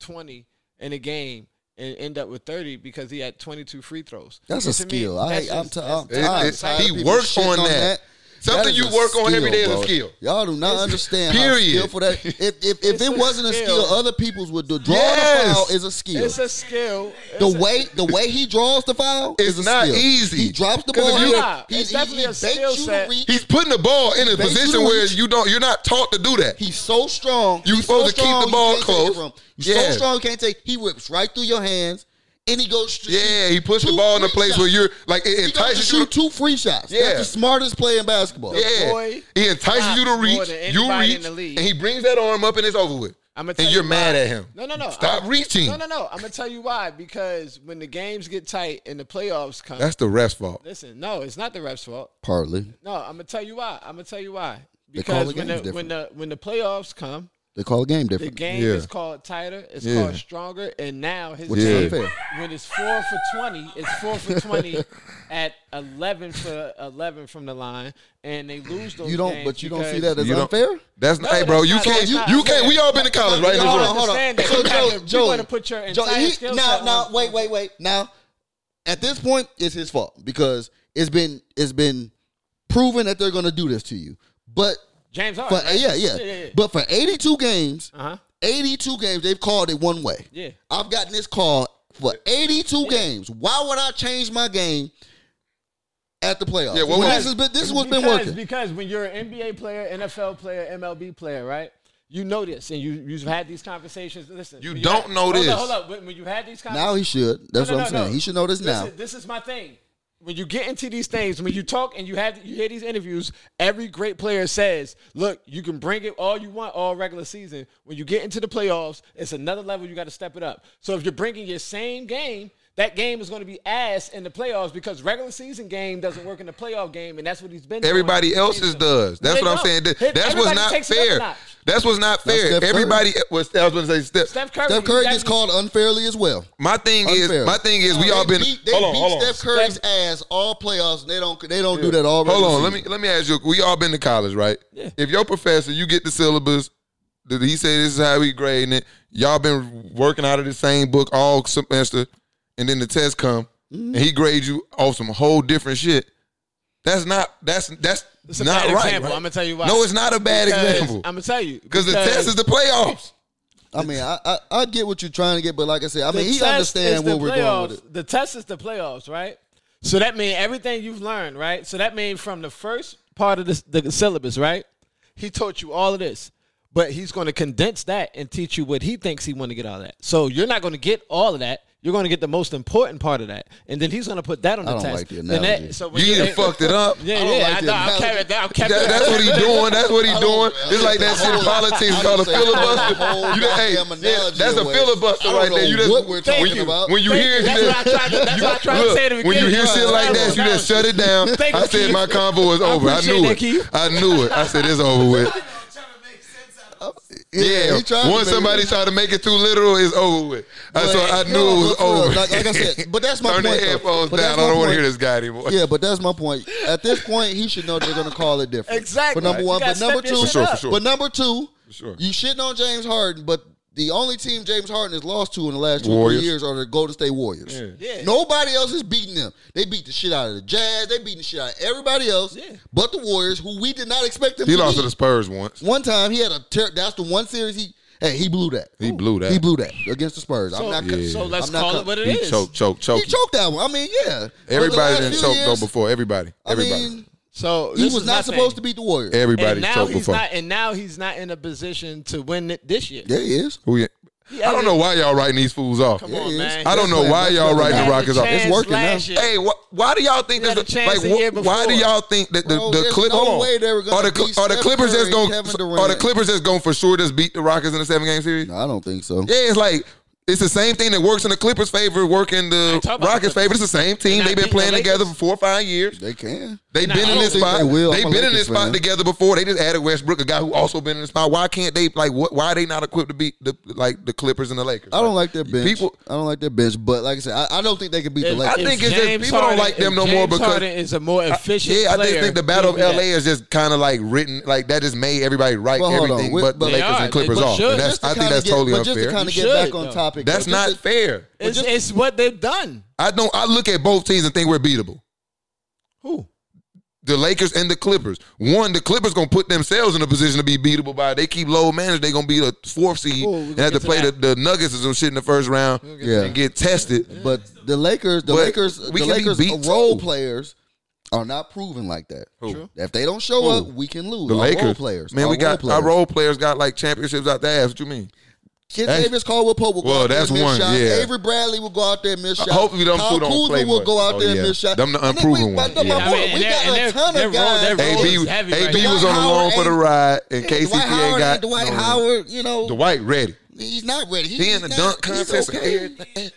Speaker 4: twenty in a game and end up with thirty because he had twenty two free throws.
Speaker 3: That's a
Speaker 4: And to me,
Speaker 3: skill. I
Speaker 4: that's
Speaker 3: hate. I'm,
Speaker 4: just-
Speaker 3: t-
Speaker 4: that's-
Speaker 3: I'm
Speaker 1: It-
Speaker 3: tired.
Speaker 1: it-
Speaker 3: tired
Speaker 1: he
Speaker 3: of people
Speaker 1: works
Speaker 3: shitting
Speaker 1: on that. Something
Speaker 3: is
Speaker 1: you
Speaker 3: a
Speaker 1: work on every day is a
Speaker 3: bro.
Speaker 1: skill.
Speaker 3: Y'all do not understand how
Speaker 1: Period.
Speaker 3: skillful that. If if, if it
Speaker 4: a
Speaker 3: wasn't a skill,
Speaker 4: skill.
Speaker 3: other people's would do. Drawing
Speaker 1: Yes.
Speaker 3: a foul is a skill.
Speaker 4: It's a skill.
Speaker 3: the
Speaker 4: It's a-
Speaker 3: way the way he draws the foul
Speaker 1: It's
Speaker 3: is a
Speaker 1: not
Speaker 3: skill.
Speaker 1: easy.
Speaker 3: He drops the
Speaker 1: 'Cause if
Speaker 3: ball.
Speaker 1: you-
Speaker 4: Nah,
Speaker 3: he,
Speaker 4: it's
Speaker 3: he,
Speaker 4: definitely
Speaker 3: he
Speaker 4: a
Speaker 3: baits
Speaker 4: skill
Speaker 3: you to
Speaker 4: set.
Speaker 3: reach.
Speaker 1: He's putting the ball in a
Speaker 3: They
Speaker 1: position
Speaker 3: shouldn't
Speaker 1: where
Speaker 3: reach.
Speaker 1: you don't. You're not taught to do that.
Speaker 3: He's so strong.
Speaker 1: You
Speaker 3: He's
Speaker 1: supposed
Speaker 3: so
Speaker 1: to keep
Speaker 3: strong,
Speaker 1: the ball
Speaker 3: you can't take it
Speaker 1: close.
Speaker 3: from him. He's
Speaker 1: Yeah.
Speaker 3: so strong, you can't take. He whips right through your hands, and he goes. to
Speaker 1: Yeah,
Speaker 3: shoot
Speaker 1: he pushed the
Speaker 3: two
Speaker 1: ball in a
Speaker 3: free
Speaker 1: place
Speaker 3: shots.
Speaker 1: where you're like it
Speaker 3: He goes to
Speaker 1: entices you.
Speaker 3: shoot
Speaker 1: To,
Speaker 3: two free shots.
Speaker 1: Yeah.
Speaker 3: That's the smartest play in basketball.
Speaker 1: yeah,
Speaker 4: boy
Speaker 1: he entices you to
Speaker 4: drops more
Speaker 1: reach.
Speaker 4: than
Speaker 1: You
Speaker 4: anybody in
Speaker 1: reach,
Speaker 4: the league.
Speaker 1: and he brings that arm up, and it's over with.
Speaker 4: I'm gonna
Speaker 1: and you're mad
Speaker 4: why.
Speaker 1: at him.
Speaker 4: No, no, no.
Speaker 1: Stop
Speaker 4: I'm-
Speaker 1: reaching.
Speaker 4: No, no, no. I'm gonna tell you why. Because when the games get tight and the playoffs come,
Speaker 1: That's the ref's fault.
Speaker 4: listen. No, it's not the refs' fault.
Speaker 3: Partly,
Speaker 4: No, I'm gonna tell you why. I'm gonna tell you why.
Speaker 3: call
Speaker 4: Because
Speaker 3: the
Speaker 4: when
Speaker 3: games
Speaker 4: the, when the when the playoffs come,
Speaker 3: they call the game
Speaker 4: the
Speaker 3: different.
Speaker 4: game
Speaker 1: Yeah.
Speaker 4: is called tighter. It's
Speaker 1: Yeah.
Speaker 4: called stronger. And now his
Speaker 3: Which is
Speaker 4: team,
Speaker 3: unfair.
Speaker 4: when it's four for twenty, it's four for twenty at eleven for eleven from the line, and they lose those.
Speaker 3: You don't,
Speaker 4: games
Speaker 3: but you don't see
Speaker 4: because-
Speaker 3: that as
Speaker 1: You don't-
Speaker 3: unfair.
Speaker 1: That's
Speaker 4: No,
Speaker 1: hey, bro.
Speaker 4: that's
Speaker 1: You
Speaker 4: not-
Speaker 1: can't.
Speaker 4: that's
Speaker 1: You,
Speaker 4: not
Speaker 1: you
Speaker 4: fair.
Speaker 1: can't. We all been to college, right?
Speaker 4: Hold
Speaker 1: Now,
Speaker 4: on, hold
Speaker 3: So
Speaker 4: on. You
Speaker 3: Joe,
Speaker 4: have to- you
Speaker 3: Joe,
Speaker 4: wanna put your
Speaker 3: Joe,
Speaker 4: entire
Speaker 3: he-
Speaker 4: skill
Speaker 3: now,
Speaker 4: set
Speaker 3: now,
Speaker 4: on-
Speaker 3: wait, wait, wait. Now, at this point, it's his fault because it's been it's been proven that they're going to do this to you. But
Speaker 4: James Harden.
Speaker 3: For, yeah, yeah,
Speaker 4: Yeah, yeah, yeah.
Speaker 3: But for 82 games,
Speaker 4: Uh huh.
Speaker 3: 82 games, they've called it one way.
Speaker 4: Yeah.
Speaker 3: I've gotten this call for 82 games. Why would I change my game at the playoffs?
Speaker 1: Yeah, what
Speaker 3: When
Speaker 1: was-
Speaker 3: this, has been, this is what's
Speaker 4: because,
Speaker 3: been working.
Speaker 4: Because when you're an NBA player, NFL player, MLB player, right? You know this, and you you've had these conversations. Listen,
Speaker 1: You
Speaker 4: when
Speaker 1: don't
Speaker 4: had-
Speaker 1: know
Speaker 4: hold
Speaker 1: this.
Speaker 4: Up, hold up, when, when you had these conversations,
Speaker 3: Now he should. That's
Speaker 4: No, no,
Speaker 3: what I'm
Speaker 4: no,
Speaker 3: saying.
Speaker 4: no.
Speaker 3: He should know this now.
Speaker 4: Listen, this is my thing. When you get into these things, when you talk and you have you hear these interviews, every great player says, "Look, you can bring it all you want all regular season. When you get into the playoffs, it's another level. You got to step it up. So if you're bringing your same game, that game is going to be ass in the playoffs because regular season game doesn't work in the playoff game, and that's what he's been. doing
Speaker 1: Everybody
Speaker 4: since the
Speaker 1: else's
Speaker 4: season.
Speaker 1: does. That's
Speaker 4: They
Speaker 1: what I'm
Speaker 4: don't.
Speaker 1: saying. That-
Speaker 4: Hit-
Speaker 1: That's what's
Speaker 4: everybody
Speaker 1: not
Speaker 4: takes it up a
Speaker 1: fair.
Speaker 4: notch.
Speaker 1: That's what's not fair.
Speaker 3: Steph Curry.
Speaker 1: Everybody. Well, I was going to say Steph.
Speaker 4: Steph Curry,
Speaker 3: Steph Curry
Speaker 4: that-
Speaker 3: gets called unfairly as well.
Speaker 1: My thing
Speaker 3: Unfair.
Speaker 1: is, my thing is, we all
Speaker 3: They
Speaker 1: been.
Speaker 3: beat, they
Speaker 1: hold on,
Speaker 3: beat
Speaker 1: hold on.
Speaker 3: Steph Curry's ass all playoffs. And they don't. They don't do that all.
Speaker 1: Hold
Speaker 3: regular
Speaker 1: on, let me
Speaker 3: season.
Speaker 1: let me ask you. We all been to college, right?
Speaker 4: Yeah.
Speaker 1: If your professor, you get the syllabus. Did he say this is how we grading it? Y'all been working out of the same book all semester, and then the test come,
Speaker 4: Mm-hmm.
Speaker 1: and he grades you off some whole different shit. That's not. That's that's
Speaker 4: It's a
Speaker 1: not
Speaker 4: bad
Speaker 1: right.
Speaker 4: example.
Speaker 1: right?
Speaker 4: I'm gonna tell you why.
Speaker 1: No, it's not a bad example.
Speaker 4: I'm gonna tell you
Speaker 1: Because the test is the playoffs.
Speaker 3: I mean, I, I I get what you're trying to get, but like I said, I mean,
Speaker 4: the
Speaker 3: he
Speaker 4: test
Speaker 3: understands
Speaker 4: is the
Speaker 3: where we're going with
Speaker 4: playoffs. The test is the playoffs, right? So that means everything you've learned, right? So that means from the first part of the, the syllabus, right? He taught you all of this, but he's going to condense that and teach you what he thinks he want to get out of that. So you're not going to get all of that. You're going to get the most important part of that, and then he's going to put that on
Speaker 3: I
Speaker 4: the
Speaker 3: don't
Speaker 4: test.
Speaker 3: like the
Speaker 4: And that-
Speaker 3: analogy.
Speaker 4: so when
Speaker 1: You
Speaker 4: you-
Speaker 1: done fucked it up.
Speaker 4: Yeah,
Speaker 3: I don't
Speaker 4: yeah,
Speaker 3: like
Speaker 4: I
Speaker 3: the
Speaker 4: know. I
Speaker 3: analogy.
Speaker 4: kept it down. I kept
Speaker 1: That-
Speaker 4: it
Speaker 1: that's
Speaker 4: down.
Speaker 1: what he doing. That's what he
Speaker 3: I
Speaker 1: doing.
Speaker 3: don't-
Speaker 1: It's like that shit in politics is called a
Speaker 3: I don't say-
Speaker 1: filibuster. You done- hey,
Speaker 3: Goddamn
Speaker 1: yeah,
Speaker 3: analogy
Speaker 1: that's a
Speaker 3: away.
Speaker 1: filibuster
Speaker 3: I don't
Speaker 1: right there.
Speaker 3: know
Speaker 1: You just
Speaker 3: what we're
Speaker 1: when
Speaker 3: talking
Speaker 1: you,
Speaker 3: about.
Speaker 1: When you
Speaker 4: Thank
Speaker 1: hear
Speaker 4: you. That's
Speaker 1: just,
Speaker 4: what I tried to- that's
Speaker 1: you-
Speaker 4: what I tried to
Speaker 1: look,
Speaker 4: say at the
Speaker 1: When you
Speaker 4: beginning.
Speaker 1: hear shit like that, you just shut it down.
Speaker 4: Thank
Speaker 1: I
Speaker 4: you,
Speaker 1: said
Speaker 4: Keith.
Speaker 1: my convo is
Speaker 4: I
Speaker 1: over. I
Speaker 4: appreciate
Speaker 1: knew it.
Speaker 4: that, Keith.
Speaker 1: I knew it. I said it's over with.
Speaker 5: I'm trying to make sense out
Speaker 1: Uh,
Speaker 5: of
Speaker 1: Yeah,
Speaker 3: he tried to
Speaker 1: once
Speaker 3: make
Speaker 1: somebody
Speaker 3: it-
Speaker 1: tried to make it too literal, it's over with. I, so I knew it was
Speaker 3: but for real,
Speaker 1: over.
Speaker 3: Like, like I said, but that's my
Speaker 1: Turn the
Speaker 3: point. though.
Speaker 1: headphones
Speaker 3: But
Speaker 1: down.
Speaker 3: that's
Speaker 1: I
Speaker 3: my
Speaker 1: don't want to
Speaker 3: point.
Speaker 1: hear this guy anymore.
Speaker 3: Yeah, but that's my point. At this point, he should know they're going to call it different.
Speaker 4: Exactly.
Speaker 3: But number
Speaker 4: You
Speaker 3: one, but
Speaker 4: gotta
Speaker 3: number
Speaker 4: step your
Speaker 3: two,
Speaker 4: shit For sure, up.
Speaker 1: for sure.
Speaker 3: but number two,
Speaker 1: sure.
Speaker 3: you shitting on James Harden, but the only team James Harden has lost to in the last two three
Speaker 1: Warriors.
Speaker 3: years are the Golden State Warriors.
Speaker 4: Yeah.
Speaker 3: Nobody else is beating them. They beat the shit out of the Jazz. They beat the shit out of everybody else,
Speaker 4: Yeah.
Speaker 3: but the Warriors, who we did not expect them
Speaker 1: He
Speaker 3: to
Speaker 1: lost to
Speaker 3: beat.
Speaker 1: the Spurs once.
Speaker 3: One time he had a ter- that's the one series he hey he blew that
Speaker 1: He blew that.
Speaker 3: he blew that against the Spurs. I'm
Speaker 4: So,
Speaker 3: not cu-
Speaker 4: so let's
Speaker 3: I'm not
Speaker 4: call
Speaker 3: cu-
Speaker 4: it what it
Speaker 1: He
Speaker 4: is.
Speaker 1: choked, choked,
Speaker 3: he
Speaker 1: choked.
Speaker 3: choked that one. I mean yeah,
Speaker 1: Everybody didn't choke
Speaker 3: though
Speaker 1: though before. Everybody.
Speaker 3: I
Speaker 1: Everybody.
Speaker 3: mean
Speaker 4: So
Speaker 3: he
Speaker 4: this
Speaker 3: was
Speaker 4: is my
Speaker 3: not supposed
Speaker 4: thing.
Speaker 3: to beat the Warriors.
Speaker 1: Everybody
Speaker 4: and now
Speaker 1: choked
Speaker 4: he's
Speaker 1: before.
Speaker 4: not, and now he's not in a position to win it this year.
Speaker 3: yeah, he is.
Speaker 1: Who ya- I don't know why y'all writing these fools off.
Speaker 4: Come on,
Speaker 3: is.
Speaker 4: man.
Speaker 1: I don't know
Speaker 3: That's
Speaker 1: why
Speaker 3: right.
Speaker 1: y'all
Speaker 3: That's
Speaker 1: writing
Speaker 3: right.
Speaker 1: the Rockets off.
Speaker 3: It's working now.
Speaker 1: Hey, wh- why do y'all think
Speaker 4: We
Speaker 1: that?
Speaker 4: had a chance
Speaker 1: Like,
Speaker 4: the year
Speaker 1: wh- why do
Speaker 4: before.
Speaker 1: y'all think that the,
Speaker 3: Bro,
Speaker 1: the
Speaker 3: there's
Speaker 1: clip?
Speaker 3: no
Speaker 1: hold on.
Speaker 3: way they were gonna
Speaker 1: are the,
Speaker 3: beat
Speaker 1: Cl- are the
Speaker 3: Steph
Speaker 1: Clippers that's
Speaker 3: Curry, Kevin
Speaker 1: going? Are the
Speaker 3: Durant.
Speaker 1: Clippers that's going for sure? Just beat the Rockets in the seven game series.
Speaker 3: No, I don't think so.
Speaker 1: Yeah, it's like it's the same thing that works in the Clippers' favor, work in the
Speaker 4: talk about
Speaker 1: Rockets'
Speaker 4: the-
Speaker 1: favor. It's the same team.
Speaker 4: not
Speaker 1: They've been
Speaker 4: beating
Speaker 1: playing
Speaker 4: the
Speaker 1: together
Speaker 4: Lakers.
Speaker 1: for four or five years.
Speaker 3: They can.
Speaker 1: They've been
Speaker 4: I
Speaker 1: in
Speaker 4: don't
Speaker 1: this
Speaker 3: think
Speaker 1: spot.
Speaker 3: they will.
Speaker 1: They've
Speaker 3: I'm a
Speaker 1: been in
Speaker 3: Lakers
Speaker 1: this spot
Speaker 3: fan.
Speaker 1: together before. They just added Westbrook, a guy who also been in the spot. Why can't they like? What, why are they not equipped to beat the like the Clippers and the Lakers?
Speaker 3: I don't like their bench.
Speaker 1: People-
Speaker 3: I don't like their bench. But like I said, I, I don't think they can beat the
Speaker 1: I
Speaker 3: Lakers.
Speaker 1: think it's just people don't like them no more because-
Speaker 4: Harden is a more efficient.
Speaker 1: Yeah, I
Speaker 4: player,
Speaker 1: just think the Battle of
Speaker 4: he'll be
Speaker 1: LA is just kind of like written, like that just made everybody write
Speaker 3: Well, hold on.
Speaker 1: everything
Speaker 3: We-
Speaker 1: but the
Speaker 3: but- They
Speaker 1: Lakers
Speaker 4: are.
Speaker 1: and
Speaker 4: They-
Speaker 1: Clippers
Speaker 4: but
Speaker 1: off.
Speaker 4: should.
Speaker 1: And that's,
Speaker 3: Just to
Speaker 1: I think
Speaker 3: kinda
Speaker 1: that's
Speaker 3: get-
Speaker 1: totally
Speaker 3: but just to
Speaker 1: unfair.
Speaker 3: kind of
Speaker 4: You
Speaker 3: get back
Speaker 4: should,
Speaker 3: on
Speaker 4: though.
Speaker 3: topic.
Speaker 1: That's
Speaker 3: though,
Speaker 1: not
Speaker 3: just to-
Speaker 1: fair.
Speaker 4: that. It's, it's what they've done.
Speaker 1: I don't. I look at both teams and think we're beatable.
Speaker 4: Who?
Speaker 1: The Lakers and the Clippers. One, the Clippers gonna put themselves in a position to be beatable by. They keep low managed. They gonna be the fourth seed
Speaker 4: Oh, we're
Speaker 1: and
Speaker 4: gonna
Speaker 1: have to
Speaker 4: get to
Speaker 1: play the,
Speaker 4: that.
Speaker 1: the Nuggets or some shit in the first round
Speaker 3: Yeah.
Speaker 1: and get tested.
Speaker 3: But the Lakers, the
Speaker 1: But
Speaker 3: Lakers,
Speaker 1: we
Speaker 3: the
Speaker 1: can be
Speaker 3: Lakers
Speaker 1: beat
Speaker 3: role
Speaker 1: too.
Speaker 3: players are not proven like that.
Speaker 1: Who? True.
Speaker 3: If they don't show up, we can lose.
Speaker 1: The
Speaker 3: Our
Speaker 1: Lakers
Speaker 3: role players,
Speaker 1: man,
Speaker 3: our
Speaker 1: we got
Speaker 3: role
Speaker 1: our
Speaker 3: players.
Speaker 1: role players got like championships out their ass. What you mean?
Speaker 3: Kid
Speaker 1: That's-
Speaker 3: Davis Caldwell Pope will go
Speaker 1: Well,
Speaker 3: out there
Speaker 1: that's
Speaker 3: and miss
Speaker 1: one,
Speaker 3: shots.
Speaker 1: yeah. Uh,
Speaker 3: Avery Bradley will go out there and miss shots.
Speaker 1: Hopefully them
Speaker 3: Kyle
Speaker 1: two don't play
Speaker 3: Kuzma will
Speaker 1: much.
Speaker 3: go out
Speaker 1: Oh,
Speaker 3: there and
Speaker 1: yeah.
Speaker 3: miss shots.
Speaker 1: Them the
Speaker 3: Nigga,
Speaker 1: unproven
Speaker 3: we,
Speaker 1: ones,
Speaker 3: That's
Speaker 1: yeah.
Speaker 3: my
Speaker 1: I
Speaker 3: point.
Speaker 4: mean,
Speaker 3: we
Speaker 4: and
Speaker 3: got
Speaker 4: they're-
Speaker 3: a ton
Speaker 4: they're
Speaker 3: of
Speaker 4: roll-
Speaker 3: guys.
Speaker 4: they're roll-
Speaker 1: AB,
Speaker 4: it's heavy
Speaker 1: AB
Speaker 4: right
Speaker 1: was
Speaker 3: now.
Speaker 1: on the loan for the ride, and
Speaker 3: Dwight Howard
Speaker 1: KCP
Speaker 3: ain't-
Speaker 1: got
Speaker 3: Dwight
Speaker 1: no.
Speaker 3: Howard, you know,
Speaker 1: Dwight ready.
Speaker 3: he's not ready. He,
Speaker 1: He in the
Speaker 3: he's
Speaker 1: dunk
Speaker 3: not- he's
Speaker 1: contest and
Speaker 3: okay.
Speaker 1: everything.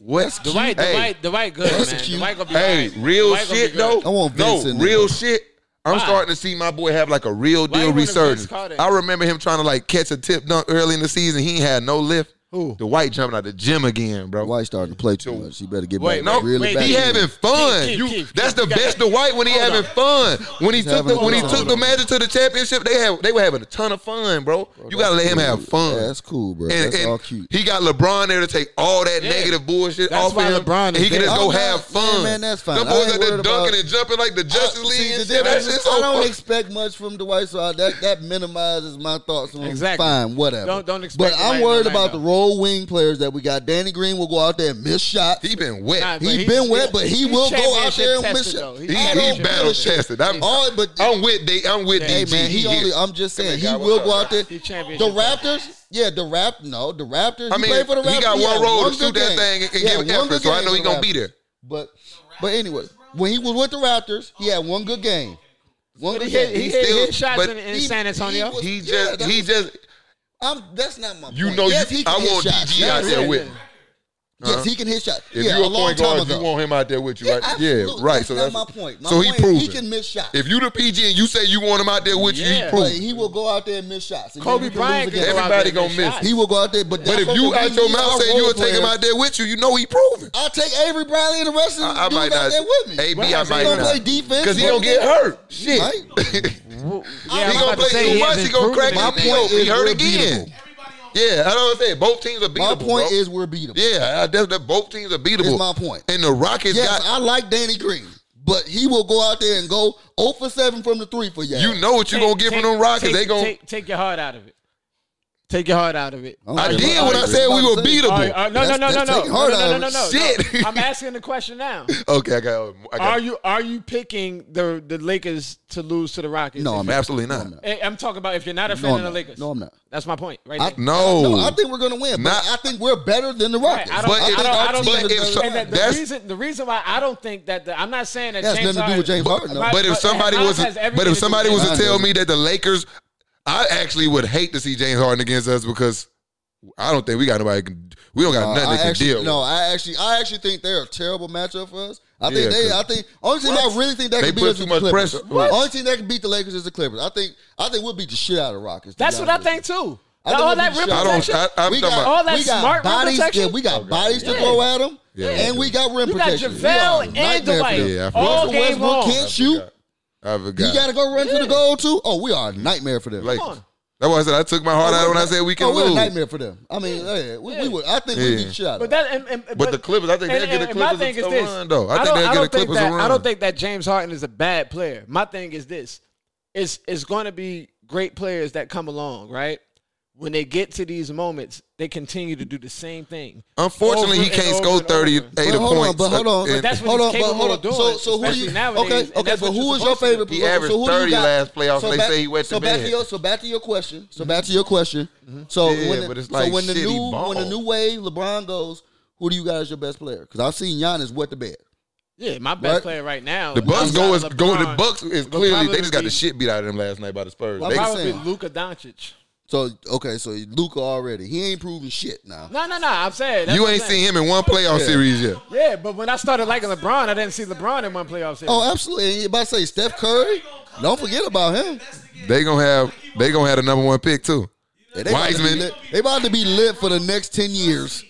Speaker 1: West
Speaker 4: Dwight,
Speaker 1: hey,
Speaker 4: Dwight, Dwight, good
Speaker 3: That's
Speaker 4: man.
Speaker 3: cute.
Speaker 4: Dwight gonna be
Speaker 1: Hey,
Speaker 4: all right.
Speaker 1: real
Speaker 4: Dwight gonna be
Speaker 1: shit
Speaker 4: good.
Speaker 1: though.
Speaker 3: I want Vince
Speaker 1: no,
Speaker 3: in there.
Speaker 1: real shit. I'm
Speaker 4: Why?
Speaker 1: starting to see my boy have like a real
Speaker 4: you
Speaker 1: deal
Speaker 4: want a Vince
Speaker 1: resurgence.
Speaker 4: Carter?
Speaker 1: I remember him trying to like catch a tip dunk early in the season. He ain't had no lift.
Speaker 4: Who?
Speaker 1: The white jumping out the gym again, bro.
Speaker 3: White starting to play too much. He better get
Speaker 4: Wait,
Speaker 3: back.
Speaker 1: No,
Speaker 3: really back
Speaker 1: he
Speaker 3: in.
Speaker 1: having fun.
Speaker 4: Keith,
Speaker 1: you,
Speaker 4: Keith,
Speaker 1: that's
Speaker 4: Keith,
Speaker 1: the
Speaker 4: you
Speaker 1: best.
Speaker 4: got-
Speaker 1: The white when he
Speaker 4: Hold
Speaker 1: having fun. When he took
Speaker 3: having
Speaker 1: the when he
Speaker 3: fun.
Speaker 1: took the magic to the championship, they had they were having a ton of fun, bro. you gotta let him have fun.
Speaker 3: Yeah, that's cool, bro.
Speaker 1: and,
Speaker 3: that's
Speaker 1: and
Speaker 3: all cute.
Speaker 1: he got LeBron there to take all that
Speaker 4: Yeah.
Speaker 1: negative bullshit
Speaker 4: That's
Speaker 1: off
Speaker 4: why
Speaker 1: him.
Speaker 4: LeBron
Speaker 1: and
Speaker 4: is
Speaker 1: he can
Speaker 4: there.
Speaker 1: just go
Speaker 3: I'm not-
Speaker 1: have fun.
Speaker 3: yeah, man, that's fine.
Speaker 1: Them
Speaker 3: I
Speaker 1: boys
Speaker 3: ain't
Speaker 1: out there
Speaker 3: worried
Speaker 1: dunking
Speaker 3: about-
Speaker 1: and jumping like the Justice
Speaker 3: I-
Speaker 1: League.
Speaker 3: see,
Speaker 1: and
Speaker 3: the
Speaker 1: shit. That
Speaker 3: difference
Speaker 1: shit's
Speaker 3: is I
Speaker 1: so
Speaker 3: don't
Speaker 1: funny.
Speaker 3: expect much from Dwight, so I, that that minimizes my thoughts on
Speaker 4: Exactly.
Speaker 3: fine, whatever.
Speaker 4: Don't- don't expect
Speaker 3: But
Speaker 4: the
Speaker 3: I'm
Speaker 4: light in
Speaker 3: worried
Speaker 4: the
Speaker 3: about the
Speaker 4: lineup.
Speaker 3: role wing players that we got. Danny Green will go out there and miss shots.
Speaker 1: He been wet.
Speaker 4: Nah,
Speaker 1: he
Speaker 4: But
Speaker 3: He's
Speaker 4: he's
Speaker 3: been wet,
Speaker 4: still-
Speaker 3: but he
Speaker 4: he's
Speaker 3: will go out
Speaker 4: championship
Speaker 3: there and miss
Speaker 4: tested,
Speaker 3: shots.
Speaker 4: though. He's
Speaker 1: he,
Speaker 4: I
Speaker 1: he
Speaker 4: don't give a
Speaker 1: battle
Speaker 4: shit.
Speaker 1: chested. I'm,
Speaker 3: All, but
Speaker 1: I'm with they. I'm with
Speaker 3: Hey
Speaker 1: DG.
Speaker 3: man, he,
Speaker 1: He
Speaker 3: only.
Speaker 1: hit.
Speaker 3: I'm just saying, he
Speaker 1: guy,
Speaker 3: will
Speaker 1: what's
Speaker 3: go
Speaker 1: up,
Speaker 3: out there.
Speaker 4: He
Speaker 3: The
Speaker 4: championship
Speaker 3: Raptors, yeah, the Raptors. No, the Raptors.
Speaker 1: I
Speaker 3: he
Speaker 1: mean,
Speaker 3: played for the Raptors.
Speaker 1: he got one
Speaker 3: had
Speaker 1: role to
Speaker 3: good
Speaker 1: shoot that
Speaker 3: game.
Speaker 1: thing and- and
Speaker 3: He
Speaker 1: give
Speaker 3: had one
Speaker 1: effort,
Speaker 3: good
Speaker 1: so I
Speaker 3: game
Speaker 1: know
Speaker 3: for
Speaker 1: he
Speaker 3: the
Speaker 1: gonna be
Speaker 3: Raptors.
Speaker 1: there.
Speaker 3: But, but anyway, when he was with the Raptors, he had one good game. One
Speaker 4: But
Speaker 3: good
Speaker 4: he hit,
Speaker 3: game.
Speaker 4: he
Speaker 1: He's
Speaker 4: hit,
Speaker 1: still-
Speaker 4: hit shots
Speaker 1: but
Speaker 4: in, in
Speaker 3: he-
Speaker 4: San Antonio.
Speaker 3: he was-
Speaker 1: He
Speaker 3: Yeah,
Speaker 1: just.
Speaker 3: that
Speaker 1: He
Speaker 3: was-
Speaker 1: just.
Speaker 3: I'm, that's not my.
Speaker 1: You
Speaker 3: point.
Speaker 1: know.
Speaker 3: yes, he
Speaker 1: you-
Speaker 3: can
Speaker 1: I
Speaker 3: hit
Speaker 1: want
Speaker 3: shots.
Speaker 1: DG out
Speaker 3: Yes,
Speaker 1: there
Speaker 3: yeah.
Speaker 1: with. uh-huh.
Speaker 3: Yes, he can hit shots.
Speaker 1: If
Speaker 3: yeah,
Speaker 1: you're a
Speaker 3: a long
Speaker 1: point
Speaker 3: time
Speaker 1: guard,
Speaker 3: ago.
Speaker 1: you want him out there with you,
Speaker 3: yeah,
Speaker 1: right? Yeah,
Speaker 3: absolutely.
Speaker 1: right.
Speaker 3: That's
Speaker 1: so
Speaker 3: not
Speaker 1: that's
Speaker 3: my point. My
Speaker 1: so he
Speaker 3: point is
Speaker 1: proven.
Speaker 3: he can miss shots.
Speaker 1: If you the PG and you say you want him out there with you,
Speaker 4: Yeah.
Speaker 1: he
Speaker 3: but
Speaker 1: proven.
Speaker 3: he will go out there and miss shots. and then
Speaker 4: Kobe
Speaker 3: we can
Speaker 4: Bryant
Speaker 3: lose again.
Speaker 4: can go out
Speaker 1: Everybody
Speaker 4: there and
Speaker 1: gonna
Speaker 4: hit
Speaker 1: miss.
Speaker 4: shots.
Speaker 3: He will go out there, but
Speaker 1: But if you
Speaker 3: E
Speaker 1: out your mouth saying you'll take him out there with you, you know he proven.
Speaker 3: I'll take Avery Bradley and the rest of the
Speaker 1: I, I
Speaker 3: dudes
Speaker 1: might
Speaker 3: out
Speaker 1: not.
Speaker 3: there with me.
Speaker 1: AB,
Speaker 4: Right.
Speaker 1: I
Speaker 4: He
Speaker 1: might
Speaker 3: gonna play
Speaker 1: not.
Speaker 3: defense
Speaker 1: Because he don't
Speaker 3: everything.
Speaker 1: get hurt. Shit.
Speaker 4: yeah,
Speaker 1: he gonna play too much. He gonna crack
Speaker 3: My
Speaker 1: his knee
Speaker 3: point
Speaker 1: open. He
Speaker 3: is
Speaker 1: hurt
Speaker 3: we're
Speaker 1: again.
Speaker 3: beatable.
Speaker 5: Everybody on
Speaker 1: Yeah, I know what I'm saying. Both teams are
Speaker 3: My
Speaker 1: beatable.
Speaker 3: point
Speaker 1: bro.
Speaker 3: is we're beatable.
Speaker 1: yeah, I, that's, that both teams are beatable.
Speaker 3: Is my point.
Speaker 1: And the Rockets
Speaker 3: Yes,
Speaker 1: got.
Speaker 3: I like Danny Green, but he will go out there and go 0 for 7 from the three for you.
Speaker 1: you know what you gonna get from them Rockets.
Speaker 4: Take,
Speaker 1: they gonna.
Speaker 4: take, take your heart out of it. Take your heart out of it.
Speaker 3: don't
Speaker 1: I
Speaker 3: care
Speaker 1: did
Speaker 3: about
Speaker 1: when I
Speaker 3: Avery.
Speaker 1: said we were
Speaker 3: That's-
Speaker 1: beatable.
Speaker 4: All right, all right, no, no,
Speaker 3: That's-
Speaker 4: no, no,
Speaker 3: that's
Speaker 4: no, no,
Speaker 3: taking heart
Speaker 4: no, no,
Speaker 3: out
Speaker 4: no,
Speaker 3: of
Speaker 4: no.
Speaker 1: Shit.
Speaker 4: I'm asking the question now.
Speaker 1: Okay, I got. I
Speaker 4: Are
Speaker 1: got
Speaker 4: you are you picking the the Lakers to lose to the Rockets?
Speaker 3: No,
Speaker 4: If-
Speaker 3: I'm not.
Speaker 1: Um, absolutely not.
Speaker 3: No,
Speaker 4: Eh, I'm talking about if you're not a fan
Speaker 3: No,
Speaker 4: of the
Speaker 3: I'm not.
Speaker 4: Lakers.
Speaker 3: No, I'm not.
Speaker 4: That's my point, right?
Speaker 3: I-
Speaker 4: there.
Speaker 1: No.
Speaker 3: No, I think we're going to win.
Speaker 1: Not-
Speaker 3: But I think we're better than the Rockets.
Speaker 4: Right, I don't-
Speaker 1: But
Speaker 4: I
Speaker 1: if-
Speaker 4: don't- I don't
Speaker 1: but
Speaker 4: think
Speaker 1: if
Speaker 3: it's
Speaker 1: so-
Speaker 4: And that the
Speaker 1: that's-
Speaker 4: reason the reason why I don't think that the, I'm not saying that
Speaker 3: That has
Speaker 4: James
Speaker 3: nothing to do with James
Speaker 4: Harden-
Speaker 3: Harden. though.
Speaker 4: But-
Speaker 1: But if somebody
Speaker 4: Hines
Speaker 1: was,
Speaker 4: has everything
Speaker 1: but if
Speaker 4: to do
Speaker 1: somebody
Speaker 4: with
Speaker 1: was to
Speaker 3: Hines
Speaker 1: tell
Speaker 3: doesn't.
Speaker 1: me that the Lakers, I actually would hate to see James Harden against us because I don't think we got nobody. can- We don't got
Speaker 3: Uh,
Speaker 1: nothing
Speaker 3: I
Speaker 1: they can
Speaker 3: actually,
Speaker 1: deal. with.
Speaker 3: No, I actually, I actually think they're a terrible matchup for us. I
Speaker 1: Yeah,
Speaker 3: think they,
Speaker 1: 'cause-
Speaker 3: I think only team I really think that
Speaker 1: They
Speaker 3: can beat
Speaker 1: put
Speaker 3: us
Speaker 1: too
Speaker 3: is
Speaker 1: much
Speaker 3: the Clippers.
Speaker 1: pressure. What?
Speaker 3: Only team that can beat the Lakers is the Clippers. I think, I think we'll beat the shit out of the Rockets. to
Speaker 4: That's
Speaker 3: be
Speaker 4: what I
Speaker 3: honest with
Speaker 4: think too.
Speaker 3: I think
Speaker 4: all
Speaker 3: we'll
Speaker 4: that
Speaker 3: be
Speaker 4: rip
Speaker 3: shocked.
Speaker 1: I don't.
Speaker 4: protection.
Speaker 1: I,
Speaker 3: you.
Speaker 1: I'm talking
Speaker 3: We got,
Speaker 1: about.
Speaker 4: All that
Speaker 3: we got
Speaker 4: smart rim
Speaker 3: bodies.
Speaker 4: protection?
Speaker 3: Yeah, we got bodies to
Speaker 4: Yeah.
Speaker 3: throw at them,
Speaker 1: Yeah,
Speaker 3: and we got rim
Speaker 4: You got
Speaker 3: protection. We are a
Speaker 4: JaVale and
Speaker 3: nightmare for
Speaker 4: Dwight
Speaker 3: them.
Speaker 1: Yeah, I forgot.
Speaker 4: all
Speaker 3: Russell
Speaker 4: game
Speaker 3: Westbrook
Speaker 4: long.
Speaker 3: can't shoot.
Speaker 1: I
Speaker 3: You
Speaker 1: forgot.
Speaker 3: got to go run to the goal too. Oh, we are a nightmare for them.
Speaker 1: Lakers.
Speaker 4: on.
Speaker 1: That's why I said I took my heart out when I said we can
Speaker 3: oh, we're a
Speaker 1: lose.
Speaker 3: nightmare for them. I mean, yeah, we, we would. I think we
Speaker 1: Yeah.
Speaker 3: beat the shit out of
Speaker 4: But
Speaker 3: them.
Speaker 4: that and, and
Speaker 1: But the Clippers, I think they'll
Speaker 4: and-
Speaker 1: get the
Speaker 4: and my
Speaker 1: Clippers
Speaker 4: thing
Speaker 1: a
Speaker 4: is this.
Speaker 1: run, though. I think
Speaker 4: don't-
Speaker 1: they'll get
Speaker 4: don't
Speaker 1: the Clippers a
Speaker 4: think that, I
Speaker 1: run.
Speaker 4: don't think that James Harden is a bad player. My thing is this: it's it's going to be great players that come along, right? When they get to these moments, they continue to do the same thing.
Speaker 1: Unfortunately,
Speaker 4: Over
Speaker 1: he
Speaker 4: and
Speaker 1: can't
Speaker 4: over
Speaker 1: score
Speaker 4: and over.
Speaker 1: thirty-eight
Speaker 3: But hold
Speaker 1: points.
Speaker 3: on, but hold on,
Speaker 1: And
Speaker 4: But that's what
Speaker 3: hold
Speaker 4: he's
Speaker 3: on, but hold on.
Speaker 4: capable
Speaker 3: so,
Speaker 4: of
Speaker 3: so who
Speaker 4: doing,
Speaker 3: do you?
Speaker 4: especially nowadays,
Speaker 3: okay,
Speaker 4: and
Speaker 3: okay,
Speaker 4: that's
Speaker 3: but
Speaker 4: what
Speaker 3: who
Speaker 4: you're
Speaker 3: is your
Speaker 4: supposed to
Speaker 3: favorite?
Speaker 1: do. He
Speaker 3: so
Speaker 1: averaged
Speaker 3: who do you
Speaker 1: 30
Speaker 3: got?
Speaker 1: last playoffs,
Speaker 3: So
Speaker 1: and they
Speaker 3: back-
Speaker 1: say he wet
Speaker 3: So
Speaker 1: the
Speaker 3: back
Speaker 1: bed. Mm-hmm.
Speaker 3: to your, so back to your question. So back to your question. So
Speaker 1: Yeah,
Speaker 3: when the,
Speaker 1: but it's
Speaker 3: so
Speaker 1: like,
Speaker 3: when the
Speaker 1: shit, he
Speaker 3: new when the
Speaker 1: balled.
Speaker 3: new wave LeBron goes, who do you got as your best player? Because I've seen Giannis wet the bed.
Speaker 4: Yeah, my best
Speaker 3: Right.
Speaker 4: player right now.
Speaker 1: The
Speaker 4: is
Speaker 1: Bucks
Speaker 4: outside
Speaker 1: go
Speaker 4: of
Speaker 1: is go. The
Speaker 4: LeBron,
Speaker 1: Bucks is
Speaker 4: would
Speaker 1: clearly
Speaker 4: probably
Speaker 1: they just got
Speaker 4: be-
Speaker 1: the shit beat out of them last night by the Spurs.
Speaker 3: Well,
Speaker 1: They-
Speaker 3: my-
Speaker 4: Probably
Speaker 3: saying.
Speaker 4: Luka Doncic.
Speaker 3: So okay, so Luca already he ain't proven shit now.
Speaker 4: No, no, no. I'm saying that's
Speaker 1: You
Speaker 4: what I'm
Speaker 1: ain't
Speaker 4: saying.
Speaker 1: seen him in one playoff series yet.
Speaker 4: Yeah, but when I started liking LeBron, I didn't see LeBron in one playoff series.
Speaker 3: Oh, absolutely. And you about to say Steph Curry? Don't forget about him.
Speaker 1: They gonna have they gonna have the number one pick too.
Speaker 3: Yeah, they about to be
Speaker 1: Wiseman.
Speaker 3: lit- They about to be lit for the next ten years.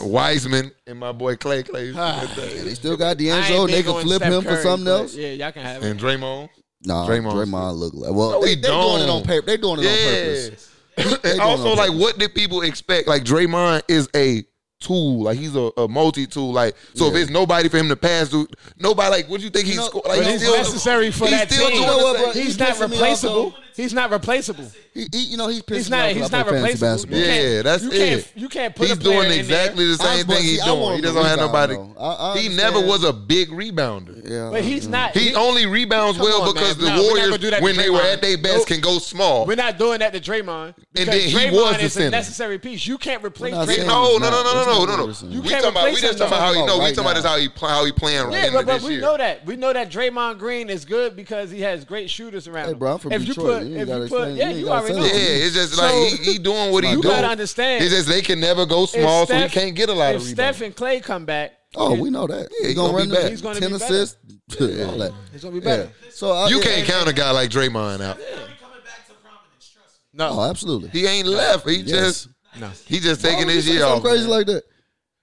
Speaker 1: Wiseman and my boy Clay Clay
Speaker 3: Yeah, they still got
Speaker 4: Ah. I ain't
Speaker 3: D'Angelo. and They
Speaker 4: big
Speaker 3: can
Speaker 4: on
Speaker 3: flip
Speaker 4: Steph
Speaker 3: him
Speaker 4: Curry,
Speaker 3: for something
Speaker 4: but
Speaker 3: else.
Speaker 4: Yeah, y'all can have him.
Speaker 1: and Draymond.
Speaker 3: Nah,
Speaker 1: Draymond.
Speaker 3: Draymond, look like well.
Speaker 1: No,
Speaker 3: they,
Speaker 1: he
Speaker 3: they doing it
Speaker 1: don't.
Speaker 3: on paper. They doing it on purpose.
Speaker 1: and
Speaker 3: doing
Speaker 1: also,
Speaker 3: on
Speaker 1: like, what did people expect? Like, Draymond is a tool. Like, he's a, a multi-tool. Like, so if it's nobody for him to pass to, nobody. Like, what do you think he's
Speaker 3: know,
Speaker 1: sco-
Speaker 4: But
Speaker 1: like?
Speaker 4: he's necessary for
Speaker 1: he's
Speaker 4: that
Speaker 1: still
Speaker 4: team.
Speaker 1: Doing
Speaker 3: You know what,
Speaker 1: the
Speaker 3: bro?
Speaker 1: same-
Speaker 3: He
Speaker 4: He's not
Speaker 3: pissing me off,
Speaker 4: replaceable.
Speaker 3: though.
Speaker 4: He's not replaceable.
Speaker 3: He, he, you know, he's pissing
Speaker 4: He's
Speaker 3: me off
Speaker 4: not.
Speaker 3: 'cause
Speaker 4: He's
Speaker 3: I
Speaker 4: not
Speaker 3: play fantasy
Speaker 4: replaceable.
Speaker 3: basketball.
Speaker 4: You can't-
Speaker 1: Yeah, that's
Speaker 4: you can't-
Speaker 1: it.
Speaker 4: You can't put
Speaker 1: he's
Speaker 4: a player
Speaker 1: doing
Speaker 4: in there.
Speaker 1: exactly the
Speaker 3: I
Speaker 1: same
Speaker 3: was about
Speaker 1: thing
Speaker 3: to
Speaker 1: he's
Speaker 3: say, I
Speaker 1: doing.
Speaker 3: want
Speaker 1: He
Speaker 3: him
Speaker 1: doesn't
Speaker 3: to
Speaker 1: have
Speaker 3: rebound,
Speaker 1: nobody.
Speaker 3: though. I- I
Speaker 1: he
Speaker 3: understand.
Speaker 1: never was a big rebounder.
Speaker 3: Yeah.
Speaker 4: But he's not.
Speaker 1: He only rebounds
Speaker 4: Come
Speaker 1: well
Speaker 4: on,
Speaker 1: because
Speaker 4: man. No,
Speaker 1: the
Speaker 4: we're not gonna do
Speaker 1: Warriors,
Speaker 4: that to
Speaker 1: when they were
Speaker 4: Draymond.
Speaker 1: at their best,
Speaker 4: Nope.
Speaker 1: can go small.
Speaker 4: We're not doing that to Draymond.
Speaker 1: And
Speaker 4: because
Speaker 1: then he
Speaker 4: Draymond
Speaker 1: was the
Speaker 4: is
Speaker 1: center.
Speaker 4: a necessary piece. You can't replace
Speaker 3: not
Speaker 4: Draymond.
Speaker 3: saying-
Speaker 1: No, no,
Speaker 3: It's
Speaker 1: no,
Speaker 3: not-
Speaker 1: no,
Speaker 3: it's
Speaker 1: no,
Speaker 3: not
Speaker 1: no, no,
Speaker 3: reason.
Speaker 1: no.
Speaker 3: You
Speaker 1: We
Speaker 4: can't
Speaker 1: talking about we
Speaker 4: replace
Speaker 1: just
Speaker 4: him,
Speaker 1: talking about how he
Speaker 3: though.
Speaker 1: no. We
Speaker 3: Right
Speaker 1: talking about
Speaker 3: now.
Speaker 1: is how he pl- how he playing right
Speaker 4: Yeah,
Speaker 1: into
Speaker 4: but, but
Speaker 1: this
Speaker 4: we
Speaker 1: year.
Speaker 4: know that. We know that Draymond Green is good because he has great shooters around
Speaker 3: Hey,
Speaker 4: him.
Speaker 3: bro, I'm from
Speaker 4: if
Speaker 3: Detroit.
Speaker 4: You put,
Speaker 3: You ain't
Speaker 4: if
Speaker 3: gotta
Speaker 4: you put,
Speaker 3: explain-
Speaker 4: yeah,
Speaker 3: you ain't
Speaker 4: you
Speaker 3: gotta
Speaker 4: already
Speaker 3: say
Speaker 4: know.
Speaker 1: Yeah,
Speaker 3: it.
Speaker 1: it's just
Speaker 4: So-
Speaker 1: like he, he doing what he
Speaker 4: You
Speaker 1: do.
Speaker 4: gotta understand.
Speaker 1: It's just they can never go
Speaker 4: If
Speaker 1: small, so he
Speaker 4: Steph-
Speaker 1: can't get a lot
Speaker 4: if
Speaker 1: of
Speaker 4: Steph
Speaker 1: rebounds.
Speaker 4: and Clay come back,
Speaker 3: Oh, we know that.
Speaker 1: Yeah,
Speaker 3: he's
Speaker 1: he
Speaker 3: gonna,
Speaker 1: gonna be
Speaker 3: run
Speaker 1: back.
Speaker 3: the
Speaker 1: He's
Speaker 4: gonna be
Speaker 3: ten
Speaker 4: better.
Speaker 3: assists. all that.
Speaker 4: he's gonna be better.
Speaker 3: Yeah. So I,
Speaker 1: You
Speaker 3: yeah.
Speaker 1: can't count a guy like Draymond out.
Speaker 5: coming back to prominence. Trust me.
Speaker 4: No,
Speaker 3: Oh, absolutely.
Speaker 1: He ain't left. He
Speaker 3: Yes.
Speaker 1: just
Speaker 4: No.
Speaker 1: He just
Speaker 3: Why
Speaker 1: taking
Speaker 3: would you
Speaker 1: his
Speaker 3: say
Speaker 1: year
Speaker 3: something
Speaker 1: off.
Speaker 3: crazy like that.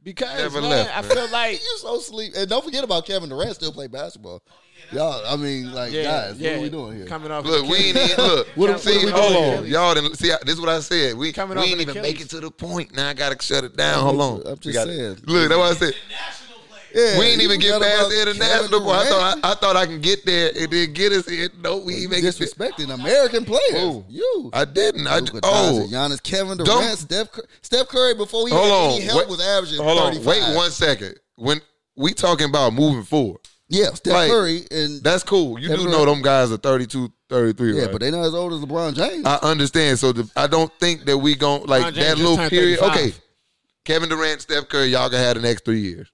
Speaker 4: Because
Speaker 1: Never
Speaker 4: man,
Speaker 1: left,
Speaker 4: I
Speaker 1: man.
Speaker 4: feel like
Speaker 3: You so sleep. And don't forget about Kevin Durant still play basketball. Y'all, I mean, like
Speaker 4: yeah,
Speaker 3: guys,
Speaker 4: yeah,
Speaker 3: what are we doing here?
Speaker 4: Coming off
Speaker 1: Look,
Speaker 4: the
Speaker 1: we
Speaker 4: Achilles.
Speaker 1: ain't even look.
Speaker 3: What are-
Speaker 1: see,
Speaker 3: what are we
Speaker 1: hold
Speaker 4: doing?
Speaker 1: on, y'all didn't see. I- This is what I said. We
Speaker 4: Coming
Speaker 1: we
Speaker 4: off
Speaker 1: ain't
Speaker 4: an
Speaker 1: even
Speaker 4: Achilles.
Speaker 1: make it to the point. Now I gotta shut it down. Hold on.
Speaker 3: I'm just
Speaker 1: We got-
Speaker 3: saying.
Speaker 1: Look, that's what I said.
Speaker 5: National player.
Speaker 3: Yeah,
Speaker 1: we didn't
Speaker 3: you
Speaker 1: even get
Speaker 3: forgot
Speaker 1: past
Speaker 3: about
Speaker 1: the international
Speaker 3: Kevin
Speaker 1: point. I
Speaker 3: Durant.
Speaker 1: thought I, I thought I can get there and then get us in. No, we
Speaker 3: You
Speaker 1: ain't making it.
Speaker 3: disrespecting American players.
Speaker 1: Who?
Speaker 3: You.
Speaker 1: I didn't. I
Speaker 3: Luka
Speaker 1: ju-
Speaker 3: Doncic,
Speaker 1: oh,
Speaker 3: Giannis, Kevin Durant,
Speaker 1: Don't-
Speaker 3: Steph, Cur- Steph Curry before he
Speaker 1: hold
Speaker 3: had
Speaker 1: on.
Speaker 3: any help was averaging
Speaker 1: hold on.
Speaker 3: 35.
Speaker 1: Wait one second. When we talking about moving forward,
Speaker 3: Yeah, Steph
Speaker 1: Like,
Speaker 3: Curry and
Speaker 1: that's cool. You
Speaker 3: Kevin
Speaker 1: do know
Speaker 3: Durant.
Speaker 1: them guys are 32, 33,
Speaker 3: yeah,
Speaker 1: right?
Speaker 3: but they not as old as LeBron James.
Speaker 1: I understand. So the, I don't think that we gon' like
Speaker 4: LeBron James
Speaker 1: that
Speaker 4: just
Speaker 1: little
Speaker 4: turned
Speaker 1: period.
Speaker 4: 35.
Speaker 1: Okay, Kevin Durant, Steph Curry, y'all can have the next three years.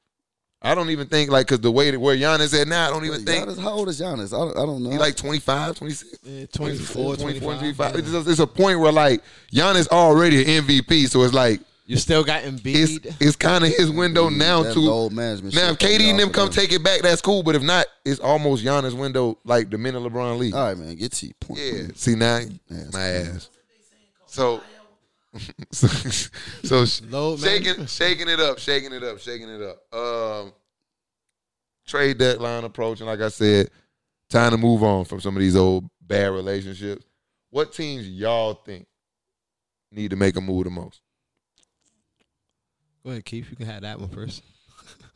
Speaker 1: I don't even think like because the way that where Giannis at now, I don't even think
Speaker 3: Giannis, how old is Giannis? I don't, I don't know.
Speaker 1: he like 25, 26.
Speaker 4: Yeah, 24,
Speaker 1: 24,
Speaker 4: 25.
Speaker 1: 25. It's, just- it's a point where like Giannis already an MVP, so it's like
Speaker 4: You still got
Speaker 1: it's
Speaker 4: Embiid.
Speaker 1: it's kind of his window now
Speaker 3: That's
Speaker 1: to
Speaker 3: old management.
Speaker 1: now if
Speaker 3: shit.
Speaker 1: KD and
Speaker 3: Y'all
Speaker 1: them come
Speaker 3: forgot.
Speaker 1: take it back, that's cool. But if not, it's almost Giannis window like the minute LeBron league.
Speaker 3: All right, man, get to your point.
Speaker 1: Yeah.
Speaker 3: man.
Speaker 1: See now,
Speaker 3: it's
Speaker 1: my ass. So, so, so sh-
Speaker 4: Load
Speaker 1: shaking,
Speaker 4: management.
Speaker 1: shaking it up, shaking it up, shaking it up. Um, trade deadline approaching. Like I said, time to move on from some of these old bad relationships. What teams y'all think need to make a move the most?
Speaker 4: Go ahead, Keith. You can have that one first.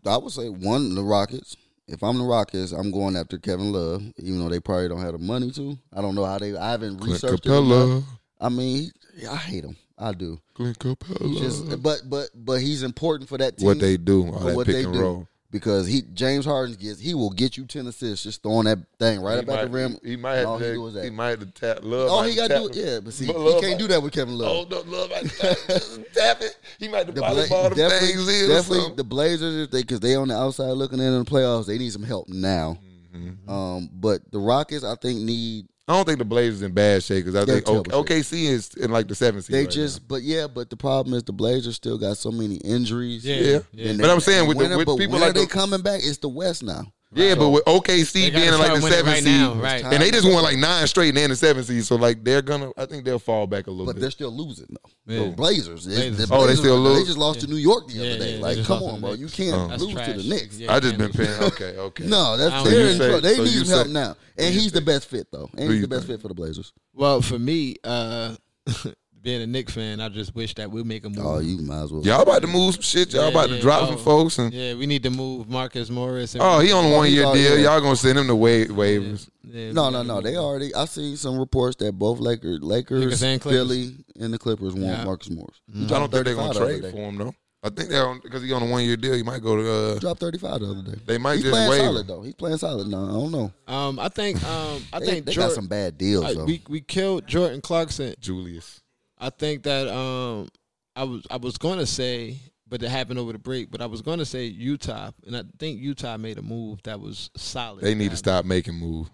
Speaker 3: I would say one, the Rockets. If I'm the Rockets, I'm going after Kevin Love, even though they probably don't have the money to. I don't know how they. I haven't
Speaker 1: Clint
Speaker 3: researched it. enough.
Speaker 1: Capella,
Speaker 3: I mean, I hate him. I do.
Speaker 1: Clint Capella.
Speaker 3: Just, but but but he's important for that team.
Speaker 1: what they do, all
Speaker 3: for
Speaker 1: that
Speaker 3: what
Speaker 1: pick
Speaker 3: they
Speaker 1: and
Speaker 3: do.
Speaker 1: roll.
Speaker 3: because he James Harden gets he will get you ten assists just throwing that thing right
Speaker 1: He
Speaker 3: about the
Speaker 1: might-
Speaker 3: rim.
Speaker 1: He might
Speaker 3: all
Speaker 1: have to.
Speaker 3: he do is that.
Speaker 1: He might have to tap love.
Speaker 3: All
Speaker 1: might
Speaker 3: he got
Speaker 1: tap
Speaker 3: to do,
Speaker 1: him.
Speaker 3: yeah, but see,
Speaker 1: Love
Speaker 3: he can't do that with Kevin Love.
Speaker 1: Oh no, love! I tap it. He might
Speaker 3: The
Speaker 1: have bottom
Speaker 3: Bla-
Speaker 1: all the
Speaker 3: definitely,
Speaker 1: things in. or
Speaker 3: definitely
Speaker 1: something.
Speaker 3: the Blazers if they because they on the outside looking in in the playoffs. They need some help now.
Speaker 1: Mm-hmm.
Speaker 3: Um, but the Rockets, I think, need
Speaker 1: I don't think the Blazers in bad shape because I
Speaker 3: They're
Speaker 1: think OK-
Speaker 3: terrible shape.
Speaker 1: OKC is in like the seventh seed.
Speaker 3: they
Speaker 1: right
Speaker 3: just. But yeah, but the problem is the Blazers still got so many injuries.
Speaker 1: now. yeah.
Speaker 3: And
Speaker 1: But I'm saying with the-
Speaker 3: winner-
Speaker 1: with
Speaker 3: but
Speaker 1: people
Speaker 3: when are
Speaker 1: like
Speaker 3: they
Speaker 1: the-
Speaker 3: coming back? It's the West now.
Speaker 1: yeah, but with OKC
Speaker 4: They gotta
Speaker 1: being in like the
Speaker 4: start winning
Speaker 1: seventh
Speaker 4: right
Speaker 1: seed,
Speaker 4: now, right.
Speaker 1: and they just won like nine straight and they're in the seventh seed, so like they're gonna, I think they'll fall back a little
Speaker 3: But
Speaker 1: bit.
Speaker 3: they're still losing though. The
Speaker 4: Yeah.
Speaker 3: Blazers, it's-
Speaker 4: Blazers.
Speaker 3: the
Speaker 1: Oh, they
Speaker 3: Blazers-
Speaker 1: still lose?
Speaker 3: They just lost to New York the other
Speaker 4: Yeah,
Speaker 3: day.
Speaker 4: yeah, they
Speaker 3: like,
Speaker 4: just
Speaker 3: come
Speaker 4: lost to
Speaker 3: on,
Speaker 4: the
Speaker 3: bro,
Speaker 4: Knicks.
Speaker 3: you can't
Speaker 1: Oh.
Speaker 4: That's
Speaker 3: lose
Speaker 4: trash.
Speaker 3: to the Knicks.
Speaker 4: Yeah,
Speaker 1: I
Speaker 4: you
Speaker 1: just been
Speaker 4: can't
Speaker 1: paying. Okay, okay.
Speaker 3: No, that's
Speaker 4: So
Speaker 3: they're
Speaker 1: you
Speaker 3: in
Speaker 1: say-
Speaker 3: trouble. They
Speaker 1: so
Speaker 3: need
Speaker 1: you
Speaker 3: some help
Speaker 1: say-
Speaker 3: now, and
Speaker 1: you
Speaker 3: he's the best fit though, and
Speaker 1: Who
Speaker 3: he's
Speaker 1: you
Speaker 3: the best
Speaker 1: think?
Speaker 3: fit for the Blazers.
Speaker 4: Well, for me, uh, being a Knicks fan, I just wish that we make a move.
Speaker 3: Oh, you might as well.
Speaker 1: Y'all about to move some shit. Y'all
Speaker 4: Yeah,
Speaker 1: about to
Speaker 4: yeah,
Speaker 1: drop
Speaker 4: oh.
Speaker 1: some folks and.
Speaker 4: Yeah, we need to move Marcus Morris. And
Speaker 1: Oh, he on a one year
Speaker 3: already-
Speaker 1: deal. Y'all gonna send him to wa- waivers.
Speaker 4: Yeah, we
Speaker 3: No, no,
Speaker 4: gotta
Speaker 3: no.
Speaker 4: move.
Speaker 3: They already. I seen some reports that both Lakers, Lakers,
Speaker 4: Lakers and Clippers.
Speaker 3: Philly, and the Clippers want
Speaker 4: Yeah.
Speaker 3: Marcus Morris. He
Speaker 1: I don't
Speaker 3: dropped
Speaker 1: think they're gonna
Speaker 3: 35 the other
Speaker 1: trade
Speaker 3: day.
Speaker 1: for him though. I think they're on because he's on a one year deal. He might go to.
Speaker 3: He
Speaker 1: Uh,
Speaker 3: Dropped thirty-five the other day.
Speaker 1: They might
Speaker 3: He's
Speaker 1: just
Speaker 3: playing
Speaker 1: waive him.
Speaker 3: solid though. He's playing solid now. I don't know.
Speaker 4: Um, I think. Um, I
Speaker 3: They,
Speaker 4: think
Speaker 3: they got
Speaker 4: Jordan,
Speaker 3: some bad deals
Speaker 4: I-
Speaker 3: though.
Speaker 4: we we killed Jordan Clarkson.
Speaker 1: Julius.
Speaker 4: I think that um, I was I was gonna say, but it happened over the break. But I was gonna say Utah, and I think Utah made a move that was solid.
Speaker 1: They need to stop making moves.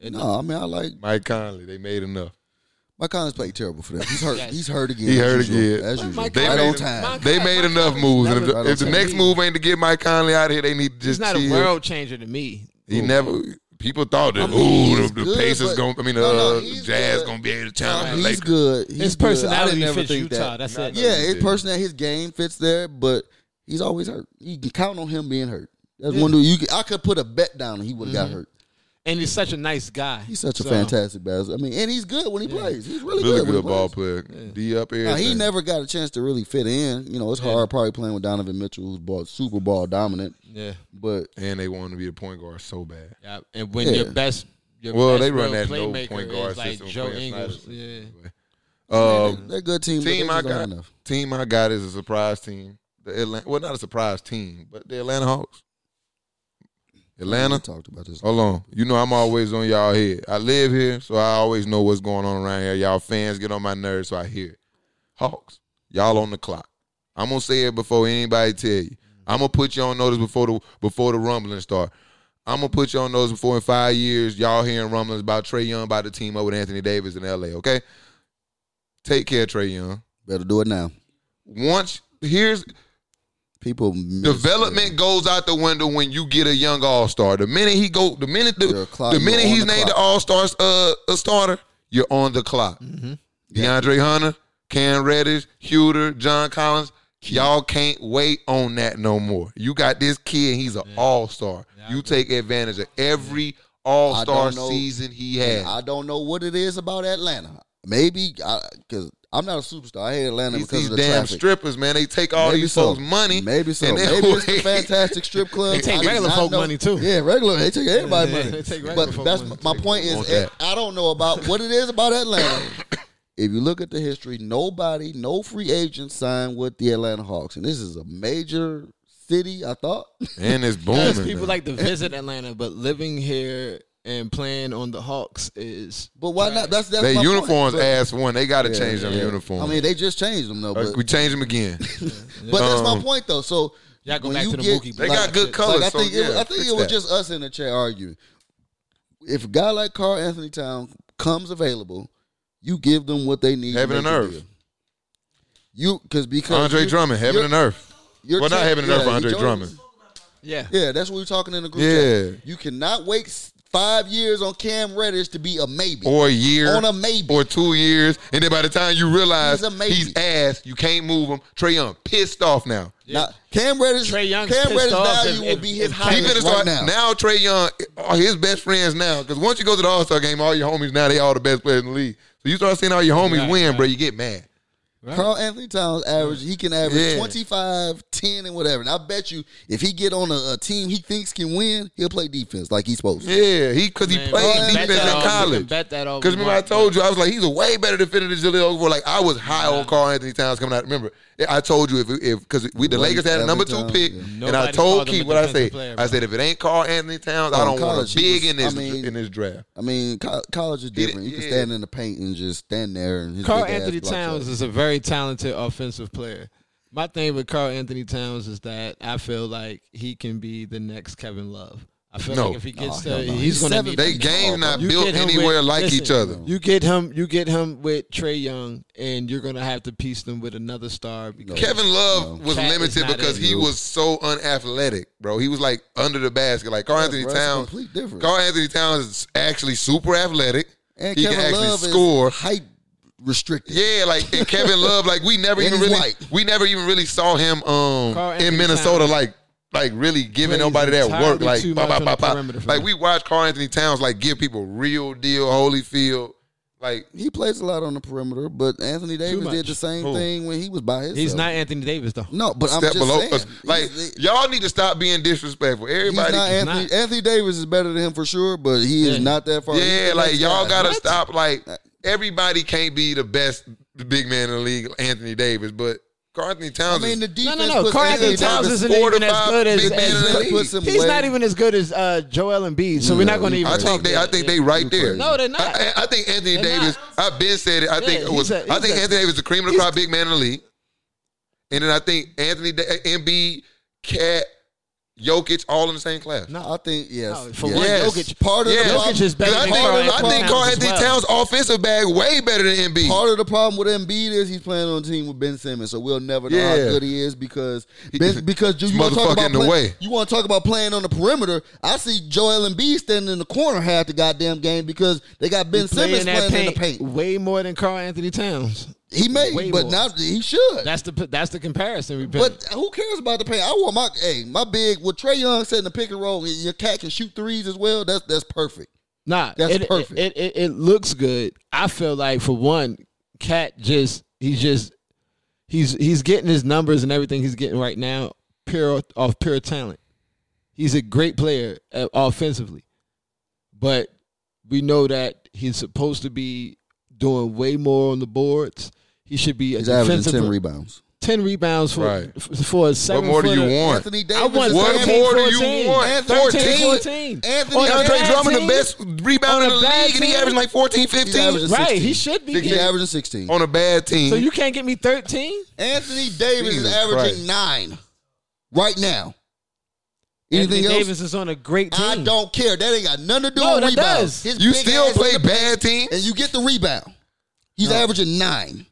Speaker 4: And
Speaker 3: no, I mean I like
Speaker 1: Mike Conley, they made enough.
Speaker 3: my Collins played terrible for them. He's hurt. He's hurt again.
Speaker 1: He hurt
Speaker 3: as usual,
Speaker 1: again.
Speaker 3: As
Speaker 4: Well,
Speaker 3: usual.
Speaker 4: Mike
Speaker 1: They
Speaker 3: right
Speaker 1: made
Speaker 3: on
Speaker 1: him-
Speaker 3: time.
Speaker 4: Mike-
Speaker 1: They
Speaker 4: Right,
Speaker 1: made
Speaker 4: Mike
Speaker 1: enough
Speaker 4: Conley,
Speaker 1: moves. And if
Speaker 4: that
Speaker 1: the,
Speaker 4: was-
Speaker 1: if the
Speaker 4: that was
Speaker 1: next
Speaker 4: me.
Speaker 1: move ain't to get Mike Conley out of here, they need to
Speaker 4: he's
Speaker 1: just
Speaker 4: not
Speaker 1: chill.
Speaker 4: a world changer to me.
Speaker 1: He never. People thought that
Speaker 3: I mean,
Speaker 1: ooh
Speaker 3: he's
Speaker 1: the, the
Speaker 3: good,
Speaker 1: Pacers
Speaker 3: but-
Speaker 1: going. to I mean
Speaker 3: No, no,
Speaker 1: uh,
Speaker 3: he's
Speaker 1: Jazz
Speaker 3: good.
Speaker 1: going to be able to challenge the
Speaker 3: He's
Speaker 1: Lakers.
Speaker 3: good. He's
Speaker 4: His
Speaker 3: good. I
Speaker 4: personality
Speaker 3: didn't ever
Speaker 4: fits
Speaker 3: think
Speaker 4: Utah.
Speaker 3: that.
Speaker 4: That's
Speaker 1: Not
Speaker 4: it.
Speaker 1: no-
Speaker 3: Yeah, his
Speaker 1: did.
Speaker 3: personality, his game fits there, but he's always hurt. You can count on him being hurt. That's one dude you could, I could put a bet down and he would have got hurt.
Speaker 4: And he's such a nice guy.
Speaker 3: He's such a
Speaker 4: Mm-hmm. So,
Speaker 3: fantastic basketball. I mean, and he's good when he plays. He's really,
Speaker 1: Really
Speaker 3: good. when
Speaker 1: good
Speaker 3: he
Speaker 1: ball
Speaker 3: plays.
Speaker 1: player. D up here.
Speaker 3: Now, he never got a chance to really fit in. You know, it's hard probably playing with Donovan Mitchell, who's ball, super ball dominant.
Speaker 4: Yeah,
Speaker 3: But
Speaker 1: And they want him to be a point guard so bad.
Speaker 4: yeah. And when
Speaker 3: Yeah.
Speaker 4: your best, your
Speaker 1: Well,
Speaker 4: best
Speaker 1: they run
Speaker 4: real
Speaker 1: that no
Speaker 4: playmaker
Speaker 1: point guard
Speaker 4: is like
Speaker 1: system.
Speaker 4: Joe
Speaker 1: Quinn Snyder.
Speaker 4: Ingles. Yeah.
Speaker 1: Um,
Speaker 3: they're a good team. but
Speaker 1: team
Speaker 3: they
Speaker 1: I
Speaker 3: just don't have
Speaker 1: got,
Speaker 3: enough.
Speaker 1: team I got is a surprise team. The Atlanta, well, not a surprise team, but the Atlanta Hawks.
Speaker 3: We
Speaker 1: Atlanta,
Speaker 3: talked about this.
Speaker 1: hold on. You know I'm always on y'all head. I live here, so I always know what's going on around here. Y'all fans get on my nerves, so I hear it. Hawks, y'all on the clock. I'm gonna say it before anybody tell you. I'm gonna put you on notice before the before the rumbling start. I'm gonna put you on notice before in five years y'all hearing rumblings about Trey Young about to team up with Anthony Davis in L.A. Okay, take care, Trey Young
Speaker 3: Better do it now.
Speaker 1: once here's
Speaker 3: People miss-
Speaker 1: development goes out the window when you get a young all star. The minute he go, the minute the,
Speaker 3: The clock-
Speaker 1: the minute
Speaker 3: you're on
Speaker 1: he's
Speaker 3: the
Speaker 1: named
Speaker 3: clock. Mm-hmm.
Speaker 1: the all stars uh, a starter, you're on the clock. DeAndre Hunter, Cam Reddish, Huter, John Collins. Y'all can't wait on that no more. You got this kid, he's an all star. you take advantage of every all
Speaker 3: I
Speaker 1: star
Speaker 3: don't know-
Speaker 1: season he
Speaker 3: And
Speaker 1: had.
Speaker 3: I don't know what it is about Atlanta. Maybe because I'm not a superstar. I hate Atlanta
Speaker 1: These,
Speaker 3: because
Speaker 1: these
Speaker 3: of the
Speaker 1: damn
Speaker 3: traffic.
Speaker 1: strippers, man, they take all
Speaker 3: Maybe
Speaker 1: these
Speaker 3: so.
Speaker 1: folks' money.
Speaker 3: Maybe so.
Speaker 1: and they
Speaker 3: Maybe it's the
Speaker 1: wait.
Speaker 3: fantastic strip club.
Speaker 4: They take
Speaker 3: I do
Speaker 4: regular
Speaker 3: not
Speaker 4: folk
Speaker 3: know.
Speaker 4: money, too.
Speaker 3: Yeah, regular. They take everybody
Speaker 4: Yeah,
Speaker 3: money.
Speaker 4: they take regular
Speaker 3: but
Speaker 4: folk
Speaker 3: that's
Speaker 4: money,
Speaker 3: my
Speaker 4: too.
Speaker 3: point
Speaker 1: Want
Speaker 3: is
Speaker 1: that.
Speaker 3: I don't know about what it is about Atlanta. if you look at the history, nobody, no free agent signed with the Atlanta Hawks, and this is a major city. I thought.
Speaker 1: and it's booming.
Speaker 4: Because people
Speaker 1: now.
Speaker 4: like to visit Atlanta, but living here and playing on the Hawks is
Speaker 3: But why not? That's that's
Speaker 1: They
Speaker 3: my point.
Speaker 1: uniforms
Speaker 3: But-
Speaker 1: ass one. They got to change them
Speaker 3: Yeah.
Speaker 1: uniforms.
Speaker 3: I mean, they just changed them though.
Speaker 1: Uh,
Speaker 3: But
Speaker 1: we change them again.
Speaker 3: But that's my
Speaker 1: Um,
Speaker 3: point though. So
Speaker 4: Y'all go
Speaker 3: when
Speaker 4: back
Speaker 3: you
Speaker 4: to the
Speaker 3: get-
Speaker 4: Mookie
Speaker 1: They
Speaker 4: Like-
Speaker 1: got good
Speaker 4: like,
Speaker 1: colors.
Speaker 3: I think
Speaker 1: so,
Speaker 3: it was,
Speaker 1: yeah,
Speaker 3: I think
Speaker 1: fix
Speaker 3: it was
Speaker 1: that.
Speaker 3: just us in the chair arguing. If a guy like Carl Anthony Town comes available, you give them what they need. to
Speaker 1: Heaven and
Speaker 3: make a
Speaker 1: earth.
Speaker 3: deal. You cause because
Speaker 1: Andre
Speaker 3: you,
Speaker 1: Drummond, heaven
Speaker 3: you're-
Speaker 1: and earth.
Speaker 3: you're
Speaker 1: Well, not
Speaker 3: check-
Speaker 1: heaven and earth
Speaker 3: yeah,
Speaker 1: for Andre
Speaker 3: you told
Speaker 1: Drummond.
Speaker 3: us.
Speaker 4: yeah.
Speaker 3: Yeah, that's what we were talking in the group.
Speaker 1: Yeah.
Speaker 3: chat. you cannot wait s- five years on Cam Reddish to be a maybe
Speaker 1: Or a year.
Speaker 3: on a maybe.
Speaker 1: or two years, and then by the time you realize
Speaker 3: He's a maybe.
Speaker 1: he's ass, you can't move him. Trey Young pissed off now.
Speaker 3: Now, Cam Reddish,
Speaker 4: Trae Young's
Speaker 3: Cam
Speaker 4: pissed
Speaker 3: Reddish
Speaker 4: off
Speaker 3: value
Speaker 4: if-
Speaker 3: will
Speaker 4: if-
Speaker 3: be his
Speaker 4: if-
Speaker 1: He
Speaker 3: highest
Speaker 1: finna
Speaker 3: right
Speaker 1: start
Speaker 3: now.
Speaker 1: Trey Young are his best friends now because once you go to the All Star game, all your homies now they all the best players in the league. So you start seeing all your homies
Speaker 4: Right,
Speaker 1: win,
Speaker 4: right.
Speaker 1: bro. You get mad.
Speaker 3: Carl Anthony Towns average, he can average
Speaker 1: Yeah.
Speaker 3: 25, 10, and whatever. And I bet you if he get on a, a team he thinks can win, he'll play defense like he's supposed to.
Speaker 1: Yeah, he because he
Speaker 4: Man,
Speaker 1: played
Speaker 4: we can bet
Speaker 1: defense in
Speaker 4: that all- we can
Speaker 1: college.
Speaker 4: Bet that all.
Speaker 1: Because
Speaker 4: we
Speaker 1: remember, I
Speaker 4: Oh, want,
Speaker 1: told you, I was like, he's a way better defender than Jaleel Okafor. Like, I was high on Carl Anthony Towns coming out. Remember, I told you, if if because we the
Speaker 3: Wasn't
Speaker 1: Lakers had a
Speaker 3: Evan
Speaker 1: number two
Speaker 3: Towns,
Speaker 1: pick,
Speaker 3: yeah.
Speaker 1: and I
Speaker 4: Nobody
Speaker 1: told
Speaker 4: called him
Speaker 1: Keith
Speaker 4: a
Speaker 1: what I
Speaker 4: defensive
Speaker 1: said.
Speaker 4: player,
Speaker 1: I
Speaker 4: bro.
Speaker 1: said, if it ain't Carl Anthony Towns,
Speaker 3: Oh,
Speaker 1: I
Speaker 3: in
Speaker 1: don't want
Speaker 3: college,
Speaker 1: a
Speaker 3: he
Speaker 1: big
Speaker 3: was-
Speaker 1: in this
Speaker 3: I mean-
Speaker 1: in this draft.
Speaker 3: I mean, co- college is
Speaker 1: did-
Speaker 3: different. You
Speaker 1: yeah.
Speaker 3: can stand in the paint and just stand there. And his
Speaker 4: Carl
Speaker 3: big ass
Speaker 4: Anthony
Speaker 3: blocks
Speaker 4: Towns
Speaker 3: up.
Speaker 4: is a very talented offensive player. My thing with Carl Anthony Towns is that I feel like he can be the next Kevin Love. I feel
Speaker 1: No.
Speaker 4: like if he gets
Speaker 3: No,
Speaker 4: there,
Speaker 3: hell no.
Speaker 4: he's going to
Speaker 3: Seven
Speaker 4: be.
Speaker 1: They
Speaker 3: No,
Speaker 1: game
Speaker 3: bro.
Speaker 1: not
Speaker 4: You
Speaker 1: built
Speaker 4: get him
Speaker 1: anywhere
Speaker 4: with-
Speaker 1: like
Speaker 4: listen,
Speaker 1: each other.
Speaker 4: You get him. You get him with Trey Young, and you're going to have to piece them with another star. Because
Speaker 1: Kevin Love was
Speaker 4: Cat is
Speaker 1: limited
Speaker 4: not
Speaker 1: because
Speaker 4: it,
Speaker 1: he
Speaker 4: dude.
Speaker 1: was so unathletic, bro. He was like under the basket. Like Carl Anthony
Speaker 3: bro, it's a
Speaker 1: Towns,
Speaker 3: complete difference.
Speaker 1: Carl Anthony Towns is actually super athletic.
Speaker 3: And
Speaker 1: he
Speaker 3: Kevin
Speaker 1: can actually
Speaker 3: Love
Speaker 1: score.
Speaker 3: is height restricted.
Speaker 1: Yeah, like and Kevin Love, like we never
Speaker 3: And
Speaker 1: even
Speaker 3: he's
Speaker 1: really
Speaker 3: white.
Speaker 1: we never even really saw him
Speaker 4: Carl
Speaker 1: um in
Speaker 4: Anthony
Speaker 1: Minnesota
Speaker 4: Towns.
Speaker 1: like like really giving
Speaker 4: Plays
Speaker 1: nobody that
Speaker 4: entirely
Speaker 1: work like
Speaker 4: too
Speaker 1: bah,
Speaker 4: much
Speaker 1: bah,
Speaker 4: on
Speaker 1: bah,
Speaker 4: the
Speaker 1: bah.
Speaker 4: perimeter for
Speaker 1: like
Speaker 4: me.
Speaker 1: we watch Carl Anthony Towns like give people real deal Holyfield like
Speaker 3: He plays a lot on the perimeter, but Anthony Davis
Speaker 4: much.
Speaker 3: did the same
Speaker 1: Who?
Speaker 3: thing when he was by himself.
Speaker 4: he's not Anthony Davis though.
Speaker 3: No, but I'm
Speaker 1: step
Speaker 3: just
Speaker 1: below
Speaker 3: saying.
Speaker 1: us like
Speaker 3: He's-
Speaker 1: y'all need to stop being disrespectful
Speaker 3: He's not
Speaker 1: everybody
Speaker 3: Anthony.
Speaker 4: not.
Speaker 3: Anthony Davis is better than him for sure, but he is
Speaker 4: Yeah.
Speaker 3: not Uh, that far. He's
Speaker 1: yeah
Speaker 3: the
Speaker 1: like
Speaker 3: next
Speaker 1: y'all
Speaker 3: guy.
Speaker 1: gotta stop like everybody can't be the best big man in the league Anthony Davis but Carl Anthony
Speaker 3: I
Speaker 1: Towns
Speaker 3: mean, the
Speaker 1: is
Speaker 4: No,
Speaker 3: defense.
Speaker 4: no, no.
Speaker 3: puts
Speaker 4: Carl
Speaker 1: Anthony
Speaker 4: Anthony Towns
Speaker 1: Davis
Speaker 4: isn't
Speaker 1: four to
Speaker 4: even as
Speaker 1: five
Speaker 4: good as.
Speaker 1: big men in the
Speaker 4: as
Speaker 1: league.
Speaker 3: Puts him
Speaker 4: he's
Speaker 3: way-
Speaker 4: not even as good as uh, Joel Embiid, so we're not going to even
Speaker 1: I
Speaker 4: talk.
Speaker 1: think they, I
Speaker 4: about
Speaker 1: think
Speaker 4: it.
Speaker 1: they right there.
Speaker 4: No, they're not.
Speaker 1: I, I think Anthony
Speaker 4: They're
Speaker 1: Davis. I've been said it. I think
Speaker 4: Yeah,
Speaker 1: it was.
Speaker 4: he's a-
Speaker 1: I
Speaker 4: he's
Speaker 1: think
Speaker 4: a-
Speaker 1: Anthony Davis is the cream of the crop, big man in the league. And then I think Anthony Da- Embiid, Cat, Jokic, all in the same class.
Speaker 4: No.
Speaker 3: I think yes.
Speaker 4: No, Oh, for
Speaker 3: yes.
Speaker 4: one,
Speaker 1: Yes.
Speaker 4: Jokic.
Speaker 3: Part of
Speaker 1: Yes.
Speaker 3: the problem,
Speaker 4: Jokic is
Speaker 1: Because
Speaker 4: better
Speaker 1: I
Speaker 4: than
Speaker 1: think,
Speaker 4: Carl
Speaker 1: I think Carl
Speaker 4: Anthony Towns as
Speaker 1: Anthony
Speaker 4: well.
Speaker 1: Towns' offensive bag way better than Embiid.
Speaker 3: Part of the problem with Embiid is he's playing on a team with Ben Simmons, so we'll never know
Speaker 1: Yeah.
Speaker 3: how good he is because ben, because you,
Speaker 1: This
Speaker 3: you want to
Speaker 1: motherfucker
Speaker 3: talk about
Speaker 1: in the
Speaker 3: play-
Speaker 1: way.
Speaker 3: you want to talk about playing on the perimeter. I see Joel Embiid standing in the corner half the goddamn game because they got Ben Simmons
Speaker 4: Playing that
Speaker 3: playing in the paint.
Speaker 4: way more than Carl Anthony Towns.
Speaker 3: He may,
Speaker 4: Way
Speaker 3: but
Speaker 4: more.
Speaker 3: not he should.
Speaker 4: That's the that's the comparison we put.
Speaker 3: But who cares about the paint? I want my hey, my big with Trey Young setting the pick and roll and your cat can shoot threes as well. That's that's perfect.
Speaker 4: Nah,
Speaker 3: That's
Speaker 4: it,
Speaker 3: perfect.
Speaker 4: It, it, it, it looks good. I feel like for one, Cat just he's just he's he's getting his numbers and everything he's getting right now pure off pure talent. He's a great player uh, offensively, but we know that he's supposed to be doing way more on the boards. He should be a
Speaker 3: He's averaging
Speaker 4: defensive
Speaker 3: ten rebounds.
Speaker 4: 10 rebounds for
Speaker 1: Right.
Speaker 4: f- for a
Speaker 1: what
Speaker 4: seven.
Speaker 1: more do you
Speaker 4: footer.
Speaker 1: want?
Speaker 3: Anthony Davis.
Speaker 4: I want
Speaker 3: is
Speaker 1: What
Speaker 3: averaging-
Speaker 4: 13,
Speaker 1: more do you
Speaker 4: 14.
Speaker 1: want?
Speaker 4: 13,
Speaker 1: 14?
Speaker 4: 14.
Speaker 3: Anthony
Speaker 4: On a
Speaker 1: DeAndre
Speaker 4: bad
Speaker 1: Drummond, the
Speaker 4: team?
Speaker 1: best
Speaker 4: On
Speaker 1: rebounder
Speaker 4: a
Speaker 1: in the
Speaker 4: bad
Speaker 1: league, and he
Speaker 4: team?
Speaker 1: averaging like 14,
Speaker 3: He's
Speaker 1: 15
Speaker 3: averaging
Speaker 4: Right,
Speaker 3: 16.
Speaker 4: he should be.
Speaker 3: He's averaging sixteen.
Speaker 1: on a bad team.
Speaker 4: So you can't get me 13?
Speaker 3: Anthony Davis
Speaker 1: Jesus
Speaker 3: is averaging
Speaker 1: Christ.
Speaker 3: nine right now. Anything
Speaker 4: Anthony
Speaker 3: else?
Speaker 4: Davis is on a great team.
Speaker 3: I don't care. That ain't got nothing to do
Speaker 4: No,
Speaker 3: with
Speaker 4: that
Speaker 3: rebounds.
Speaker 4: does.
Speaker 3: His
Speaker 1: You
Speaker 3: big
Speaker 1: still
Speaker 3: ass in
Speaker 1: play
Speaker 3: the paint,
Speaker 1: bad teams.
Speaker 3: and you get the rebound. He's averaging nine.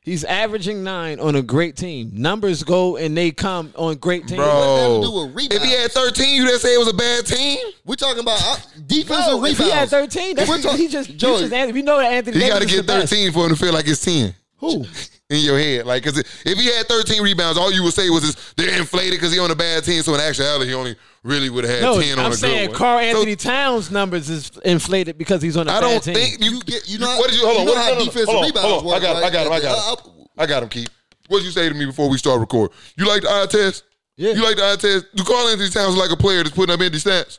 Speaker 4: He's averaging nine on a great team. Numbers go and they come on great teams.
Speaker 3: What that
Speaker 1: Bro,
Speaker 3: do with
Speaker 1: if he had
Speaker 3: rebounds?
Speaker 1: 13, you didn't say it was a bad team.
Speaker 3: We're talking about uh, defensive
Speaker 4: No,
Speaker 3: rebounds.
Speaker 4: if he had 13, that's
Speaker 3: We're
Speaker 4: just,
Speaker 3: talking-
Speaker 4: he just,
Speaker 3: Joey,
Speaker 4: he just- we know that Anthony
Speaker 1: He got to
Speaker 4: Davis is
Speaker 1: get
Speaker 4: the best.
Speaker 1: 13 for him to feel like it's 10.
Speaker 7: Who?
Speaker 1: in your head. Like, because if he had 13 rebounds, all you would say was is, they're inflated because he on a bad team. So in actuality, he only really would have had
Speaker 4: No,
Speaker 1: 10 on
Speaker 4: I'm
Speaker 1: a
Speaker 4: saying
Speaker 1: good one.
Speaker 4: Carl
Speaker 1: So
Speaker 4: Anthony Towns numbers is inflated because he's on a
Speaker 1: I
Speaker 4: bad
Speaker 1: don't
Speaker 4: team.
Speaker 1: think you,
Speaker 3: get-
Speaker 1: get.
Speaker 3: you
Speaker 1: You
Speaker 3: know
Speaker 1: know
Speaker 3: how-
Speaker 1: what did you? Hold
Speaker 3: you
Speaker 1: on.
Speaker 3: know
Speaker 1: what-
Speaker 3: how
Speaker 1: no, no, no,
Speaker 3: defensive
Speaker 1: hold on,
Speaker 3: rebounds
Speaker 1: hold on. I
Speaker 3: work,
Speaker 1: got. him, I
Speaker 3: right?
Speaker 1: got him. I
Speaker 3: Uh,
Speaker 1: got him. I got him. Keith, what did you say to me before we start recording? You like the eye test?
Speaker 4: Yeah.
Speaker 1: You like the eye test? Do Carl Anthony Towns like a player that's putting up empty stats?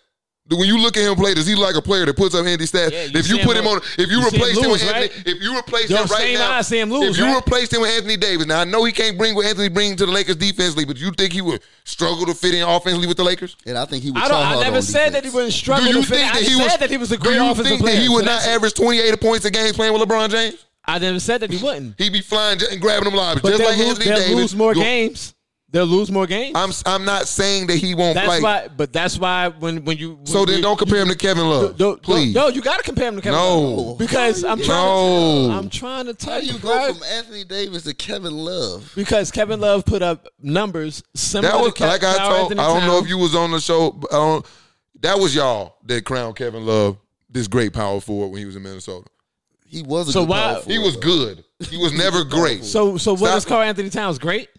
Speaker 1: Do- When you look at him play, does he like a player that puts up empty stats?
Speaker 4: Yeah, you
Speaker 1: if you
Speaker 4: see him
Speaker 1: put him
Speaker 4: on-
Speaker 1: on, if you,
Speaker 4: you see him
Speaker 1: replace him, with
Speaker 4: lose,
Speaker 1: Anthony,
Speaker 4: right?
Speaker 1: if you replace
Speaker 4: Your
Speaker 1: him right
Speaker 4: same
Speaker 1: now,
Speaker 4: eye see him lose,
Speaker 1: if you
Speaker 4: right?
Speaker 1: replaced him with Anthony Davis, now I know he can't bring what Anthony bring to the Lakers defensively, but you think he would struggle to fit in offensively with the Lakers?
Speaker 3: And I think he was.
Speaker 4: I, don't, I never said that he
Speaker 3: was.
Speaker 4: wouldn't struggle.
Speaker 1: do you
Speaker 4: to fit.
Speaker 1: think
Speaker 4: I
Speaker 1: that he
Speaker 4: said
Speaker 1: was?
Speaker 4: that he was a
Speaker 1: do
Speaker 4: great
Speaker 1: you
Speaker 4: offensive
Speaker 1: think
Speaker 4: player.
Speaker 1: that he
Speaker 4: So
Speaker 1: would not
Speaker 4: that's-
Speaker 1: average twenty eight points a game playing with LeBron James?
Speaker 4: I never said that he wouldn't.
Speaker 1: He be flying j- and grabbing them lobs
Speaker 4: But
Speaker 1: just
Speaker 4: they'll,
Speaker 1: like
Speaker 4: lose,
Speaker 1: Anthony
Speaker 4: they'll
Speaker 1: Davis.
Speaker 4: lose more
Speaker 1: Go-
Speaker 4: games. They'll lose more games.
Speaker 1: I'm s- I'm not saying that he won't
Speaker 4: that's
Speaker 1: play.
Speaker 4: why. But that's why when when you
Speaker 1: so
Speaker 4: when
Speaker 1: then
Speaker 4: you-
Speaker 1: don't compare him to Kevin Love,
Speaker 4: don't- don't-
Speaker 1: please.
Speaker 4: No, you got to compare him to Kevin.
Speaker 1: No.
Speaker 4: Love. because I'm trying. To,
Speaker 1: No.
Speaker 4: I'm trying to tell
Speaker 3: How do
Speaker 4: you,
Speaker 3: you
Speaker 4: bro.
Speaker 3: go from Anthony Davis to Kevin Love?
Speaker 4: because Kevin Love put up numbers similar
Speaker 1: that was
Speaker 4: to Kev-
Speaker 1: like I
Speaker 4: Carl
Speaker 1: told.
Speaker 4: Anthony
Speaker 1: I don't know
Speaker 4: Towns.
Speaker 1: if you was on the show. But I don't, that was y'all that crowned Kevin Love this great power forward when he was in Minnesota.
Speaker 3: He was a
Speaker 4: So
Speaker 3: good
Speaker 4: why-
Speaker 3: power
Speaker 1: He
Speaker 3: forward,
Speaker 1: was
Speaker 3: though.
Speaker 1: good. He was never great.
Speaker 4: So so what
Speaker 1: Stop.
Speaker 4: is Carl Anthony Towns great?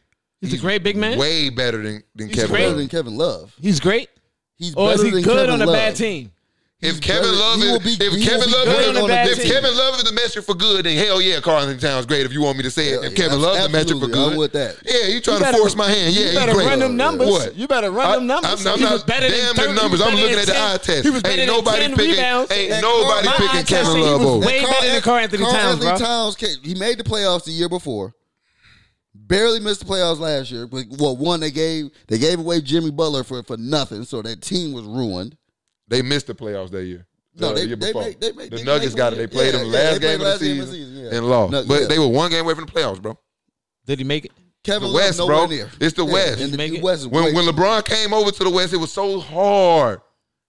Speaker 4: He's, a great big man.
Speaker 1: Way better than, than
Speaker 4: He's
Speaker 1: Kevin
Speaker 4: great.
Speaker 3: better
Speaker 1: Love.
Speaker 3: than Kevin Love.
Speaker 4: He's great,
Speaker 3: He's
Speaker 4: or is
Speaker 3: better
Speaker 4: he
Speaker 3: than
Speaker 4: good
Speaker 3: Kevin
Speaker 4: on a
Speaker 3: Love.
Speaker 4: bad team?
Speaker 1: If
Speaker 3: better-
Speaker 1: Kevin Love
Speaker 3: he will
Speaker 1: is,
Speaker 3: be- he
Speaker 1: if
Speaker 3: will
Speaker 1: Kevin
Speaker 3: be
Speaker 1: Love
Speaker 4: good
Speaker 1: is,
Speaker 4: on a bad
Speaker 1: if
Speaker 4: team.
Speaker 1: Kevin Love is the metric for good, then hell yeah, Carl Anthony Towns great. If you want me to say it,
Speaker 3: Yeah,
Speaker 1: if Kevin
Speaker 3: abs-
Speaker 1: Love is the metric for
Speaker 3: absolutely. I'm
Speaker 1: good,
Speaker 3: with that.
Speaker 1: Yeah, you trying
Speaker 4: You better-
Speaker 1: to force my hand? Yeah,
Speaker 4: you better
Speaker 1: he great.
Speaker 4: run them numbers.
Speaker 1: What?
Speaker 4: You better run them numbers.
Speaker 1: I'm, I'm
Speaker 4: He was
Speaker 1: not
Speaker 4: better than
Speaker 1: damn
Speaker 4: thirty-
Speaker 1: them numbers.
Speaker 4: he was
Speaker 1: I'm looking at
Speaker 4: better than
Speaker 1: the eye
Speaker 4: 10
Speaker 1: test.
Speaker 4: He was better
Speaker 1: ain't
Speaker 4: than
Speaker 1: nobody
Speaker 4: 10
Speaker 1: picking.
Speaker 4: rebounds.
Speaker 1: Ain't
Speaker 3: That
Speaker 1: nobody
Speaker 3: Carl- my
Speaker 1: picking
Speaker 4: eye test said
Speaker 1: Kevin
Speaker 4: he
Speaker 1: Love
Speaker 4: was
Speaker 1: over.
Speaker 4: way better than Carl Anthony
Speaker 3: Carl
Speaker 4: Towns,
Speaker 3: Anthony
Speaker 4: bro.
Speaker 3: Towns came, he made the playoffs the year before. Barely missed the playoffs last year. But well, one they gave they gave away Jimmy Butler for, for nothing, so that team was ruined.
Speaker 1: They missed the playoffs that year.
Speaker 3: No,
Speaker 1: The
Speaker 3: they-
Speaker 1: year
Speaker 3: they
Speaker 1: before.
Speaker 3: make- they make-
Speaker 1: the
Speaker 3: they
Speaker 1: Nuggets
Speaker 3: make
Speaker 1: got it.
Speaker 3: one
Speaker 1: They
Speaker 3: year.
Speaker 1: played
Speaker 3: Yeah,
Speaker 1: them
Speaker 3: yeah, they
Speaker 1: last
Speaker 3: played
Speaker 1: game of the
Speaker 3: last game
Speaker 1: season,
Speaker 3: of the season, yeah.
Speaker 1: and lost.
Speaker 3: Nug-
Speaker 1: but
Speaker 3: yeah.
Speaker 1: they were one game away from the playoffs, bro.
Speaker 4: Did he make it?
Speaker 3: Kevin
Speaker 1: The
Speaker 3: Love
Speaker 1: West,
Speaker 3: nowhere
Speaker 1: bro.
Speaker 3: near.
Speaker 1: It's the
Speaker 3: Yeah,
Speaker 1: West.
Speaker 3: And the
Speaker 4: Make it.
Speaker 3: West is way-
Speaker 1: When when LeBron came over to the West, it was so hard.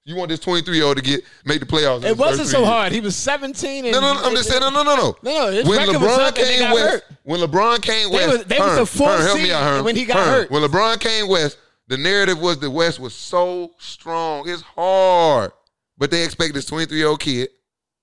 Speaker 1: You want this 23 year old to get make the playoffs? in
Speaker 4: It
Speaker 1: his first
Speaker 4: wasn't
Speaker 1: three
Speaker 4: so
Speaker 1: years.
Speaker 4: hard. He was 17. And
Speaker 1: No, no, no, I'm just saying, no, no, no, no.
Speaker 4: No, no, his
Speaker 1: When
Speaker 4: record was
Speaker 1: LeBron
Speaker 4: up and they
Speaker 1: came
Speaker 4: got
Speaker 1: west,
Speaker 4: hurt.
Speaker 1: when LeBron came
Speaker 4: They
Speaker 1: west,
Speaker 4: was- they was
Speaker 1: Herm,
Speaker 4: the fourth
Speaker 1: Herm, help me
Speaker 4: seed
Speaker 1: out, Herm.
Speaker 4: when he got
Speaker 1: Herm,
Speaker 4: hurt.
Speaker 1: When LeBron came west, the narrative was the West was so strong. It's hard, but they expect this 23 year old kid,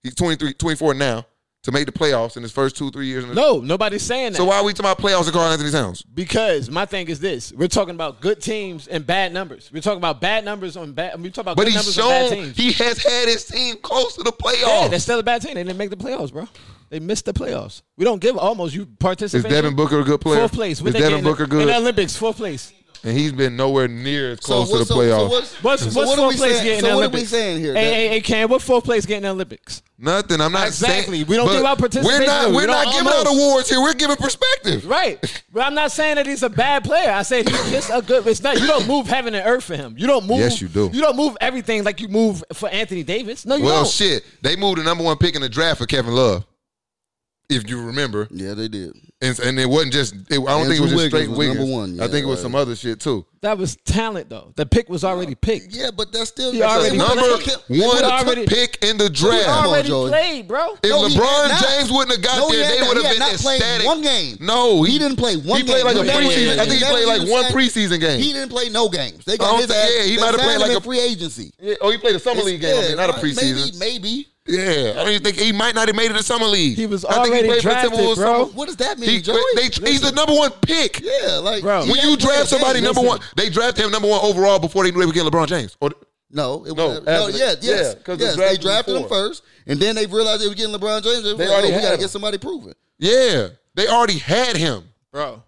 Speaker 1: he's 23, 24 now, to make the playoffs in his first two, three years. In the,
Speaker 4: No, nobody's saying that.
Speaker 1: So why are we talking about playoffs with Carl Anthony Towns?
Speaker 4: Because my thing is this: we're talking about good teams and bad numbers. We're talking about bad numbers on bad. We're talking about
Speaker 1: But
Speaker 4: good
Speaker 1: he's
Speaker 4: numbers on bad
Speaker 1: shown
Speaker 4: teams.
Speaker 1: he has had his team close to the
Speaker 4: yeah,
Speaker 1: playoffs.
Speaker 4: they're still a bad team. They didn't make the playoffs, bro. They missed the playoffs. We don't give almost. You
Speaker 1: is
Speaker 4: participate.
Speaker 1: Devin Booker a good player?
Speaker 4: Fourth place. What
Speaker 1: Is
Speaker 4: they get
Speaker 1: Devin
Speaker 4: in the-
Speaker 1: Booker
Speaker 4: in
Speaker 1: good?
Speaker 4: the Olympics? Fourth place.
Speaker 1: and he's been nowhere near as close to
Speaker 3: what's-
Speaker 1: the playoffs.
Speaker 3: what's-
Speaker 4: What's,
Speaker 3: so
Speaker 4: what's
Speaker 3: what are
Speaker 4: fourth
Speaker 3: we
Speaker 4: place
Speaker 3: saying-
Speaker 4: getting
Speaker 3: so
Speaker 4: in
Speaker 3: what
Speaker 4: the
Speaker 3: are we
Speaker 4: Olympics?
Speaker 3: saying here?
Speaker 4: Hey,
Speaker 3: That-
Speaker 4: hey, hey, Cam, what fourth place getting in the Olympics?
Speaker 1: Nothing. I'm not
Speaker 4: Exactly.
Speaker 1: Saying,
Speaker 4: We don't
Speaker 1: but
Speaker 4: think about participation.
Speaker 1: We're not.
Speaker 4: We
Speaker 1: We're
Speaker 4: don't
Speaker 1: not giving out
Speaker 4: almost.
Speaker 1: awards here. We're giving perspective.
Speaker 4: Right. But I'm not saying that he's a bad player. I said he's just a good. It's not. You don't move heaven and earth for him. You don't move.
Speaker 1: Yes, you do.
Speaker 4: You don't move everything like you move for Anthony Davis. No, you
Speaker 1: Well,
Speaker 4: don't.
Speaker 1: shit. They moved the number one pick in the draft for Kevin Love. If you remember,
Speaker 3: Yeah, they did.
Speaker 1: and, and it wasn't just. It, I don't think it
Speaker 3: Andrew
Speaker 1: was just
Speaker 3: Wiggins
Speaker 1: straight
Speaker 3: was
Speaker 1: Wiggins.
Speaker 3: number one,
Speaker 1: I
Speaker 3: yeah,
Speaker 1: think it was
Speaker 3: like-
Speaker 1: some other shit too.
Speaker 4: That was talent, though. The pick was already picked.
Speaker 3: Yeah, but that's still
Speaker 4: He
Speaker 3: that's
Speaker 4: already-
Speaker 1: The
Speaker 3: still-
Speaker 4: would've
Speaker 1: number
Speaker 4: took him- they
Speaker 1: one
Speaker 4: would've already-
Speaker 1: pick in the
Speaker 4: He
Speaker 1: draft.
Speaker 3: on,
Speaker 4: already
Speaker 3: Joey.
Speaker 4: played, bro.
Speaker 1: If
Speaker 3: No, he had
Speaker 1: LeBron
Speaker 3: not.
Speaker 1: James wouldn't have got
Speaker 3: No, he
Speaker 1: there,
Speaker 3: had
Speaker 1: they
Speaker 3: not.
Speaker 1: would have
Speaker 3: He had
Speaker 1: been
Speaker 3: not played
Speaker 1: ecstatic.
Speaker 3: one game.
Speaker 1: No,
Speaker 3: He didn't play one
Speaker 1: He played
Speaker 3: game.
Speaker 1: like
Speaker 3: You
Speaker 1: a
Speaker 3: never
Speaker 1: preseason.
Speaker 3: even-
Speaker 1: I think he
Speaker 3: you never
Speaker 1: played like
Speaker 3: even
Speaker 1: one
Speaker 3: signed-
Speaker 1: preseason game.
Speaker 3: He didn't play no games. They
Speaker 1: I
Speaker 3: got
Speaker 1: don't
Speaker 3: his
Speaker 1: think-
Speaker 3: ass.
Speaker 1: yeah, he
Speaker 3: they
Speaker 1: might have played
Speaker 3: signed
Speaker 1: like
Speaker 3: him in
Speaker 1: a-
Speaker 3: free agency.
Speaker 1: Yeah, oh, he played a summer league game, I mean, not a
Speaker 3: right,
Speaker 1: preseason.
Speaker 3: Maybe, maybe.
Speaker 1: Yeah, I don't even think he might not have made it to summer league.
Speaker 4: He was
Speaker 1: I think
Speaker 4: already
Speaker 1: played for
Speaker 4: drafted,
Speaker 1: Timberwolves
Speaker 4: bro.
Speaker 1: summer-
Speaker 3: What does that mean,
Speaker 1: He,
Speaker 3: Joey?
Speaker 1: they, he's the number one pick.
Speaker 3: yeah, like
Speaker 4: Bro.
Speaker 3: he
Speaker 1: When
Speaker 3: had
Speaker 1: you
Speaker 3: to play
Speaker 1: draft
Speaker 3: a game.
Speaker 1: somebody number one, they draft him number one overall before they knew they would get LeBron James. Or,
Speaker 3: No, it
Speaker 1: No,
Speaker 3: was no,
Speaker 1: after-
Speaker 3: yeah, yes,
Speaker 1: yeah, 'cause they
Speaker 3: yes. They
Speaker 1: drafted
Speaker 3: drafted him
Speaker 1: before.
Speaker 3: first, and then they realized they were getting LeBron James. They, were
Speaker 1: They
Speaker 3: like,
Speaker 1: already
Speaker 3: oh,
Speaker 1: had
Speaker 3: we got to
Speaker 1: him.
Speaker 3: get somebody proven.
Speaker 1: yeah, they already had him.
Speaker 4: Bro,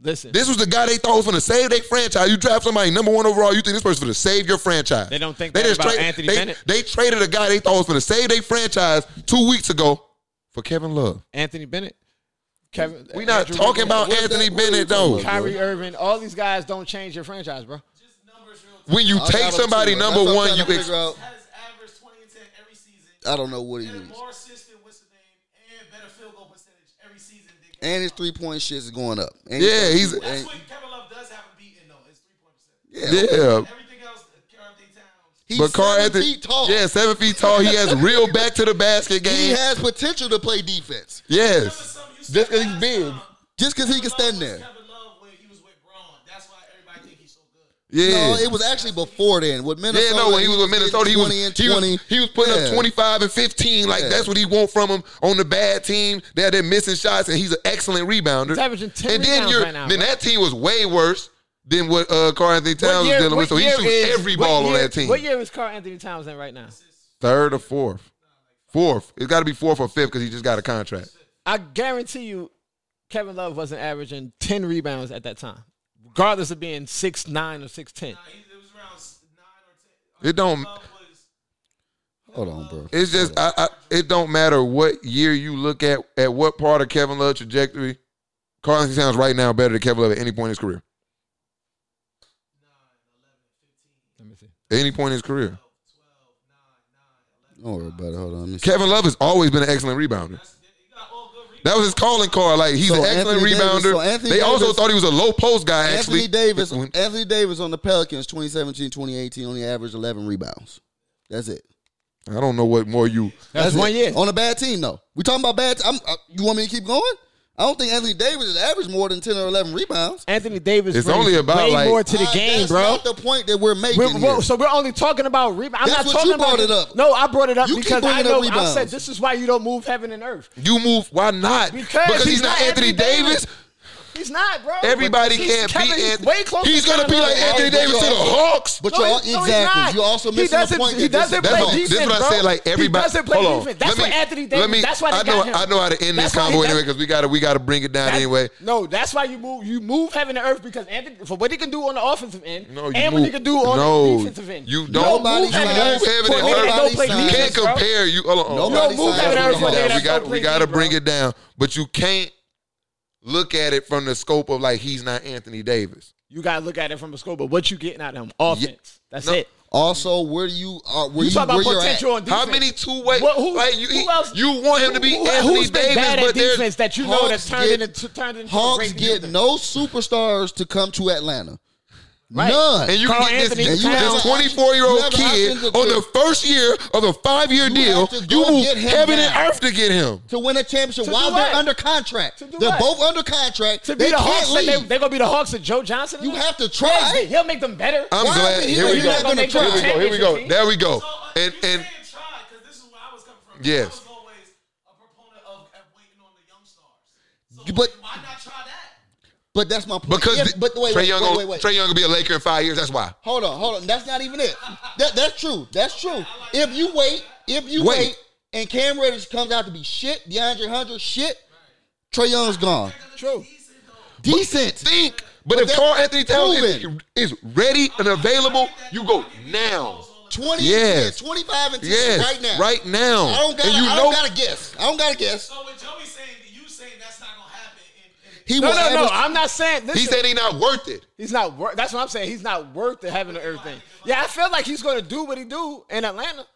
Speaker 4: listen.
Speaker 1: This was the guy they thought was going to save their franchise. You draft somebody number one overall, you think this person's going to save your franchise.
Speaker 4: They don't think that about Anthony
Speaker 1: they,
Speaker 4: Bennett.
Speaker 1: They traded a guy they thought was going to save their franchise two weeks ago for Kevin Love.
Speaker 4: Anthony Bennett, Kevin.
Speaker 1: We're not
Speaker 4: Andrew
Speaker 1: talking
Speaker 4: Wiggins,
Speaker 1: about
Speaker 3: what is
Speaker 1: Anthony
Speaker 3: that- what are we
Speaker 1: Bennett,
Speaker 3: talking
Speaker 1: though.
Speaker 3: about?
Speaker 4: Kyrie Irving. All these guys don't change your franchise, bro.
Speaker 5: Just numbers real
Speaker 1: When you
Speaker 3: I got him
Speaker 1: take
Speaker 3: too,
Speaker 1: somebody
Speaker 3: but
Speaker 1: number
Speaker 3: that's what I'm
Speaker 1: one,
Speaker 3: trying
Speaker 1: you
Speaker 3: to
Speaker 1: ex-
Speaker 3: figure out.
Speaker 5: Has averaged 20 and 10 every season.
Speaker 1: Uh,
Speaker 3: I don't know what he
Speaker 5: And a
Speaker 3: needs,
Speaker 5: more assistant, what's the name? And better field goal percentage every season. than Kevin
Speaker 3: and his
Speaker 5: Love.
Speaker 3: three point shit is going up. And
Speaker 1: Yeah, he's-
Speaker 5: That's
Speaker 3: and-
Speaker 5: what Kevin Love does have a beat in, though, is three point percentage.
Speaker 1: yeah.
Speaker 3: yeah.
Speaker 5: Everything else, uh, Carol D. Towns.
Speaker 3: He's
Speaker 1: But Carl
Speaker 3: seven
Speaker 1: Anthony,
Speaker 3: feet tall.
Speaker 1: yeah, seven feet tall. He has real back to the basket game.
Speaker 3: he has potential to play defense
Speaker 5: Remember
Speaker 1: yes,
Speaker 5: something you said
Speaker 1: just because he's
Speaker 5: last
Speaker 1: big.
Speaker 5: time,
Speaker 3: just because he
Speaker 5: Kevin
Speaker 3: can
Speaker 5: Love
Speaker 3: stand
Speaker 5: was
Speaker 3: there.
Speaker 5: Kevin Love when he was with Braun. That's why everybody think he's so good.
Speaker 1: Yeah.
Speaker 3: No, it was actually before then. With Minnesota,
Speaker 1: yeah, no, when he was with
Speaker 3: getting
Speaker 1: Minnesota, he was,
Speaker 3: 20 and
Speaker 1: he,
Speaker 3: 20.
Speaker 1: was, he was putting
Speaker 3: Yeah.
Speaker 1: up 25 and 15. Like,
Speaker 3: Yeah.
Speaker 1: that's what he want from him on the bad team. They're, they're missing shots, and he's an excellent rebounder.
Speaker 4: He's averaging 10
Speaker 1: and then
Speaker 4: rebounds
Speaker 1: you're,
Speaker 4: right now,
Speaker 1: then
Speaker 4: bro.
Speaker 1: that team was way worse than what uh, Carl Anthony Towns
Speaker 4: year-
Speaker 1: was dealing
Speaker 4: what
Speaker 1: with. So he
Speaker 4: year
Speaker 1: shoots
Speaker 4: is-
Speaker 1: every
Speaker 4: what
Speaker 1: ball on
Speaker 4: year-
Speaker 1: that team.
Speaker 4: What year is Carl Anthony Towns in right now?
Speaker 1: Third or fourth? Fourth. It's got to be fourth or fifth because he just got a contract.
Speaker 4: I guarantee you, Kevin Love wasn't averaging ten rebounds at that time, regardless of being six nine or six ten.
Speaker 5: It was around s- nine or ten.
Speaker 1: It don't.
Speaker 5: Was
Speaker 3: Hold on, bro.
Speaker 1: It's just I, I, it don't matter what year you look at at what part of Kevin Love trajectory. Carl Anthony Towns right now better than Kevin Love at any point in his career.
Speaker 8: Let me see.
Speaker 1: At any point in his career,
Speaker 3: Don't worry about it. Hold on. Let me see.
Speaker 1: Kevin Love has always been an excellent rebounder. That was his calling card. Like he's
Speaker 3: So
Speaker 1: an excellent
Speaker 3: Anthony Davis-
Speaker 1: rebounder.
Speaker 3: so Anthony
Speaker 1: they also
Speaker 3: Davis-
Speaker 1: thought he was a low post guy.
Speaker 3: Anthony
Speaker 1: Actually,
Speaker 3: Davis.
Speaker 1: When-
Speaker 3: Anthony Davis on the Pelicans, 2017, 2018, only averaged 11 rebounds. That's it.
Speaker 1: I don't know what more you.
Speaker 4: That's
Speaker 3: it.
Speaker 4: one year.
Speaker 3: on a bad team, though. We talking about bad. T- I'm, uh, you want me to keep going? I don't think Anthony Davis has averaged more than 10 or 11 rebounds.
Speaker 4: Anthony Davis.
Speaker 1: It's
Speaker 4: brings
Speaker 1: only about,
Speaker 4: way
Speaker 1: like-
Speaker 4: more to the
Speaker 3: Uh,
Speaker 4: game,
Speaker 3: that's
Speaker 4: bro.
Speaker 3: Not the point that we're making.
Speaker 4: We're- we're-
Speaker 3: here.
Speaker 4: so we're only talking about rebounds. I'm
Speaker 3: That's
Speaker 4: not
Speaker 3: what
Speaker 4: talking
Speaker 3: you brought
Speaker 4: about
Speaker 3: it up.
Speaker 4: No, I brought it up
Speaker 3: You keep
Speaker 4: because I
Speaker 3: bringing up
Speaker 4: know. I
Speaker 3: rebounds.
Speaker 4: said this is why you don't move heaven and earth.
Speaker 1: You move? Why not?
Speaker 4: Because
Speaker 1: he's, not, Anthony Davis.
Speaker 4: He's not, bro.
Speaker 1: Everybody
Speaker 4: He's-
Speaker 1: can't
Speaker 4: Kevin,
Speaker 1: be.
Speaker 4: he's
Speaker 1: Anthony.
Speaker 4: way closer.
Speaker 1: he's
Speaker 4: to
Speaker 1: gonna
Speaker 4: Kevin
Speaker 1: be like
Speaker 4: Love.
Speaker 1: Anthony Davis to the Hawks.
Speaker 3: But
Speaker 4: No,
Speaker 3: you're
Speaker 4: he's-
Speaker 3: all-
Speaker 4: no, he's
Speaker 3: exactly.
Speaker 4: not.
Speaker 3: you also
Speaker 4: He
Speaker 3: missing the
Speaker 4: doesn't-
Speaker 3: point. that
Speaker 4: he
Speaker 3: this is-
Speaker 4: doesn't
Speaker 1: That's
Speaker 4: play
Speaker 1: all-
Speaker 4: defense,
Speaker 1: this is what
Speaker 4: bro.
Speaker 1: I said. Like
Speaker 4: He
Speaker 1: everybody,
Speaker 4: doesn't play
Speaker 1: hold on.
Speaker 4: defense. That's
Speaker 1: Let
Speaker 4: what Anthony
Speaker 1: let
Speaker 4: Davis- that's why they
Speaker 1: I know.
Speaker 4: got him.
Speaker 1: I know how to end
Speaker 4: That's
Speaker 1: this
Speaker 4: why he
Speaker 1: convo
Speaker 4: got-
Speaker 1: anyway because we got to we got to bring it down
Speaker 4: That-
Speaker 1: anyway.
Speaker 4: No, that's why you move. You move heaven and earth because Anthony for what he can do on the offensive end
Speaker 1: No, you
Speaker 4: and
Speaker 1: move,
Speaker 4: what he can do on
Speaker 1: no,
Speaker 4: the defensive end.
Speaker 1: You don't.
Speaker 3: Nobody
Speaker 1: you
Speaker 4: signs-
Speaker 1: move heaven and
Speaker 4: Nobody
Speaker 1: earth.
Speaker 4: don't play
Speaker 1: You can't
Speaker 4: defense, bro.
Speaker 1: compare. You hold on. hold on.
Speaker 3: Nobody
Speaker 4: No, move
Speaker 3: signs
Speaker 4: heaven and
Speaker 3: with
Speaker 4: earth.
Speaker 3: nobody.
Speaker 4: over there.
Speaker 1: Yeah, we
Speaker 4: That's
Speaker 1: got
Speaker 4: no
Speaker 1: we
Speaker 4: play
Speaker 1: got to
Speaker 4: defense,
Speaker 1: bring
Speaker 4: bro.
Speaker 1: it down, but you can't look at it from the scope of like he's not Anthony Davis.
Speaker 4: You gotta look at it from a scope of what you getting out of him. Offense. That's
Speaker 1: No.
Speaker 4: it.
Speaker 3: Also, where do you are? Where
Speaker 4: You,
Speaker 3: you,
Speaker 4: talk about
Speaker 3: where you're
Speaker 4: potential on defense.
Speaker 1: How many two way?
Speaker 4: What- who-
Speaker 1: like you,
Speaker 4: who
Speaker 1: he-
Speaker 4: else-
Speaker 1: you want him to be
Speaker 4: who,
Speaker 1: Anthony
Speaker 4: who's been
Speaker 1: Davis,
Speaker 4: bad
Speaker 1: but
Speaker 4: at
Speaker 1: there's-
Speaker 4: defense that you know
Speaker 3: Hawks
Speaker 4: that's turned
Speaker 3: get-
Speaker 4: into turned into
Speaker 3: at?
Speaker 4: a
Speaker 3: Hawks
Speaker 4: great
Speaker 3: get
Speaker 4: defense.
Speaker 3: no superstars to come to Atlanta.
Speaker 4: Right.
Speaker 3: None.
Speaker 1: And you
Speaker 4: Carl
Speaker 1: can get
Speaker 4: Anthony
Speaker 1: this,
Speaker 4: Towns.
Speaker 1: this 24 year
Speaker 3: You
Speaker 1: old
Speaker 3: have
Speaker 1: kid
Speaker 3: options to
Speaker 1: on the
Speaker 3: do.
Speaker 1: first year of a five year
Speaker 3: You
Speaker 1: deal.
Speaker 3: have to go
Speaker 1: You move
Speaker 3: get him
Speaker 1: heaven
Speaker 3: now.
Speaker 1: and earth to get him.
Speaker 3: to win a championship
Speaker 4: To
Speaker 3: while
Speaker 4: do
Speaker 3: they're
Speaker 4: what?
Speaker 3: under contract.
Speaker 4: To do
Speaker 3: They're
Speaker 4: what?
Speaker 3: both under contract.
Speaker 4: to be
Speaker 3: they
Speaker 4: the
Speaker 3: can't
Speaker 4: Hawks,
Speaker 3: leave.
Speaker 4: they, they're gonna be the Hawks of Joe Johnson.
Speaker 3: you have to
Speaker 4: Yeah,
Speaker 3: try.
Speaker 4: He'll make them better.
Speaker 1: I'm
Speaker 3: Why
Speaker 1: glad.
Speaker 3: would he
Speaker 1: Here
Speaker 3: let
Speaker 1: we
Speaker 3: you
Speaker 1: go.
Speaker 3: not gonna
Speaker 1: Here we
Speaker 3: try?
Speaker 1: go. Here we go. There we
Speaker 3: Oh,
Speaker 1: go.
Speaker 5: So, uh,
Speaker 1: And
Speaker 5: you
Speaker 1: and
Speaker 5: saying try, 'cause this is where I was coming from.
Speaker 1: Yes.
Speaker 5: I was always a proponent of, of waiting on the young stars. So
Speaker 3: You- but-
Speaker 5: why not try that?
Speaker 3: But that's my point.
Speaker 1: because
Speaker 3: Yeah,
Speaker 1: the-
Speaker 3: but wait,
Speaker 1: Trae
Speaker 3: wait,
Speaker 1: Young
Speaker 3: wait,
Speaker 1: gonna-
Speaker 3: wait, wait.
Speaker 1: Trae Young gonna be a Laker in five years. That's why.
Speaker 3: Hold on, hold on. That's not even it. That, that's true. That's true. If you wait, if you
Speaker 1: Wait.
Speaker 3: wait, and Cam Reddish comes out to be shit, DeAndre Hunter shit, Trey Young's gone.
Speaker 4: True.
Speaker 3: Decent.
Speaker 1: Think. But, if
Speaker 3: that's
Speaker 1: Carl Anthony Towns is,
Speaker 3: proven.
Speaker 1: is ready and available, you go now. Yes.
Speaker 3: 20 yes. 25 and 10
Speaker 1: Yes,
Speaker 3: right now.
Speaker 1: Right now.
Speaker 3: I don't gotta
Speaker 1: and you
Speaker 3: I
Speaker 1: know
Speaker 3: don't gotta guess. I don't gotta guess.
Speaker 5: So when Joey saying you saying that's not gonna happen, and, and
Speaker 3: He
Speaker 4: No,
Speaker 3: will
Speaker 4: no, no.
Speaker 3: average-
Speaker 4: I'm not saying. Listen,
Speaker 1: he said he's not worth it.
Speaker 4: He's not worth. That's what I'm saying. He's not worth the having the earth thing. Yeah, I feel like he's gonna do what he do in Atlanta,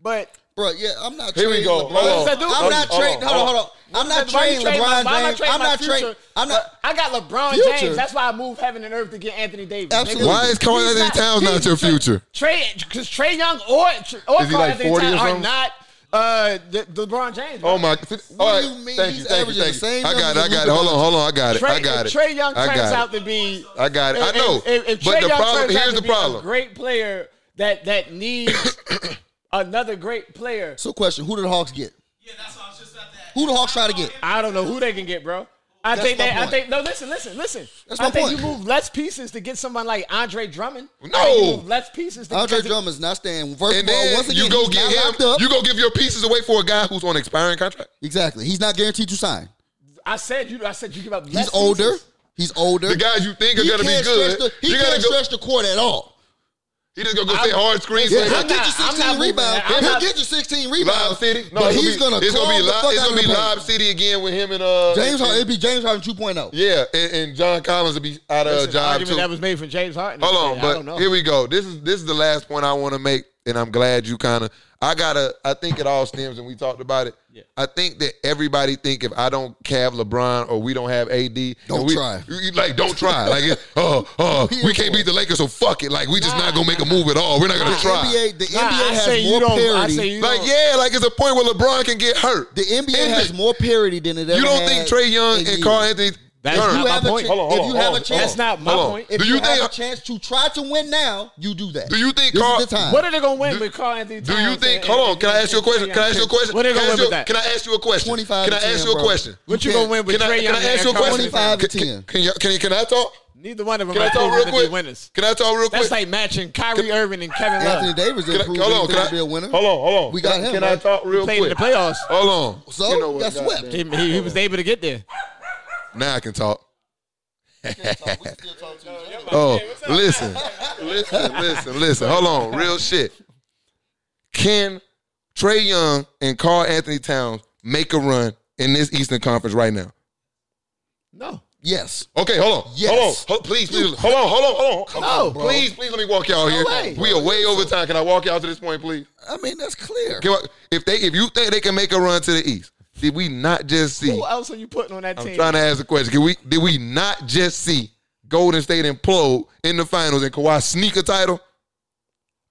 Speaker 4: but
Speaker 3: Bro, yeah, I'm not
Speaker 1: Here we
Speaker 3: trading
Speaker 1: go.
Speaker 3: LeBron.
Speaker 1: Hold
Speaker 4: on. What does that do?
Speaker 3: I'm not
Speaker 1: Hold on,
Speaker 3: trading. Hold on,
Speaker 1: hold
Speaker 3: hold
Speaker 1: on.
Speaker 3: on. I'm not
Speaker 4: Why you
Speaker 3: trading LeBron
Speaker 4: my- why am I
Speaker 3: James.
Speaker 4: trading
Speaker 3: I'm
Speaker 4: my
Speaker 3: not
Speaker 4: future?
Speaker 3: trading. I'm not.
Speaker 4: I got LeBron
Speaker 3: Future?
Speaker 4: James. That's why I moved heaven and earth to get Anthony Davis.
Speaker 3: Absolutely.
Speaker 1: Why is Carl Anthony Towns not your future?
Speaker 4: Trey, because Trey Young or or
Speaker 1: Is he
Speaker 4: Carl
Speaker 1: like
Speaker 4: Anthony
Speaker 1: 40 or
Speaker 4: Towns are
Speaker 1: something?
Speaker 4: not uh, the, the LeBron James. bro.
Speaker 1: Oh my! All
Speaker 3: do
Speaker 1: right.
Speaker 3: you mean?
Speaker 1: Thank you.
Speaker 3: He's
Speaker 1: Thank you.
Speaker 3: averaging
Speaker 1: Thank
Speaker 3: the
Speaker 1: you.
Speaker 3: same
Speaker 1: I got it. I
Speaker 3: numbers as
Speaker 1: got it. Hold
Speaker 3: Luka
Speaker 1: on. Hold on. I got it.
Speaker 4: Trey,
Speaker 1: I got it.
Speaker 4: if Trey Young
Speaker 1: I
Speaker 4: turns
Speaker 1: got it.
Speaker 4: out to be.
Speaker 1: I got it. I
Speaker 4: if-
Speaker 1: know.
Speaker 4: If, if
Speaker 1: but
Speaker 4: Trey
Speaker 1: the
Speaker 4: Young
Speaker 1: problem
Speaker 4: turns out
Speaker 1: here's
Speaker 4: to
Speaker 1: the
Speaker 4: be a
Speaker 1: problem.
Speaker 4: great player that that needs another great player.
Speaker 3: So, question: Who did the Hawks get?
Speaker 5: yeah, that's what I was just about to ask.
Speaker 3: Who the Hawks try to get?
Speaker 4: I don't know who they can get, bro. I
Speaker 3: That's
Speaker 4: think
Speaker 3: my
Speaker 4: they. I
Speaker 3: point.
Speaker 4: think no. Listen, listen, listen.
Speaker 3: That's
Speaker 4: I
Speaker 3: my
Speaker 4: think
Speaker 3: point.
Speaker 4: you move less pieces to get someone like Andre Drummond. I
Speaker 1: No.
Speaker 4: think you move less pieces. To
Speaker 3: Andre
Speaker 4: because he-
Speaker 3: Drummond's not staying. First
Speaker 1: And
Speaker 3: of all,
Speaker 1: then
Speaker 3: Oh, once again,
Speaker 1: you go
Speaker 3: he's
Speaker 1: get
Speaker 3: not
Speaker 1: him.
Speaker 3: locked up.
Speaker 1: You go give your pieces away for a guy who's on expiring contract.
Speaker 3: exactly. He's not guaranteed to sign.
Speaker 4: I said you. I said you give up.
Speaker 3: He's
Speaker 4: less
Speaker 3: older.
Speaker 4: pieces.
Speaker 3: He's older.
Speaker 1: The guys you think are gonna be
Speaker 3: can't
Speaker 1: good,
Speaker 3: stretch The, he
Speaker 1: you gotta
Speaker 3: can't
Speaker 1: go-
Speaker 3: stretch the court at all.
Speaker 1: He just gonna go sit hard screens. for
Speaker 3: Yeah, he'll
Speaker 1: him.
Speaker 4: I'm
Speaker 3: get
Speaker 4: not-
Speaker 3: you
Speaker 4: I'm
Speaker 3: 16
Speaker 4: not moving
Speaker 3: rebounds.
Speaker 4: that. I'm
Speaker 3: He'll
Speaker 4: not-
Speaker 3: get you 16
Speaker 1: Live
Speaker 3: rebounds.
Speaker 1: City.
Speaker 3: No, but
Speaker 1: it'll
Speaker 3: he's
Speaker 1: be-
Speaker 3: gonna.
Speaker 1: It's gonna be
Speaker 3: live.
Speaker 1: live. It's gonna be live City again with him and uh
Speaker 3: James
Speaker 1: and-
Speaker 3: Harden. It'd be James Harden 2.0.
Speaker 1: Yeah, and, and John Collins will be out of a
Speaker 4: That's an
Speaker 1: Uh, job
Speaker 4: argument
Speaker 1: too.
Speaker 4: that was made for James Harden.
Speaker 1: Hold
Speaker 4: I
Speaker 1: on,
Speaker 4: don't know.
Speaker 1: but here we go. This is this is the last point I want to make, and I'm glad you kind of. I gotta. I think it all stems, and we talked about it.
Speaker 4: Yeah.
Speaker 1: I think that everybody think if I don't have LeBron or we don't have AD,
Speaker 3: Don't
Speaker 1: and we-
Speaker 3: try.
Speaker 1: you- Like don't try. Like it- oh oh, we can't beat the Lakers, so fuck it. Like we just not gonna make a move at all. We're not gonna
Speaker 3: The
Speaker 1: try.
Speaker 3: NBA. The
Speaker 4: Nah, I
Speaker 3: NBA
Speaker 4: say
Speaker 3: has
Speaker 4: you
Speaker 3: more
Speaker 4: don't. I say
Speaker 3: parity.
Speaker 4: you
Speaker 1: like
Speaker 4: don't.
Speaker 1: yeah, like it's a point where LeBron can get hurt.
Speaker 3: The NBA has more parity than it ever.
Speaker 1: You don't
Speaker 3: had
Speaker 1: think Trey Young
Speaker 3: in
Speaker 1: and
Speaker 3: years.
Speaker 1: Carl Anthony
Speaker 4: That's
Speaker 3: if you
Speaker 4: not
Speaker 3: have
Speaker 4: my
Speaker 3: a
Speaker 4: point.
Speaker 3: chan-
Speaker 9: Hold on, hold
Speaker 3: if you
Speaker 9: on,
Speaker 3: have
Speaker 9: hold
Speaker 3: a
Speaker 9: on,
Speaker 3: chance,
Speaker 4: That's not my
Speaker 1: Hold on.
Speaker 4: point.
Speaker 3: If
Speaker 1: Do
Speaker 3: you,
Speaker 1: you
Speaker 3: have
Speaker 1: think-
Speaker 3: a chance to try to win now, you do that.
Speaker 1: Do you think
Speaker 3: this
Speaker 1: Carl-
Speaker 3: is the time?
Speaker 4: What are they gonna win with Carl Anthony?
Speaker 1: Do you
Speaker 4: Towns
Speaker 1: think?
Speaker 4: and-
Speaker 1: Hold on.
Speaker 4: and-
Speaker 1: Can I ask you a question? Can I ask you a question?
Speaker 4: What they
Speaker 1: Can I
Speaker 4: gonna
Speaker 1: ask
Speaker 4: win
Speaker 1: you-
Speaker 4: with that?
Speaker 1: Can I ask you a question?
Speaker 3: 25
Speaker 1: Can I
Speaker 3: to
Speaker 1: ask
Speaker 3: 10,
Speaker 1: you a
Speaker 3: bro.
Speaker 1: question?
Speaker 4: What you
Speaker 3: Can-
Speaker 4: gonna win with
Speaker 1: Can I,
Speaker 4: Trey
Speaker 1: can
Speaker 4: Young?
Speaker 1: I ask you a
Speaker 4: and Carl
Speaker 1: question?
Speaker 3: 25 to
Speaker 1: Can-
Speaker 3: 10.
Speaker 1: Can, y'all- can, can I talk?
Speaker 4: Neither one of them
Speaker 1: Can I
Speaker 4: have
Speaker 1: talk
Speaker 4: proven
Speaker 1: real
Speaker 4: to be
Speaker 1: quick?
Speaker 4: winners.
Speaker 1: Can I talk real quick?
Speaker 4: That's like matching Kyrie Irving and Kevin
Speaker 3: Anthony
Speaker 4: Love.
Speaker 3: Davis
Speaker 1: Can I-
Speaker 3: improved
Speaker 1: hold on,
Speaker 3: himself
Speaker 1: can
Speaker 3: to be
Speaker 1: I,
Speaker 3: a winner.
Speaker 9: Hold on, hold on.
Speaker 3: We got
Speaker 9: can,
Speaker 3: him,
Speaker 9: Can I
Speaker 3: bro.
Speaker 9: talk real
Speaker 4: Played in
Speaker 9: quick?
Speaker 4: the playoffs.
Speaker 1: Hold on.
Speaker 3: So
Speaker 9: You know what,
Speaker 3: got swept.
Speaker 9: goddamn.
Speaker 4: He, he- he was able to get there.
Speaker 1: Now I can talk. oh, listen, listen, listen, listen. Hold on, real shit. Can Trey Young and Carl Anthony Towns make a run in this Eastern Conference right now?
Speaker 4: No.
Speaker 3: Yes.
Speaker 1: Okay, hold on.
Speaker 3: Yes.
Speaker 1: Hold on. Hold, please, please. Hold on, hold on, hold on. Come
Speaker 3: on, bro.
Speaker 1: please, please let me walk y'all here.
Speaker 3: way.
Speaker 1: We are way over time. Can I walk y'all to this point, please?
Speaker 3: I mean, that's clear.
Speaker 1: Can I- If they if you think they can make a run to the East, did we not just see
Speaker 4: Who else are you putting on that
Speaker 1: I'm
Speaker 4: team?
Speaker 1: trying to ask a question. Can we did we not just see Golden State implode in the finals and Kawhi sneak a title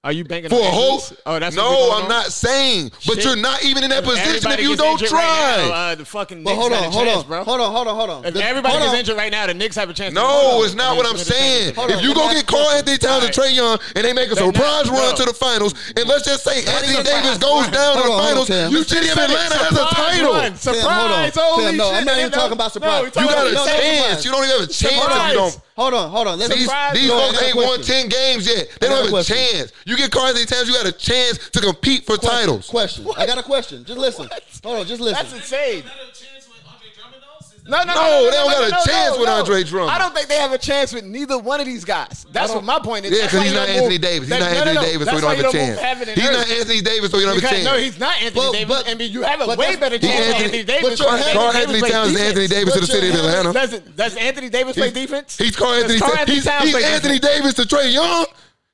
Speaker 4: Are you banking
Speaker 1: for
Speaker 4: on
Speaker 1: a hope?
Speaker 4: injuries? Oh, that's what we
Speaker 1: no,
Speaker 4: going
Speaker 1: I'm
Speaker 4: on?
Speaker 1: not saying. But
Speaker 4: Shit.
Speaker 1: you're not even in that position if
Speaker 4: everybody
Speaker 1: you
Speaker 4: gets
Speaker 1: don't
Speaker 4: injured
Speaker 1: try.
Speaker 4: Right now, uh, the fucking
Speaker 3: But
Speaker 4: Knicks
Speaker 3: hold
Speaker 4: got
Speaker 3: on,
Speaker 4: a
Speaker 3: hold
Speaker 4: chance,
Speaker 3: on,
Speaker 4: bro.
Speaker 3: hold on, hold on, hold on.
Speaker 4: If
Speaker 3: The-
Speaker 4: everybody
Speaker 3: hold
Speaker 4: gets
Speaker 3: on.
Speaker 4: injured right now, the Knicks have a chance.
Speaker 1: no, it's not what I'm saying.
Speaker 3: Hold on,
Speaker 1: if you
Speaker 3: can
Speaker 1: go
Speaker 3: I
Speaker 1: get
Speaker 3: ask
Speaker 1: Carl
Speaker 3: you-
Speaker 1: Anthony Towns and Trey Young and they make a
Speaker 4: They're not-
Speaker 1: surprise run
Speaker 4: no.
Speaker 1: to the finals, and let's just say Anthony
Speaker 3: even
Speaker 1: Davis
Speaker 3: surprise
Speaker 1: goes
Speaker 3: run.
Speaker 1: down to the
Speaker 3: Hold on, hold on,
Speaker 1: finals,
Speaker 3: Tim.
Speaker 1: you should even Atlanta has a title.
Speaker 4: Surprise!
Speaker 3: Surprise, Tim, hold on.
Speaker 4: Holy
Speaker 3: Tim, no,
Speaker 4: shit,
Speaker 3: I'm not even
Speaker 4: they
Speaker 3: talking
Speaker 4: don't-
Speaker 3: about surprise.
Speaker 4: No, we
Speaker 1: You
Speaker 4: talking
Speaker 1: got
Speaker 4: about
Speaker 1: a
Speaker 3: No, no,
Speaker 1: chance.
Speaker 3: surprise.
Speaker 1: You don't even have a chance if you
Speaker 4: Surprise.
Speaker 1: don't
Speaker 3: Hold on, hold on. Let's
Speaker 1: These,
Speaker 4: Surprise,
Speaker 1: these
Speaker 4: bro.
Speaker 1: folks
Speaker 3: Another
Speaker 1: ain't won
Speaker 3: question.
Speaker 1: 10 games yet. They
Speaker 3: Another
Speaker 1: don't have a
Speaker 3: question.
Speaker 1: chance. You get cards any times, you got a chance to compete for
Speaker 3: question,
Speaker 1: titles.
Speaker 3: Question. I got a question. Just listen. Hold on, just listen.
Speaker 4: That's insane.
Speaker 5: Better chance with Andre Drummond though, since
Speaker 4: No, no, no,
Speaker 1: No, they don't got a
Speaker 4: no,
Speaker 1: chance
Speaker 4: no,
Speaker 1: with
Speaker 4: no.
Speaker 1: Andre Drummond.
Speaker 4: I don't think they have a chance with neither one of these guys. That's what my point is.
Speaker 1: Yeah,
Speaker 4: That's
Speaker 1: because
Speaker 4: why
Speaker 1: he's
Speaker 4: you
Speaker 1: not
Speaker 4: don't
Speaker 1: Anthony
Speaker 4: move-
Speaker 1: Davis. He's
Speaker 4: That's-
Speaker 1: not
Speaker 4: no, no,
Speaker 1: Anthony
Speaker 4: no.
Speaker 1: Davis, so
Speaker 4: That's
Speaker 1: we don't
Speaker 4: why
Speaker 1: have a
Speaker 4: you move heaven
Speaker 1: chance.
Speaker 4: and
Speaker 1: He's
Speaker 4: earth.
Speaker 1: not Anthony Davis, so we don't have a
Speaker 4: Because,
Speaker 1: chance.
Speaker 4: no, he's not Anthony
Speaker 3: But-
Speaker 4: Davis,
Speaker 3: but-
Speaker 4: and you have a
Speaker 3: but
Speaker 4: way
Speaker 3: that's-
Speaker 4: better
Speaker 3: He
Speaker 4: chance than
Speaker 1: Anthony-
Speaker 4: Anthony Davis.
Speaker 3: but you're-
Speaker 4: because
Speaker 1: Carl Anthony
Speaker 4: plays
Speaker 1: Towns is Anthony
Speaker 4: defense.
Speaker 1: Davis of the
Speaker 3: But you're-
Speaker 1: city of Atlanta.
Speaker 4: Does, does Anthony Davis play defense?
Speaker 1: He's Carl
Speaker 4: Does
Speaker 1: Anthony.
Speaker 4: Carl
Speaker 1: He's,
Speaker 4: Towns
Speaker 1: he's
Speaker 4: play
Speaker 1: Anthony
Speaker 4: defense?
Speaker 1: Davis to Trey Young.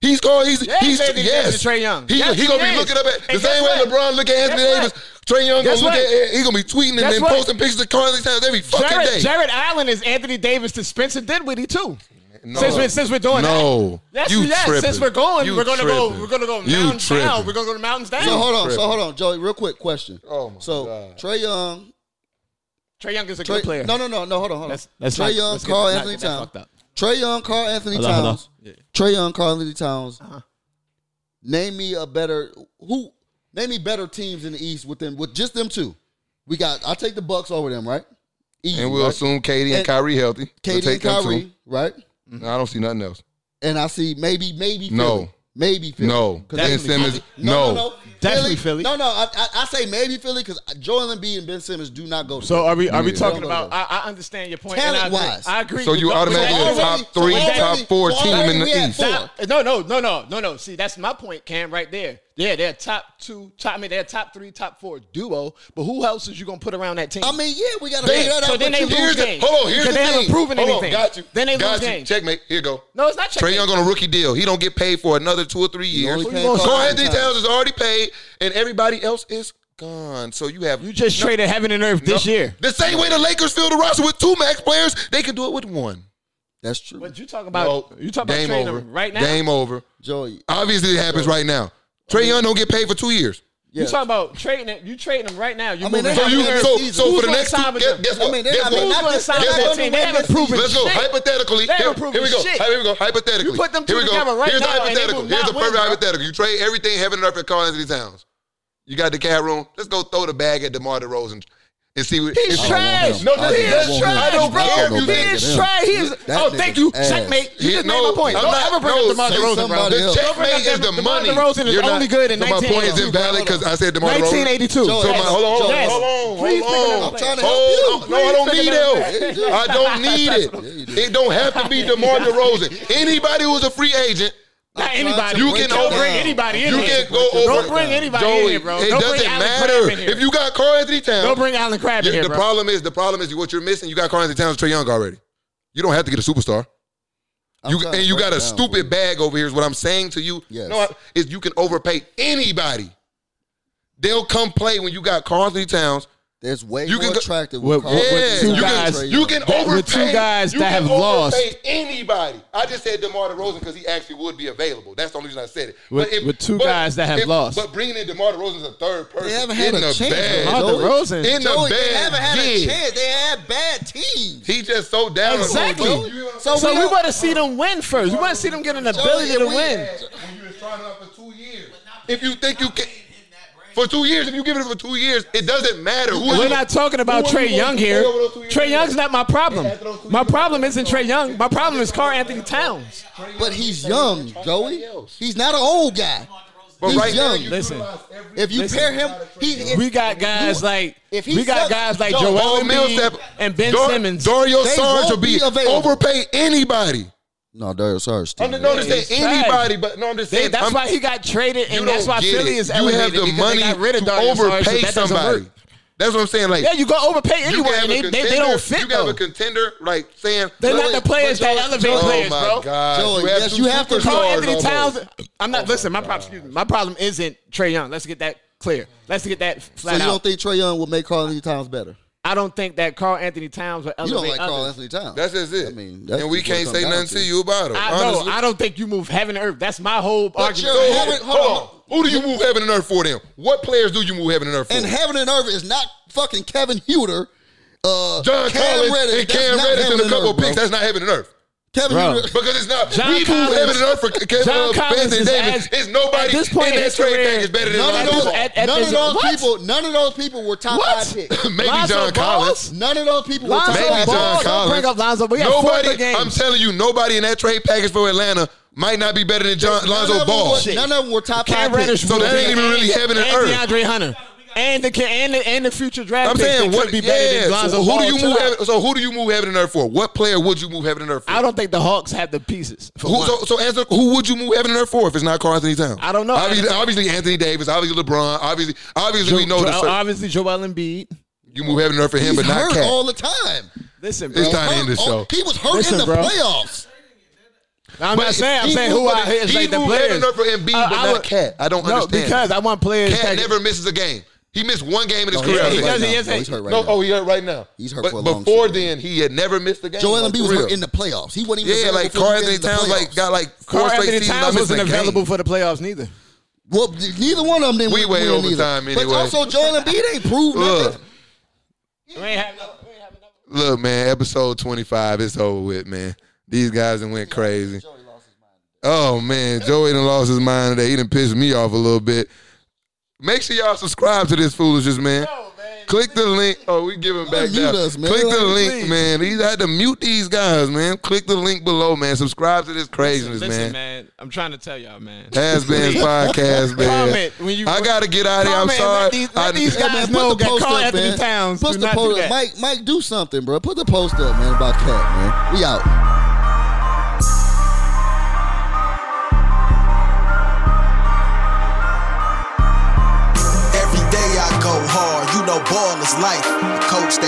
Speaker 1: He's going. He's
Speaker 4: Yeah,
Speaker 1: he's
Speaker 4: he's Anthony
Speaker 1: yes.
Speaker 4: Davis to Trae Young.
Speaker 1: He,
Speaker 4: Yes,
Speaker 1: he gonna
Speaker 4: he
Speaker 1: be
Speaker 4: is.
Speaker 1: looking up at the
Speaker 4: And
Speaker 1: same way
Speaker 4: guess what?
Speaker 1: LeBron look at Anthony
Speaker 4: Guess
Speaker 1: Davis. Trey Young gonna
Speaker 4: Guess
Speaker 1: look
Speaker 4: what?
Speaker 1: at. He gonna be tweeting and
Speaker 4: Guess
Speaker 1: then
Speaker 4: what?
Speaker 1: posting pictures of Carl Anthony Towns every fucking day.
Speaker 4: Jared, Jared Allen is Anthony Davis to Spencer Dinwiddie too. Since, we're, since we're doing
Speaker 1: No.
Speaker 4: that. Yes,
Speaker 1: You
Speaker 4: yes,
Speaker 1: tripping.
Speaker 4: Since we're going,
Speaker 1: You
Speaker 4: we're gonna
Speaker 1: tripping.
Speaker 4: go. We're gonna go
Speaker 1: You
Speaker 4: mountains
Speaker 1: tripping.
Speaker 4: down. We're gonna go to mountains down.
Speaker 3: So hold on. So
Speaker 1: tripping.
Speaker 3: hold on, Joey. Real quick question.
Speaker 1: Oh, my
Speaker 3: so,
Speaker 1: God.
Speaker 3: Trey Young.
Speaker 4: Trey Young is a
Speaker 3: Trey,
Speaker 4: good player.
Speaker 3: No, no, no, no. Hold on, hold on.
Speaker 4: Let's- let's
Speaker 3: Trey
Speaker 4: not-
Speaker 3: Young,
Speaker 4: let's get-
Speaker 3: Carl
Speaker 4: not
Speaker 3: Anthony
Speaker 4: get that
Speaker 3: Towns.
Speaker 4: fucked up.
Speaker 3: Trey Young, Carl Anthony
Speaker 4: Hold on, Uh-huh. hold on.
Speaker 3: Towns. Trey Young, Carl Anthony Towns. Name me a better who? Name me better teams in the East with them with just them two. We got. I'll take the Bucks over them, right? Easy,
Speaker 1: And we'll
Speaker 3: right?
Speaker 1: assume Katie and,
Speaker 3: And-
Speaker 1: Kyrie healthy. We'll
Speaker 3: Katie and
Speaker 1: take them too.
Speaker 3: Kyrie, right?
Speaker 1: No, I don't see nothing else.
Speaker 3: And I see maybe, maybe Philly.
Speaker 1: No.
Speaker 3: maybe Philly.
Speaker 1: No.
Speaker 3: 'Cause
Speaker 1: Ben
Speaker 4: Definitely
Speaker 1: Simmons.
Speaker 3: they-
Speaker 1: No.
Speaker 4: Definitely Philly.
Speaker 3: No, no. I, I, I say maybe Philly because Joel Embiid and Ben Simmons do not go.
Speaker 4: So
Speaker 3: together.
Speaker 4: are we? Are we
Speaker 1: Yeah.
Speaker 4: talking about? I, I understand your point. and I agree.
Speaker 3: Talent-wise.
Speaker 4: I agree.
Speaker 1: So
Speaker 4: with
Speaker 1: you
Speaker 4: the- with
Speaker 1: automatically
Speaker 4: that.
Speaker 1: the top three, top four
Speaker 3: so
Speaker 1: team
Speaker 3: already
Speaker 1: in the
Speaker 3: we at
Speaker 1: East.
Speaker 3: four.
Speaker 4: That- no, no, no, no, no, no. See, that's my point, Cam, right there. Yeah, they're top two, top. I mean, they're top three, top four duo. But who else is you gonna put around that team?
Speaker 3: I mean, yeah, we got to
Speaker 1: They-
Speaker 3: figure that out.
Speaker 4: so then
Speaker 3: but
Speaker 4: they
Speaker 3: you-
Speaker 4: lose
Speaker 1: Here's the,
Speaker 4: games.
Speaker 1: hold on. Here's
Speaker 4: Because
Speaker 1: the
Speaker 4: they haven't
Speaker 1: thing.
Speaker 4: proven
Speaker 1: hold
Speaker 4: anything.
Speaker 1: On, got you.
Speaker 4: Then they
Speaker 1: got
Speaker 4: lose
Speaker 1: you.
Speaker 4: games.
Speaker 1: Checkmate. Here you go.
Speaker 4: no, it's not
Speaker 1: Trey
Speaker 4: checkmate.
Speaker 1: Young on a rookie deal. He don't get paid for another two or three years.
Speaker 3: only
Speaker 1: Go
Speaker 3: paying Carl
Speaker 1: Anthony
Speaker 3: Anthony Towns.
Speaker 1: Towns is already paid, and everybody else is gone. So you have
Speaker 4: You just
Speaker 1: no-
Speaker 4: traded heaven and earth
Speaker 1: no-
Speaker 4: this year.
Speaker 1: The same way the Lakers filled the roster with two max players, they could do it with one.
Speaker 3: That's true.
Speaker 4: But you talking about
Speaker 1: No.
Speaker 4: you talking about
Speaker 1: game
Speaker 4: trading
Speaker 1: over
Speaker 4: them right now.
Speaker 1: Game over.
Speaker 3: Joey,
Speaker 1: Obviously, it happens right now. Trey Young don't get paid for two years.
Speaker 3: yeah.
Speaker 4: You talking about trading it? You trading them right now? You
Speaker 3: I mean,
Speaker 4: moving
Speaker 3: they
Speaker 1: So
Speaker 4: heaven
Speaker 1: you
Speaker 4: and earth.
Speaker 1: so
Speaker 3: Who's
Speaker 1: so for the
Speaker 4: gonna
Speaker 1: next two,
Speaker 4: sign with
Speaker 1: guess,
Speaker 4: them?
Speaker 1: guess
Speaker 3: I
Speaker 1: what?
Speaker 3: mean, they-
Speaker 1: guess
Speaker 3: I mean,
Speaker 1: what?
Speaker 3: not
Speaker 4: Who's gonna
Speaker 3: just-
Speaker 4: sign
Speaker 3: they're not
Speaker 4: with that
Speaker 3: gonna
Speaker 4: team? They
Speaker 3: win
Speaker 4: haven't
Speaker 3: this
Speaker 4: proven
Speaker 1: Let's go.
Speaker 4: shit.
Speaker 1: Hypothetically,
Speaker 4: They
Speaker 1: here,
Speaker 4: haven't
Speaker 1: here we
Speaker 4: proven
Speaker 1: go.
Speaker 4: shit.
Speaker 1: Here we go. Hypothetically,
Speaker 4: You put them two
Speaker 1: here we go.
Speaker 4: together right
Speaker 1: Here's
Speaker 4: now,
Speaker 1: the
Speaker 4: and they will
Speaker 1: hypothetical. Here's
Speaker 4: not
Speaker 1: the
Speaker 4: win,
Speaker 1: perfect
Speaker 4: bro.
Speaker 1: hypothetical. You trade everything heaven and earth for Carl Anthony Towns. You got the cat room. Let's go throw the bag at DeMar DeRozan and see what.
Speaker 4: He's
Speaker 1: and see-
Speaker 4: trash.
Speaker 1: No,
Speaker 4: he is
Speaker 1: don't want him.
Speaker 4: trash,
Speaker 1: I don't
Speaker 4: bro.
Speaker 1: care if you
Speaker 4: he
Speaker 1: think
Speaker 4: is
Speaker 1: of him.
Speaker 4: trash. He is.
Speaker 3: That
Speaker 4: oh,
Speaker 3: nigga
Speaker 4: thank you,
Speaker 3: ass.
Speaker 4: checkmate. You
Speaker 1: He-
Speaker 4: just
Speaker 1: no,
Speaker 4: made my point.
Speaker 1: I'm
Speaker 4: Don't
Speaker 1: not-
Speaker 4: ever bring
Speaker 1: no,
Speaker 4: up DeMar
Speaker 1: say
Speaker 4: DeRozan, bro.
Speaker 3: somebody
Speaker 1: The
Speaker 3: else.
Speaker 4: Don't bring
Speaker 1: checkmate
Speaker 4: up
Speaker 1: is
Speaker 4: that-
Speaker 1: the
Speaker 4: DeMar
Speaker 1: money.
Speaker 4: DeRozan is
Speaker 1: You're
Speaker 4: only good in
Speaker 1: so My point is
Speaker 4: 1982.
Speaker 1: invalid because I said DeMar DeRozan. So
Speaker 4: 1982.
Speaker 1: my, hold on, hold on,
Speaker 4: Yes.
Speaker 1: hold on,
Speaker 4: Please
Speaker 1: hold
Speaker 4: pick
Speaker 1: on.
Speaker 4: another
Speaker 3: I'm trying to
Speaker 4: player.
Speaker 3: help
Speaker 1: Hold
Speaker 3: you.
Speaker 1: on. No, I don't
Speaker 4: Please
Speaker 1: need
Speaker 4: pick another
Speaker 1: help. I don't need it. It don't have to be DeMar DeRozan. Anybody who's a free agent,
Speaker 4: Not anybody.
Speaker 1: You can
Speaker 4: don't
Speaker 1: over-
Speaker 4: bring anybody in
Speaker 1: you
Speaker 4: here.
Speaker 1: can go over.
Speaker 4: Don't bring anybody in
Speaker 1: Joey,
Speaker 4: here, bro.
Speaker 1: It
Speaker 4: don't
Speaker 1: doesn't
Speaker 4: bring Alan Crabb
Speaker 1: matter
Speaker 4: in here.
Speaker 1: if you got Carl Anthony Towns.
Speaker 4: don't bring Alan Crabbe in
Speaker 1: you-
Speaker 4: here,
Speaker 1: the
Speaker 4: bro.
Speaker 1: problem is the problem is what you're missing. You got Carl Anthony Towns, Trey Young already. You don't have to get a superstar.
Speaker 3: I'm
Speaker 1: You,
Speaker 3: trying to
Speaker 1: and you
Speaker 3: break
Speaker 1: got
Speaker 3: it
Speaker 1: a
Speaker 3: down,
Speaker 1: stupid
Speaker 3: bro.
Speaker 1: bag over here. Is what I'm saying to you.
Speaker 3: Yes.
Speaker 1: No, I- is you can overpay anybody. They'll come play when you got Carl Anthony Towns,
Speaker 3: that's way
Speaker 1: You
Speaker 3: more
Speaker 1: can go-
Speaker 3: attractive.
Speaker 4: With-
Speaker 3: with Carl
Speaker 4: Oh, with
Speaker 3: Anthony
Speaker 4: two
Speaker 3: Towns
Speaker 4: guys
Speaker 3: than Trae
Speaker 1: You
Speaker 3: Young.
Speaker 1: can
Speaker 4: That-
Speaker 1: overpay
Speaker 4: with two guys
Speaker 1: you
Speaker 4: that
Speaker 1: can
Speaker 4: have
Speaker 1: overpay
Speaker 4: lost.
Speaker 1: Anybody? I just said Demar Derozan because he actually would be available. That's the only reason I said it.
Speaker 4: With- with two guys that have
Speaker 1: if-
Speaker 4: lost.
Speaker 1: But bringing in Demar Derozan as a third person,
Speaker 3: They haven't had
Speaker 1: in
Speaker 3: a
Speaker 1: the
Speaker 3: chance,
Speaker 1: bag-
Speaker 3: Joey.
Speaker 4: DeMar DeRozan.
Speaker 1: in the
Speaker 3: Joey,
Speaker 1: bad
Speaker 3: they haven't had
Speaker 1: gig.
Speaker 3: a chance. They had bad teams.
Speaker 1: He just so down.
Speaker 4: Exactly.
Speaker 1: on Joey.
Speaker 3: So
Speaker 4: So
Speaker 3: we
Speaker 4: we
Speaker 3: don't-
Speaker 4: want to see them win first. We want to see them get an ability
Speaker 3: if
Speaker 4: to
Speaker 3: we-
Speaker 4: win.
Speaker 1: when you've been signing up for two years. If you think you can for two years, if you give it for two years, it doesn't matter. Who
Speaker 4: We're
Speaker 1: is-
Speaker 4: not talking about
Speaker 1: who
Speaker 4: Trey
Speaker 1: is he
Speaker 4: Young
Speaker 1: gonna
Speaker 4: here.
Speaker 1: stay over those two years?
Speaker 4: Trey Young's not my problem.
Speaker 1: after those two
Speaker 4: My
Speaker 1: years-
Speaker 4: problem isn't Trey Young. My problem is Carl Anthony Towns.
Speaker 3: But he's young, Joey.
Speaker 1: else.
Speaker 3: He's not an old guy.
Speaker 1: But
Speaker 3: he's
Speaker 1: right now,
Speaker 3: young.
Speaker 1: you
Speaker 4: Listen.
Speaker 1: utilize every-
Speaker 3: if you
Speaker 4: listen.
Speaker 3: pair him, he,
Speaker 4: We got guys
Speaker 3: You-
Speaker 4: like
Speaker 3: if he
Speaker 4: we got
Speaker 3: sucks,
Speaker 4: guys like
Speaker 3: Joe-
Speaker 4: Joel
Speaker 1: Paul
Speaker 4: Embiid
Speaker 1: Millsap
Speaker 4: and Ben
Speaker 1: Dor-
Speaker 4: Simmons.
Speaker 1: Dario
Speaker 3: They
Speaker 1: Sarge
Speaker 3: won't
Speaker 1: will be,
Speaker 3: be available.
Speaker 1: overpay anybody.
Speaker 3: no, Dario Sarge.
Speaker 1: I'm just, no, I'm just
Speaker 4: He's
Speaker 1: saying
Speaker 4: trash.
Speaker 1: anybody, but no, I'm just
Speaker 4: They,
Speaker 1: saying
Speaker 4: that's
Speaker 1: I'm-
Speaker 4: why he got traded,
Speaker 1: you
Speaker 4: and that's
Speaker 1: don't
Speaker 4: why
Speaker 1: get
Speaker 4: Philly
Speaker 1: it.
Speaker 4: is
Speaker 1: You have
Speaker 4: elevated
Speaker 1: the
Speaker 4: because
Speaker 1: money
Speaker 4: they got rid of
Speaker 1: to
Speaker 4: Dario Saric, so
Speaker 1: overpay
Speaker 4: that doesn't
Speaker 1: somebody.
Speaker 4: work.
Speaker 1: That's what I'm saying. Like
Speaker 4: Yeah, you go overpay
Speaker 1: you
Speaker 4: anyone,
Speaker 1: can have
Speaker 4: and
Speaker 1: a
Speaker 4: they, they, they
Speaker 1: contender-
Speaker 4: don't fit
Speaker 1: You can
Speaker 4: though.
Speaker 1: have a contender like saying
Speaker 4: They're
Speaker 1: "Look,
Speaker 4: not the players that elevate
Speaker 1: oh
Speaker 4: players,
Speaker 1: my
Speaker 4: bro.
Speaker 1: God,
Speaker 3: Joey,
Speaker 1: you have
Speaker 3: yes,
Speaker 1: two
Speaker 3: you have to-
Speaker 1: superstars
Speaker 4: Carl Anthony
Speaker 1: almost.
Speaker 4: Towns. I'm
Speaker 1: Oh
Speaker 4: not. listen, my problem. Excuse me. My problem isn't Trey Young. Let's get that clear. Let's get that
Speaker 3: So
Speaker 4: flat
Speaker 3: you don't
Speaker 4: out.
Speaker 3: think Trey Young will make Carl Anthony Towns better?
Speaker 4: I don't think that Carl Anthony Towns will
Speaker 3: You
Speaker 4: elevate
Speaker 3: don't like
Speaker 4: others.
Speaker 3: Carl Anthony Towns.
Speaker 1: That's just it.
Speaker 3: I mean, that's
Speaker 1: and we
Speaker 3: just what it
Speaker 1: can't
Speaker 3: comes
Speaker 1: say
Speaker 3: down
Speaker 1: nothing to you about it.
Speaker 4: I know.
Speaker 1: honestly.
Speaker 4: I don't think you move heaven and earth. That's my whole argument.
Speaker 3: you're-
Speaker 1: So,
Speaker 3: Heaven-
Speaker 1: hold,
Speaker 3: hold
Speaker 1: on. Who do you move heaven and earth for then? What players do you move heaven and earth for?
Speaker 3: And Heaven and Irving is not fucking Kevin Huter. Uh,
Speaker 1: John
Speaker 3: Cam
Speaker 1: Collins
Speaker 3: Reddish,
Speaker 1: and
Speaker 3: that's
Speaker 1: Cam
Speaker 3: not
Speaker 1: Reddish and
Speaker 3: heaven
Speaker 1: a couple
Speaker 3: earth,
Speaker 1: of picks.
Speaker 3: bro.
Speaker 1: That's not heaven and earth.
Speaker 3: Kevin
Speaker 4: Bro.
Speaker 3: Huter.
Speaker 1: Because it's not.
Speaker 4: John
Speaker 1: we move
Speaker 4: Collins-
Speaker 1: heaven and earth for Ke-
Speaker 4: John
Speaker 1: uh,
Speaker 4: Collins
Speaker 1: Anthony
Speaker 4: is
Speaker 1: Davis.
Speaker 4: as-
Speaker 1: It's nobody
Speaker 4: at this point
Speaker 1: in
Speaker 4: in
Speaker 1: that
Speaker 4: his
Speaker 1: trade
Speaker 4: career,
Speaker 1: package better than
Speaker 3: None
Speaker 1: Lonzo
Speaker 3: of those,
Speaker 1: Ball.
Speaker 4: at- at
Speaker 3: none
Speaker 4: this-
Speaker 3: of those
Speaker 4: what?
Speaker 3: people, none of those people were top
Speaker 4: What?
Speaker 3: five picks.
Speaker 1: Maybe
Speaker 4: Lonzo
Speaker 1: John
Speaker 4: Ball?
Speaker 1: Collins.
Speaker 3: None of those people were
Speaker 4: Lonzo
Speaker 3: top
Speaker 1: Maybe
Speaker 3: five.
Speaker 1: John
Speaker 4: Ball. Don't
Speaker 1: Collins.
Speaker 4: bring up Lonzo. We got four
Speaker 1: Nobody.
Speaker 4: good games.
Speaker 1: I'm telling you, nobody in that trade package for Atlanta might not be better than John,
Speaker 3: None of
Speaker 1: Lonzo
Speaker 3: them
Speaker 1: Ball.
Speaker 3: were- None of them were top
Speaker 4: Cam
Speaker 3: five
Speaker 4: Reddish.
Speaker 3: picks.
Speaker 1: So that ain't even really heaven and
Speaker 4: and
Speaker 1: earth.
Speaker 4: DeAndre Hunter. And the and the, and the future draft.
Speaker 1: I'm
Speaker 4: picks
Speaker 1: saying
Speaker 4: that
Speaker 1: what?
Speaker 4: could be better
Speaker 1: yeah.
Speaker 4: than Lonzo
Speaker 1: so who
Speaker 4: Ball.
Speaker 1: do you
Speaker 4: Chill
Speaker 1: move?
Speaker 4: out.
Speaker 1: Heaven, so who do you move heaven and earth for? What player would you move heaven and earth for?
Speaker 4: I don't think the Hawks have the pieces. For
Speaker 1: Who,
Speaker 4: one.
Speaker 1: so, so answer who would you move heaven and earth for if it's not Carl Anthony Towns?
Speaker 4: I don't know.
Speaker 1: Obviously,
Speaker 4: I don't-
Speaker 1: obviously Anthony Davis, obviously LeBron, obviously, obviously we know
Speaker 4: Jo-
Speaker 1: this.
Speaker 4: obviously Joel Embiid.
Speaker 1: you move heaven and earth for him,
Speaker 3: He's
Speaker 1: but not
Speaker 3: hurt
Speaker 1: Cat.
Speaker 3: all the time.
Speaker 4: Listen, bro.
Speaker 1: It's time to end the
Speaker 3: Hurt all-
Speaker 1: show.
Speaker 3: He was hurt
Speaker 4: Listen,
Speaker 3: in the
Speaker 4: bro.
Speaker 3: playoffs.
Speaker 4: I'm
Speaker 1: But
Speaker 4: not saying. I'm
Speaker 1: he
Speaker 4: saying
Speaker 1: moved
Speaker 4: who
Speaker 1: for
Speaker 4: out
Speaker 1: the-
Speaker 4: here is
Speaker 1: he
Speaker 4: like the
Speaker 1: moved heaven
Speaker 4: players.
Speaker 1: and earth for Embiid,
Speaker 4: Uh,
Speaker 1: but
Speaker 4: I
Speaker 1: not
Speaker 4: would-
Speaker 1: Cat. I don't
Speaker 4: No,
Speaker 1: understand that.
Speaker 4: because I want players.
Speaker 1: Cat
Speaker 4: that-
Speaker 1: never misses a game. He missed one game in his
Speaker 3: No,
Speaker 1: career. I
Speaker 4: Yeah, he doesn't-
Speaker 1: think.
Speaker 4: he
Speaker 3: now.
Speaker 4: is-
Speaker 3: No, he's hurt right
Speaker 1: no,
Speaker 3: now.
Speaker 1: oh, he's hurt right now.
Speaker 3: He's hurt
Speaker 1: But
Speaker 3: for a long
Speaker 1: before
Speaker 3: season.
Speaker 1: then, he had never missed a game.
Speaker 3: Joel
Speaker 1: like,
Speaker 3: Embiid was
Speaker 1: for real.
Speaker 3: hurt in the playoffs. He wasn't even
Speaker 1: Yeah,
Speaker 3: available
Speaker 1: like
Speaker 3: till he
Speaker 1: Carl
Speaker 3: was
Speaker 1: Anthony
Speaker 3: in the
Speaker 1: Towns,
Speaker 3: playoffs.
Speaker 1: like got like four
Speaker 4: Carl
Speaker 1: straight
Speaker 4: Anthony
Speaker 1: seasons. not
Speaker 4: Towns
Speaker 1: missing
Speaker 4: wasn't
Speaker 1: a game.
Speaker 4: available for the playoffs neither.
Speaker 3: Well, neither one of them didn't
Speaker 1: We
Speaker 3: win-
Speaker 1: way
Speaker 3: win
Speaker 1: over
Speaker 3: either.
Speaker 1: time anyway.
Speaker 3: But also, Joel Embiid ain't proved
Speaker 1: Look,
Speaker 3: nothing.
Speaker 4: We ain't have no- we ain't have no-
Speaker 1: look, man. Episode twenty-five. It's over with, man. These guys done went crazy. Oh man, Joey done lost his mind today. He done pissed me off a little bit. Make sure y'all subscribe to this foolishness, man. Click the link. Oh, we giving back
Speaker 3: mute
Speaker 1: now.
Speaker 3: us, man.
Speaker 1: Click the
Speaker 3: Like,
Speaker 1: link,
Speaker 4: please.
Speaker 1: man. He had to mute these guys, man. Click the link below, man. Subscribe to this craziness,
Speaker 4: Listen, man. I'm trying to tell y'all, man.
Speaker 1: Has been podcast, man.
Speaker 4: Comment when you-
Speaker 1: I gotta get out of here. I'm
Speaker 4: Comment,
Speaker 1: sorry.
Speaker 4: let these- let
Speaker 1: I-
Speaker 4: these
Speaker 3: Yeah,
Speaker 4: guys
Speaker 3: man,
Speaker 4: know
Speaker 3: put the
Speaker 4: that
Speaker 3: post
Speaker 4: Carl
Speaker 3: up,
Speaker 4: Anthony
Speaker 3: man.
Speaker 4: Towns
Speaker 3: Put
Speaker 4: do
Speaker 3: the
Speaker 4: not do
Speaker 3: post
Speaker 4: that.
Speaker 3: up. Mike, Mike, do something, bro. Put the post up, man, about Cat, man. We out.
Speaker 2: Every day I go hard, you know ball is life. Coach, they